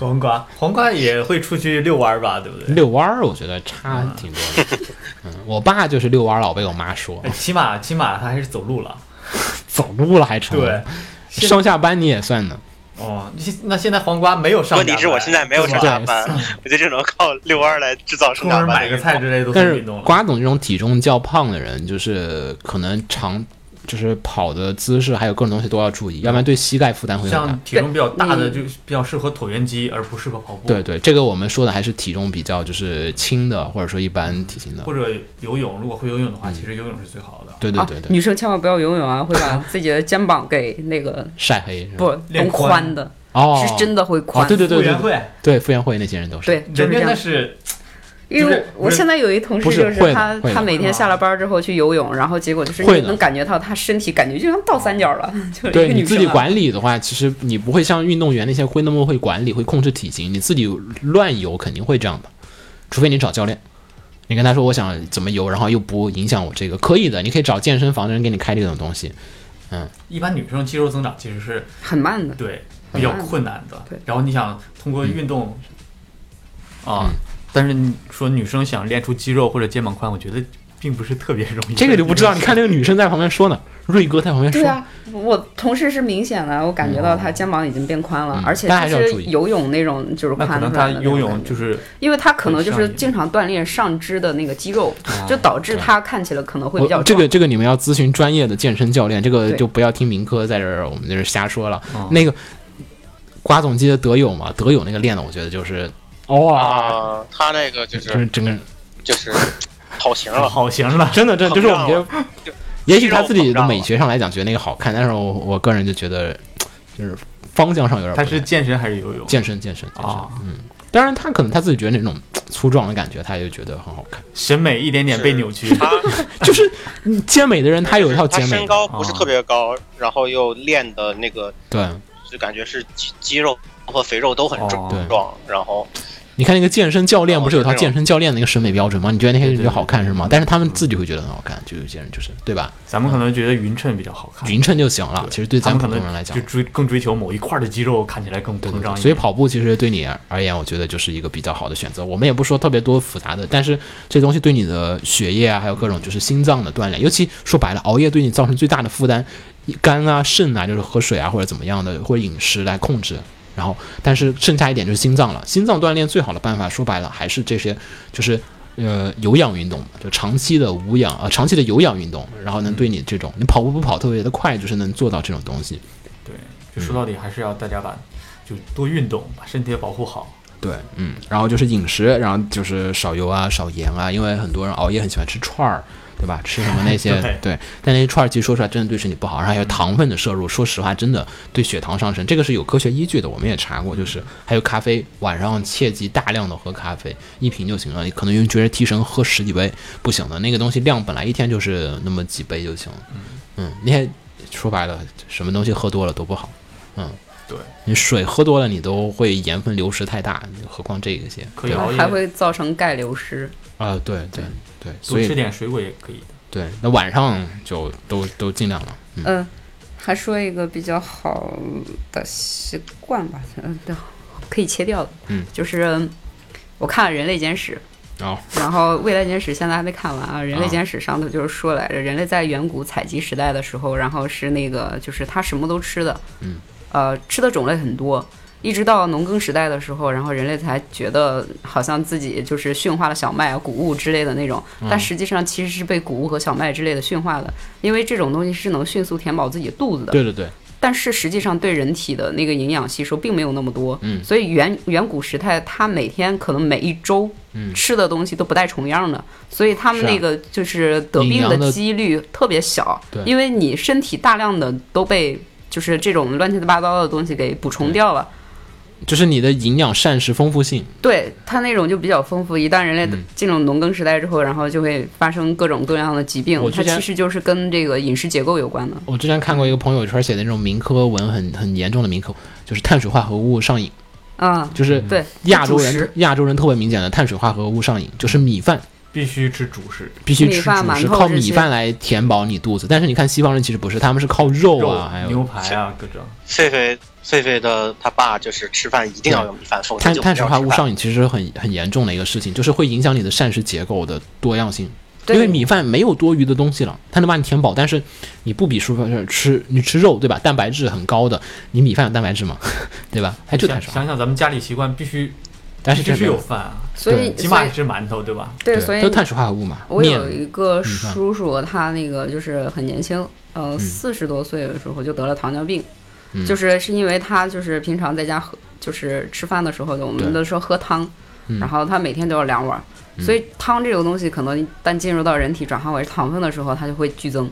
Speaker 3: 黄瓜，黄瓜也会出去遛弯儿吧，对不对？
Speaker 2: 遛弯儿，我觉得差挺多的。嗯，我爸就是遛弯儿，老被我妈说
Speaker 3: 哎起码起码他还是走路了，
Speaker 2: 走路了还成，
Speaker 3: 对，。现
Speaker 2: 上下班你也算呢。
Speaker 3: 哦，那现那现在黄瓜没有上
Speaker 1: 问
Speaker 3: 家
Speaker 1: 题
Speaker 3: 班，
Speaker 1: 是我现在没有上下班，我就只能靠遛弯儿来制造
Speaker 3: 出
Speaker 1: 生下
Speaker 3: 门
Speaker 1: 班。
Speaker 3: 买个菜之类都
Speaker 2: 但
Speaker 3: 算
Speaker 2: 是
Speaker 3: 运动了。
Speaker 2: 瓜总这种体重较胖的人，就是可能长，就是跑的姿势还有各种东西都要注意，要不然对膝盖负担会很
Speaker 3: 像
Speaker 2: 大。
Speaker 3: 体重比较大的
Speaker 4: 对
Speaker 3: 就比较适合椭圆机，而不适合跑步。
Speaker 2: 对，对，这个我们说的还是体重比较就是轻的，或者说一般体型的。
Speaker 3: 或者游泳，如果会游泳
Speaker 2: 嗯
Speaker 3: 的话，其实游泳是最好的。
Speaker 2: 对对
Speaker 4: 啊
Speaker 2: 嗯对，对，
Speaker 4: 女生千万不要游泳啊，会 把自己的肩膀给那个
Speaker 2: 晒黑是吧
Speaker 4: 不
Speaker 3: 练
Speaker 4: 弄
Speaker 3: 宽
Speaker 4: 宽的，
Speaker 2: 哦，
Speaker 4: 是真的会
Speaker 2: 哦，
Speaker 4: 宽。
Speaker 2: 对对对
Speaker 3: 傅
Speaker 2: 对
Speaker 3: 园
Speaker 2: 对
Speaker 3: 慧，
Speaker 2: 对，傅园慧那些人都是。
Speaker 4: 对，就
Speaker 3: 人
Speaker 4: 是这
Speaker 3: 家那
Speaker 4: 样。
Speaker 3: 是
Speaker 4: 因
Speaker 3: 不
Speaker 4: 为
Speaker 3: 是
Speaker 4: 我现在有一同
Speaker 2: 不
Speaker 4: 事，
Speaker 2: 是
Speaker 4: 就
Speaker 2: 会的
Speaker 4: 他
Speaker 2: 会，的
Speaker 4: 他每天下了班之后去游泳，然后结果就是
Speaker 2: 会
Speaker 4: 你
Speaker 2: 的
Speaker 4: 能感觉到他身体感觉就像倒三角了， 就是一
Speaker 2: 对
Speaker 4: 个
Speaker 2: 你
Speaker 4: 女
Speaker 2: 自己
Speaker 4: 生啊。
Speaker 2: 管理的话，其实你不会像运动员那些会那么会管理、会控制体型，你自己乱游肯定会这样的，除非你找教练。你跟他说我想怎么游，然后又不影响我这个，可以的，你可以找健身房的人给你开这种东西。
Speaker 3: 一般女生肌肉增长其实是
Speaker 4: 很慢的，
Speaker 3: 对比
Speaker 4: 很
Speaker 3: 较
Speaker 4: 慢
Speaker 3: 困难的
Speaker 4: 对。
Speaker 3: 然后你想
Speaker 2: 嗯
Speaker 3: 通过运动啊，但是你说女生想练出肌肉或者肩膀宽，我觉得并不是特别容 易。
Speaker 2: 这个就不知道，你看那个女生在旁边说呢，瑞哥在旁 边说，
Speaker 4: 对啊，我同事是明显的，我感觉到他肩膀已经变宽了，
Speaker 2: 嗯
Speaker 4: 而且
Speaker 2: 但还是要
Speaker 4: 就
Speaker 2: 注意
Speaker 4: 游泳那种就是
Speaker 3: 那可
Speaker 4: 宽出
Speaker 3: 能她
Speaker 4: 来的那种
Speaker 3: 游泳
Speaker 4: 感觉
Speaker 3: 就是
Speaker 4: 因为他可能就
Speaker 3: 很
Speaker 4: 是
Speaker 3: 上瘾哦
Speaker 4: 经常锻炼上肢的那个肌肉，
Speaker 3: 啊
Speaker 4: 就导致他看起来可能会比较
Speaker 2: 我这
Speaker 4: 壮
Speaker 2: 个这个你们要咨询专业的健身教练，这个
Speaker 4: 对
Speaker 2: 就不要听民科在这儿我们在这儿瞎说了。
Speaker 3: 嗯
Speaker 2: 那个瓜总记得德友嘛，德友那个练的，我觉得就是哇，
Speaker 1: 啊，他那个就
Speaker 2: 就是
Speaker 1: 是
Speaker 2: 整个人
Speaker 1: 就是跑型 了，
Speaker 3: 好型了。
Speaker 2: 真的，真的就是我们觉得
Speaker 1: 就啊
Speaker 2: 也许他自己的美学上来讲觉得那个好看，但是我我个人就觉得，就是方向上有点不
Speaker 3: 他
Speaker 2: 太一
Speaker 3: 是
Speaker 2: 样。
Speaker 3: 健身还是游泳？
Speaker 2: 健身健身健身
Speaker 3: 啊，
Speaker 2: 嗯，当然他可能他自己觉得那种粗壮的感觉，他也觉得很好看。
Speaker 3: 审美一点点被扭曲。
Speaker 1: 他
Speaker 2: 就是嗯健美的人，他有一套
Speaker 1: 他
Speaker 2: 健美
Speaker 1: 身
Speaker 2: 的，
Speaker 1: 高不是特别高，然后又练的那个
Speaker 2: 对。
Speaker 1: 就感觉是肌肌肉和肥肉都很
Speaker 3: 哦
Speaker 1: 壮，
Speaker 2: 对
Speaker 1: 壮然后
Speaker 2: 你看那个健身教练
Speaker 1: 哦
Speaker 2: 不是有套
Speaker 1: 是这种
Speaker 2: 健身教练那个审美标准吗？你觉得那些人觉
Speaker 3: 对
Speaker 2: 得
Speaker 3: 对
Speaker 2: 好看是
Speaker 1: 嗯
Speaker 2: 吗？但是他们自己会觉得很好看，就有些人就是对吧？
Speaker 3: 咱们可能觉得匀称比较好看，
Speaker 2: 匀称就行了。其实对咱
Speaker 3: 他们
Speaker 2: 普
Speaker 3: 可
Speaker 2: 通人来
Speaker 3: 能
Speaker 2: 讲
Speaker 3: 就，追更追求某一块的肌肉看起来更
Speaker 2: 对
Speaker 3: 膨
Speaker 2: 对
Speaker 3: 胀
Speaker 2: 对，
Speaker 3: 一点。
Speaker 2: 所以跑步其实对你而言，我觉得就是一个比较好的选择。我们也不说特别多复杂的，但是这东西对你的血液啊，还有各种就是心脏的锻炼，尤其说白了，熬夜对你造成最大的负担，肝啊、肾啊，就是喝水啊或者怎么样的，或者饮食来控制。然后，但是剩下一点就是心脏了。心脏锻炼最好的办法，说白了还是这些，就是呃有氧运动，就长期的无氧啊、呃长期的有氧运动，然后能对你这种你跑步不跑特别的快，就是能做到这种东西。
Speaker 3: 对，
Speaker 2: 嗯
Speaker 3: 就说到底还是要大家把就多运动，把身体保护好。
Speaker 2: 对，嗯，然后就是饮食，然后就是少油啊、少盐啊，因为很多人熬夜很喜欢吃串儿，对吧？吃什么那些
Speaker 3: 对
Speaker 2: 对，但那些串儿其实说出来真的对身体不好，然后还有糖分的摄入，说实话真的对血糖上升，这个是有科学依据的，我们也查过，就是还有咖啡，晚上切记大量的喝咖啡，一瓶就行了，你可能有人觉得提神喝十几杯不行的，那个东西量本来一天就是那么几杯就行了，嗯，你也说白了，什么东西喝多了都不好。嗯
Speaker 3: 对，
Speaker 2: 你水喝多了，你都会盐分流失太大，何况这个些。
Speaker 3: 可以
Speaker 2: 对吧
Speaker 3: 熬夜
Speaker 4: 还，会造成钙流失。
Speaker 2: 啊，对对对，
Speaker 3: 多
Speaker 2: 所
Speaker 3: 吃
Speaker 2: 以
Speaker 3: 点水果也可以的。
Speaker 2: 对，那晚上就都都尽量了。嗯，
Speaker 4: 嗯，还说一个比较好的习惯吧，嗯，对，可以切掉的，
Speaker 2: 嗯，哦
Speaker 4: 就是我看了《人类简史》。
Speaker 2: 然后
Speaker 4: 然后《未来简史》现在还没看完啊，《人类
Speaker 2: 啊
Speaker 4: 简史》上头就是说来着，人类在远古采集时代的时候，然后是那个就是他什么都吃的，
Speaker 2: 嗯，
Speaker 4: 呃，吃的种类很多，一直到农耕时代的时候，然后人类才觉得好像自己就是驯化了小麦啊、谷物之类的那种，
Speaker 2: 嗯
Speaker 4: 但实际上其实是被谷物和小麦之类的驯化的，因为这种东西是能迅速填饱自己的肚子的，
Speaker 2: 对对对，
Speaker 4: 但是实际上对人体的那个营养吸收并没有那么多，
Speaker 2: 嗯
Speaker 4: 所以远远古时代他每天可能每一周
Speaker 2: 嗯
Speaker 4: 吃的东西都不带重样的，所以他们
Speaker 2: 是啊
Speaker 4: 那个就是得
Speaker 2: 营
Speaker 4: 病
Speaker 2: 养的
Speaker 4: 几率特别小，
Speaker 2: 对
Speaker 4: 因为你身体大量的都被就是这种乱七八糟的东西给补充掉了。
Speaker 2: 就是你的营养膳食丰富性，
Speaker 4: 对它那种就比较丰富，一旦人类
Speaker 2: 嗯
Speaker 4: 进入农耕时代之后，然后就会发生各种各样的疾病
Speaker 2: 我，之
Speaker 4: 它
Speaker 2: 前
Speaker 4: 其实就是跟这个饮食结构有关的。
Speaker 2: 我之前看过一个朋友圈写的那种民科文很很严重的民科，就是碳水化合物上瘾，
Speaker 4: 啊、
Speaker 2: 就是
Speaker 4: 对，
Speaker 2: 嗯亚洲
Speaker 4: 主
Speaker 2: 人
Speaker 4: 食
Speaker 2: 亚洲人特别明显的碳水化合物上瘾，就是米饭
Speaker 3: 必须吃主食，
Speaker 2: 必须
Speaker 4: 米
Speaker 2: 吃
Speaker 4: 饭
Speaker 2: 主
Speaker 4: 馒
Speaker 2: 食，
Speaker 4: 头
Speaker 2: 靠
Speaker 4: 这
Speaker 2: 米
Speaker 4: 些
Speaker 2: 饭来填饱你肚子。但是你看西方人其实不是，他们是靠肉
Speaker 3: 肉
Speaker 2: 啊，还有
Speaker 3: 牛排啊，各种。
Speaker 1: 狒狒狒狒的他爸就是吃饭一定要用米饭，否则
Speaker 2: 碳
Speaker 1: 就不
Speaker 2: 碳水
Speaker 1: 要
Speaker 2: 化合
Speaker 1: 吃
Speaker 2: 物
Speaker 1: 饭
Speaker 2: 上瘾其实很很严重的一个事情，就是会影响你的膳食结构的多样性。
Speaker 4: 对
Speaker 2: 因为米饭没有多余的东西了，它能把你填饱，但是你不比蔬菜吃你吃肉对吧？蛋白质很高的，你米饭有蛋白质吗？ 对吧？它就
Speaker 3: 想
Speaker 2: 碳水化合物，
Speaker 3: 想想咱们家里习惯必须
Speaker 2: 但是
Speaker 3: 必
Speaker 2: 这
Speaker 3: 须是
Speaker 2: 没
Speaker 3: 有饭啊，
Speaker 4: 所以
Speaker 3: 起码
Speaker 4: 所以
Speaker 3: 也是馒头对吧？
Speaker 4: 对，所以
Speaker 2: 都是碳水化合物嘛，
Speaker 4: 我
Speaker 2: 面
Speaker 4: 有一个
Speaker 2: 饭
Speaker 4: 叔叔，他那个就是很年轻，呃，四十多岁的时候就得了糖尿病，
Speaker 2: 嗯
Speaker 4: 就是是因为他就是平常在家喝，就是吃饭的时候，我
Speaker 2: 对
Speaker 4: 们都说喝汤，
Speaker 2: 嗯
Speaker 4: 然后他每天都要两碗儿，所以汤这种东西可能一旦进入到人体转化为糖分的时候，它就会剧增。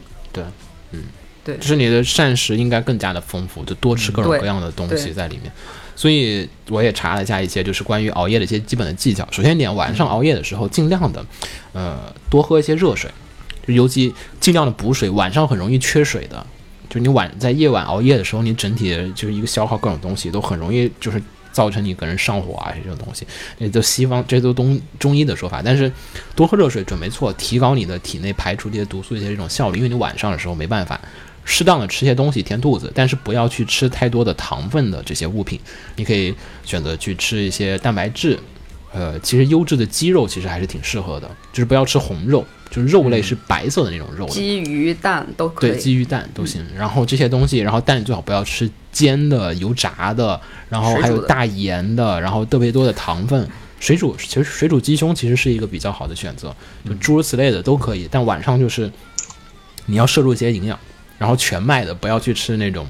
Speaker 2: 就是你的膳食应该更加的丰富，就多吃各种
Speaker 4: 对
Speaker 2: 各样的东西
Speaker 4: 对
Speaker 2: 在里面。所以我也查了一下一些就是关于熬夜的一些基本的技巧。首先一点，晚上熬夜的时候尽量的，呃，多喝一些热水，就尤其尽量的补水，晚上很容易缺水的。就是你晚在夜晚熬夜的时候，你整体就是一个消耗各种东西，都很容易就是造成你个人上火啊这种东西。那都西方这都东中医的说法，但是多喝热水准没错，提高你的体内排除这些毒素一些这种效率，因为你晚上的时候没办法。适当的吃些东西填肚子，但是不要去吃太多的糖分的这些物品。你可以选择去吃一些蛋白质，呃，其实优质的鸡肉其实还是挺适合的，就是不要吃红肉，就是肉类是白色的那种肉的。
Speaker 4: 鸡、鱼、蛋都可
Speaker 2: 对，
Speaker 4: 以。嗯
Speaker 2: 鸡鱼蛋都行。然后这些东西，然后蛋最好不要吃煎的、油炸的，然后
Speaker 4: 水
Speaker 2: 还有
Speaker 4: 煮的
Speaker 2: 大盐的，然后特别多的糖分。水煮其实水煮鸡胸其实是一个比较好的选择，就
Speaker 4: 嗯
Speaker 2: 诸如此类的都可以。但晚上就是你要摄入一些营养，然后全麦的不要去吃那种。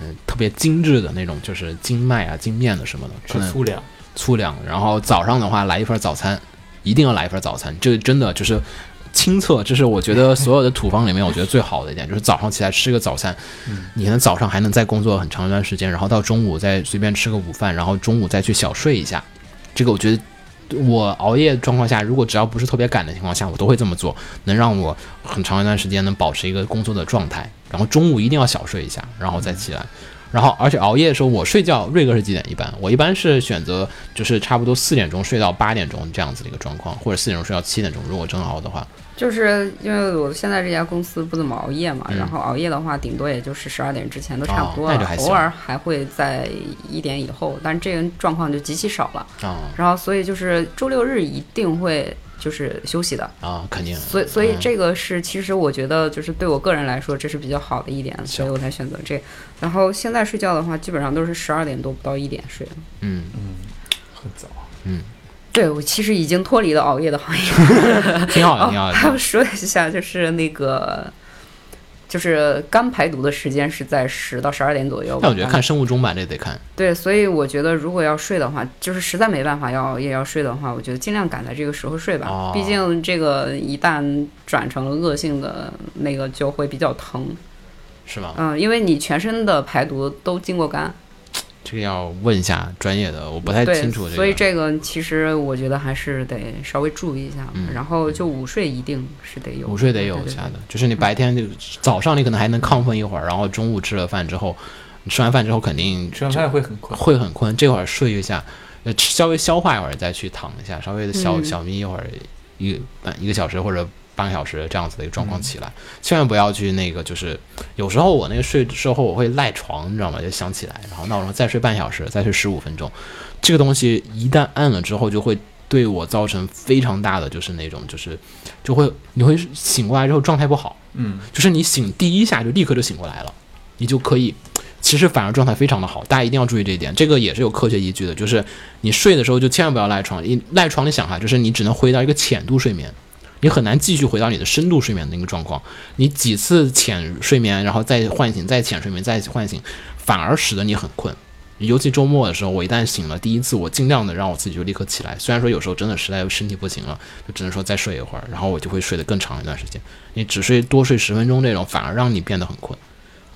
Speaker 2: 嗯，特别精致的那种，就是精麦啊、精面的什么的，可
Speaker 3: 吃
Speaker 2: 能
Speaker 3: 粗粮，
Speaker 2: 粗粮，然后早上的话来一份早餐，一定要来一份早餐。这真的就是亲测，这是我觉得所有的土方里面，我觉得最好的一点，就是早上起来吃个早餐，你可能早上还能再工作很长一段时间，然后到中午再随便吃个午饭，然后中午再去小睡一下。这个我觉得。我熬夜状况下，如果只要不是特别赶的情况下，我都会这么做，能让我很长一段时间能保持一个工作的状态。然后中午一定要小睡一下，然后再起来。然后，而且熬夜的时候，我睡觉，瑞哥是几点？一般我一般是选择就是差不多四点钟睡到八点钟这样子的一个状况，或者四点钟睡到七点钟，如果真熬的话。
Speaker 4: 就是因为我现在这家公司不怎么熬夜嘛，然后熬夜的话，顶多也就是十二点之前都差不
Speaker 2: 嗯
Speaker 4: 多
Speaker 2: 哦
Speaker 4: 了，
Speaker 2: 那就还行
Speaker 4: 偶尔还会在一点以后，但这个状况就极其少了。
Speaker 2: 啊
Speaker 4: 然后所以就是周六日一定会就是休息的，
Speaker 2: 啊，肯定。
Speaker 4: 所以所以
Speaker 2: 嗯
Speaker 4: 这个是其实我觉得就是对我个人来说这是比较好的一点，所以我才选择这个。然后现在睡觉的话，基本上都是十二点多不到一点睡。
Speaker 2: 嗯，
Speaker 3: 很早。
Speaker 4: 对我其实已经脱离了熬夜的行业。
Speaker 2: 嗯挺好的，挺好的。
Speaker 4: 哦， 还要说一下，就是那个，就是肝排毒的时间是在十到十二点左右吧。啊
Speaker 2: 但我觉得看生物钟吧，这得看。
Speaker 4: 对，所以我觉得如果要睡的话，就是实在没办法要熬夜要睡的话，我觉得尽量赶在这个时候睡吧。
Speaker 2: 哦
Speaker 4: 毕竟这个一旦转成了恶性的那个，就会比较疼。
Speaker 2: 是吗？
Speaker 4: 嗯，因为你全身的排毒都经过肝，
Speaker 2: 这个要问一下专业的，我不太
Speaker 4: 对，
Speaker 2: 清楚这个。
Speaker 4: 所以这个其实我觉得还是得稍微注意一下吧。
Speaker 2: 嗯
Speaker 4: 然后就午睡一定是得有的，
Speaker 2: 午睡得有
Speaker 4: 对对
Speaker 2: 一下
Speaker 4: 对
Speaker 2: 的，就是你白天就早上你可能还能亢奋一会儿，然后中午吃了饭之后，你吃完饭之后肯定
Speaker 3: 吃完饭会很困，
Speaker 2: 会很困，这会儿睡一下，呃，吃稍微消化一会儿再去躺一下，稍微的小
Speaker 4: 嗯
Speaker 2: 小眯一会儿，一个半一个小时或者半个小时这样子的一个状况起来，千万不要去那个，就是有时候我那个睡之后我会赖床，你知道吗？就想起来，然后闹钟再睡半小时，再睡十五分钟，这个东西一旦按了之后就会。对我造成非常大的就是那种就是，就会你会醒过来之后状态不好，
Speaker 3: 嗯，
Speaker 2: 就是你醒第一下就立刻就醒过来了，你就可以，其实反而状态非常的好。大家一定要注意这一点，这个也是有科学依据的，就是你睡的时候就千万不要赖床，你赖床你想哈，就是你只能回到一个浅度睡眠。你很难继续回到你的深度睡眠的那个状况，你几次浅睡眠，然后再唤醒，再浅睡眠，再唤醒，反而使得你很困。尤其周末的时候，我一旦醒了第一次，我尽量的让我自己就立刻起来。虽然说有时候真的实在身体不行了，就只能说再睡一会儿，然后我就会睡得更长一段时间。你只睡多睡十分钟这种，反而让你变得很困。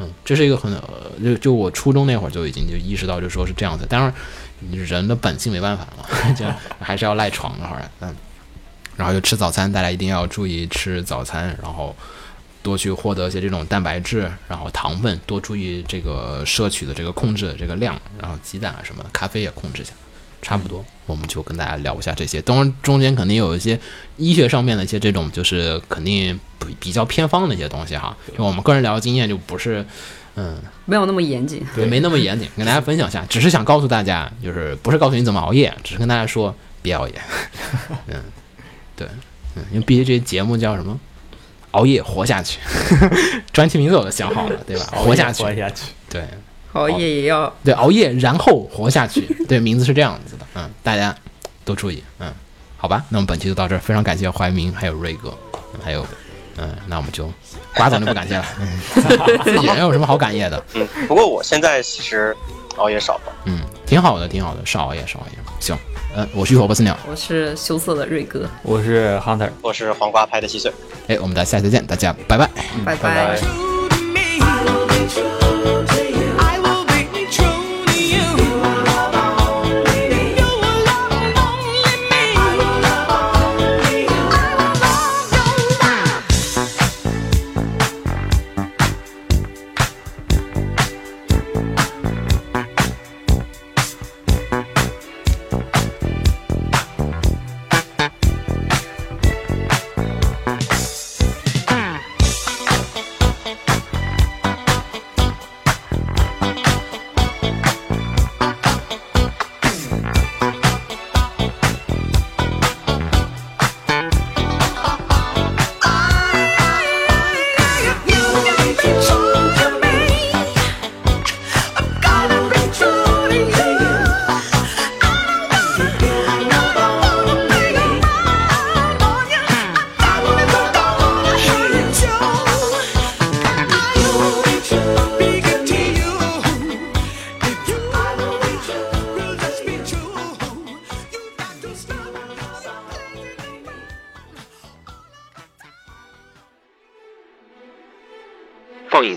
Speaker 2: 嗯，这是一个很呃，就就我初中那会儿就已经就意识到，就说是这样子。当然，人的本性没办法嘛， 就还是要赖床一会儿。嗯，然后就吃早餐，大家一定要注意吃早餐，然后多去获得一些这种蛋白质，然后糖分，多注意这个摄取的这个控制的这个量，然后鸡蛋啊什么的，咖啡也控制一下。差不多，我们就跟大家聊一下这些。当然，中间肯定有一些医学上面的一些这种，就是肯定比比较偏方的一些东西哈。因为我们个人聊的经验就不是，嗯，
Speaker 4: 没有那么严谨。
Speaker 2: 对，没那么严谨，跟大家分享一下，只是想告诉大家，就是不是告诉你怎么熬夜，只是跟大家说别 熬夜。嗯，对，嗯，因为毕竟这节目叫什么？熬夜活下去， 专题名字我都想好了， 对吧？活下去
Speaker 3: 活，下去，
Speaker 2: 对
Speaker 4: 熬夜也要
Speaker 2: 对，熬夜然后活下去， 对，名字是这样子的，嗯，大家都注意，嗯，好吧，那我们本期就到这儿，非常感谢怀明，还有瑞哥，嗯还有，嗯，那我们就瓜总就不感谢了，自己人有什么好感谢的？
Speaker 1: 嗯，不过我现在其实熬夜少了。
Speaker 2: 嗯，挺好的，挺好的，少熬夜，少熬夜。行，嗯，我是浴火不死鸟，
Speaker 4: 我是羞涩的瑞哥，
Speaker 3: 我是 Hunter，
Speaker 1: 我是黄瓜拍的稀碎。
Speaker 2: 哎，我们大家下期再见，大家拜拜。
Speaker 4: 拜
Speaker 3: 拜拜
Speaker 5: True to me, I will be true to you. I will be true to you. You will love only me. You will love only me. I will love only you. I will love your love.
Speaker 6: 放映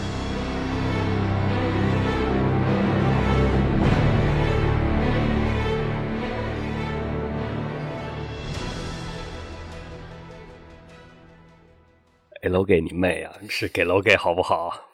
Speaker 7: 哎给楼给你妹啊！是给楼给好不好？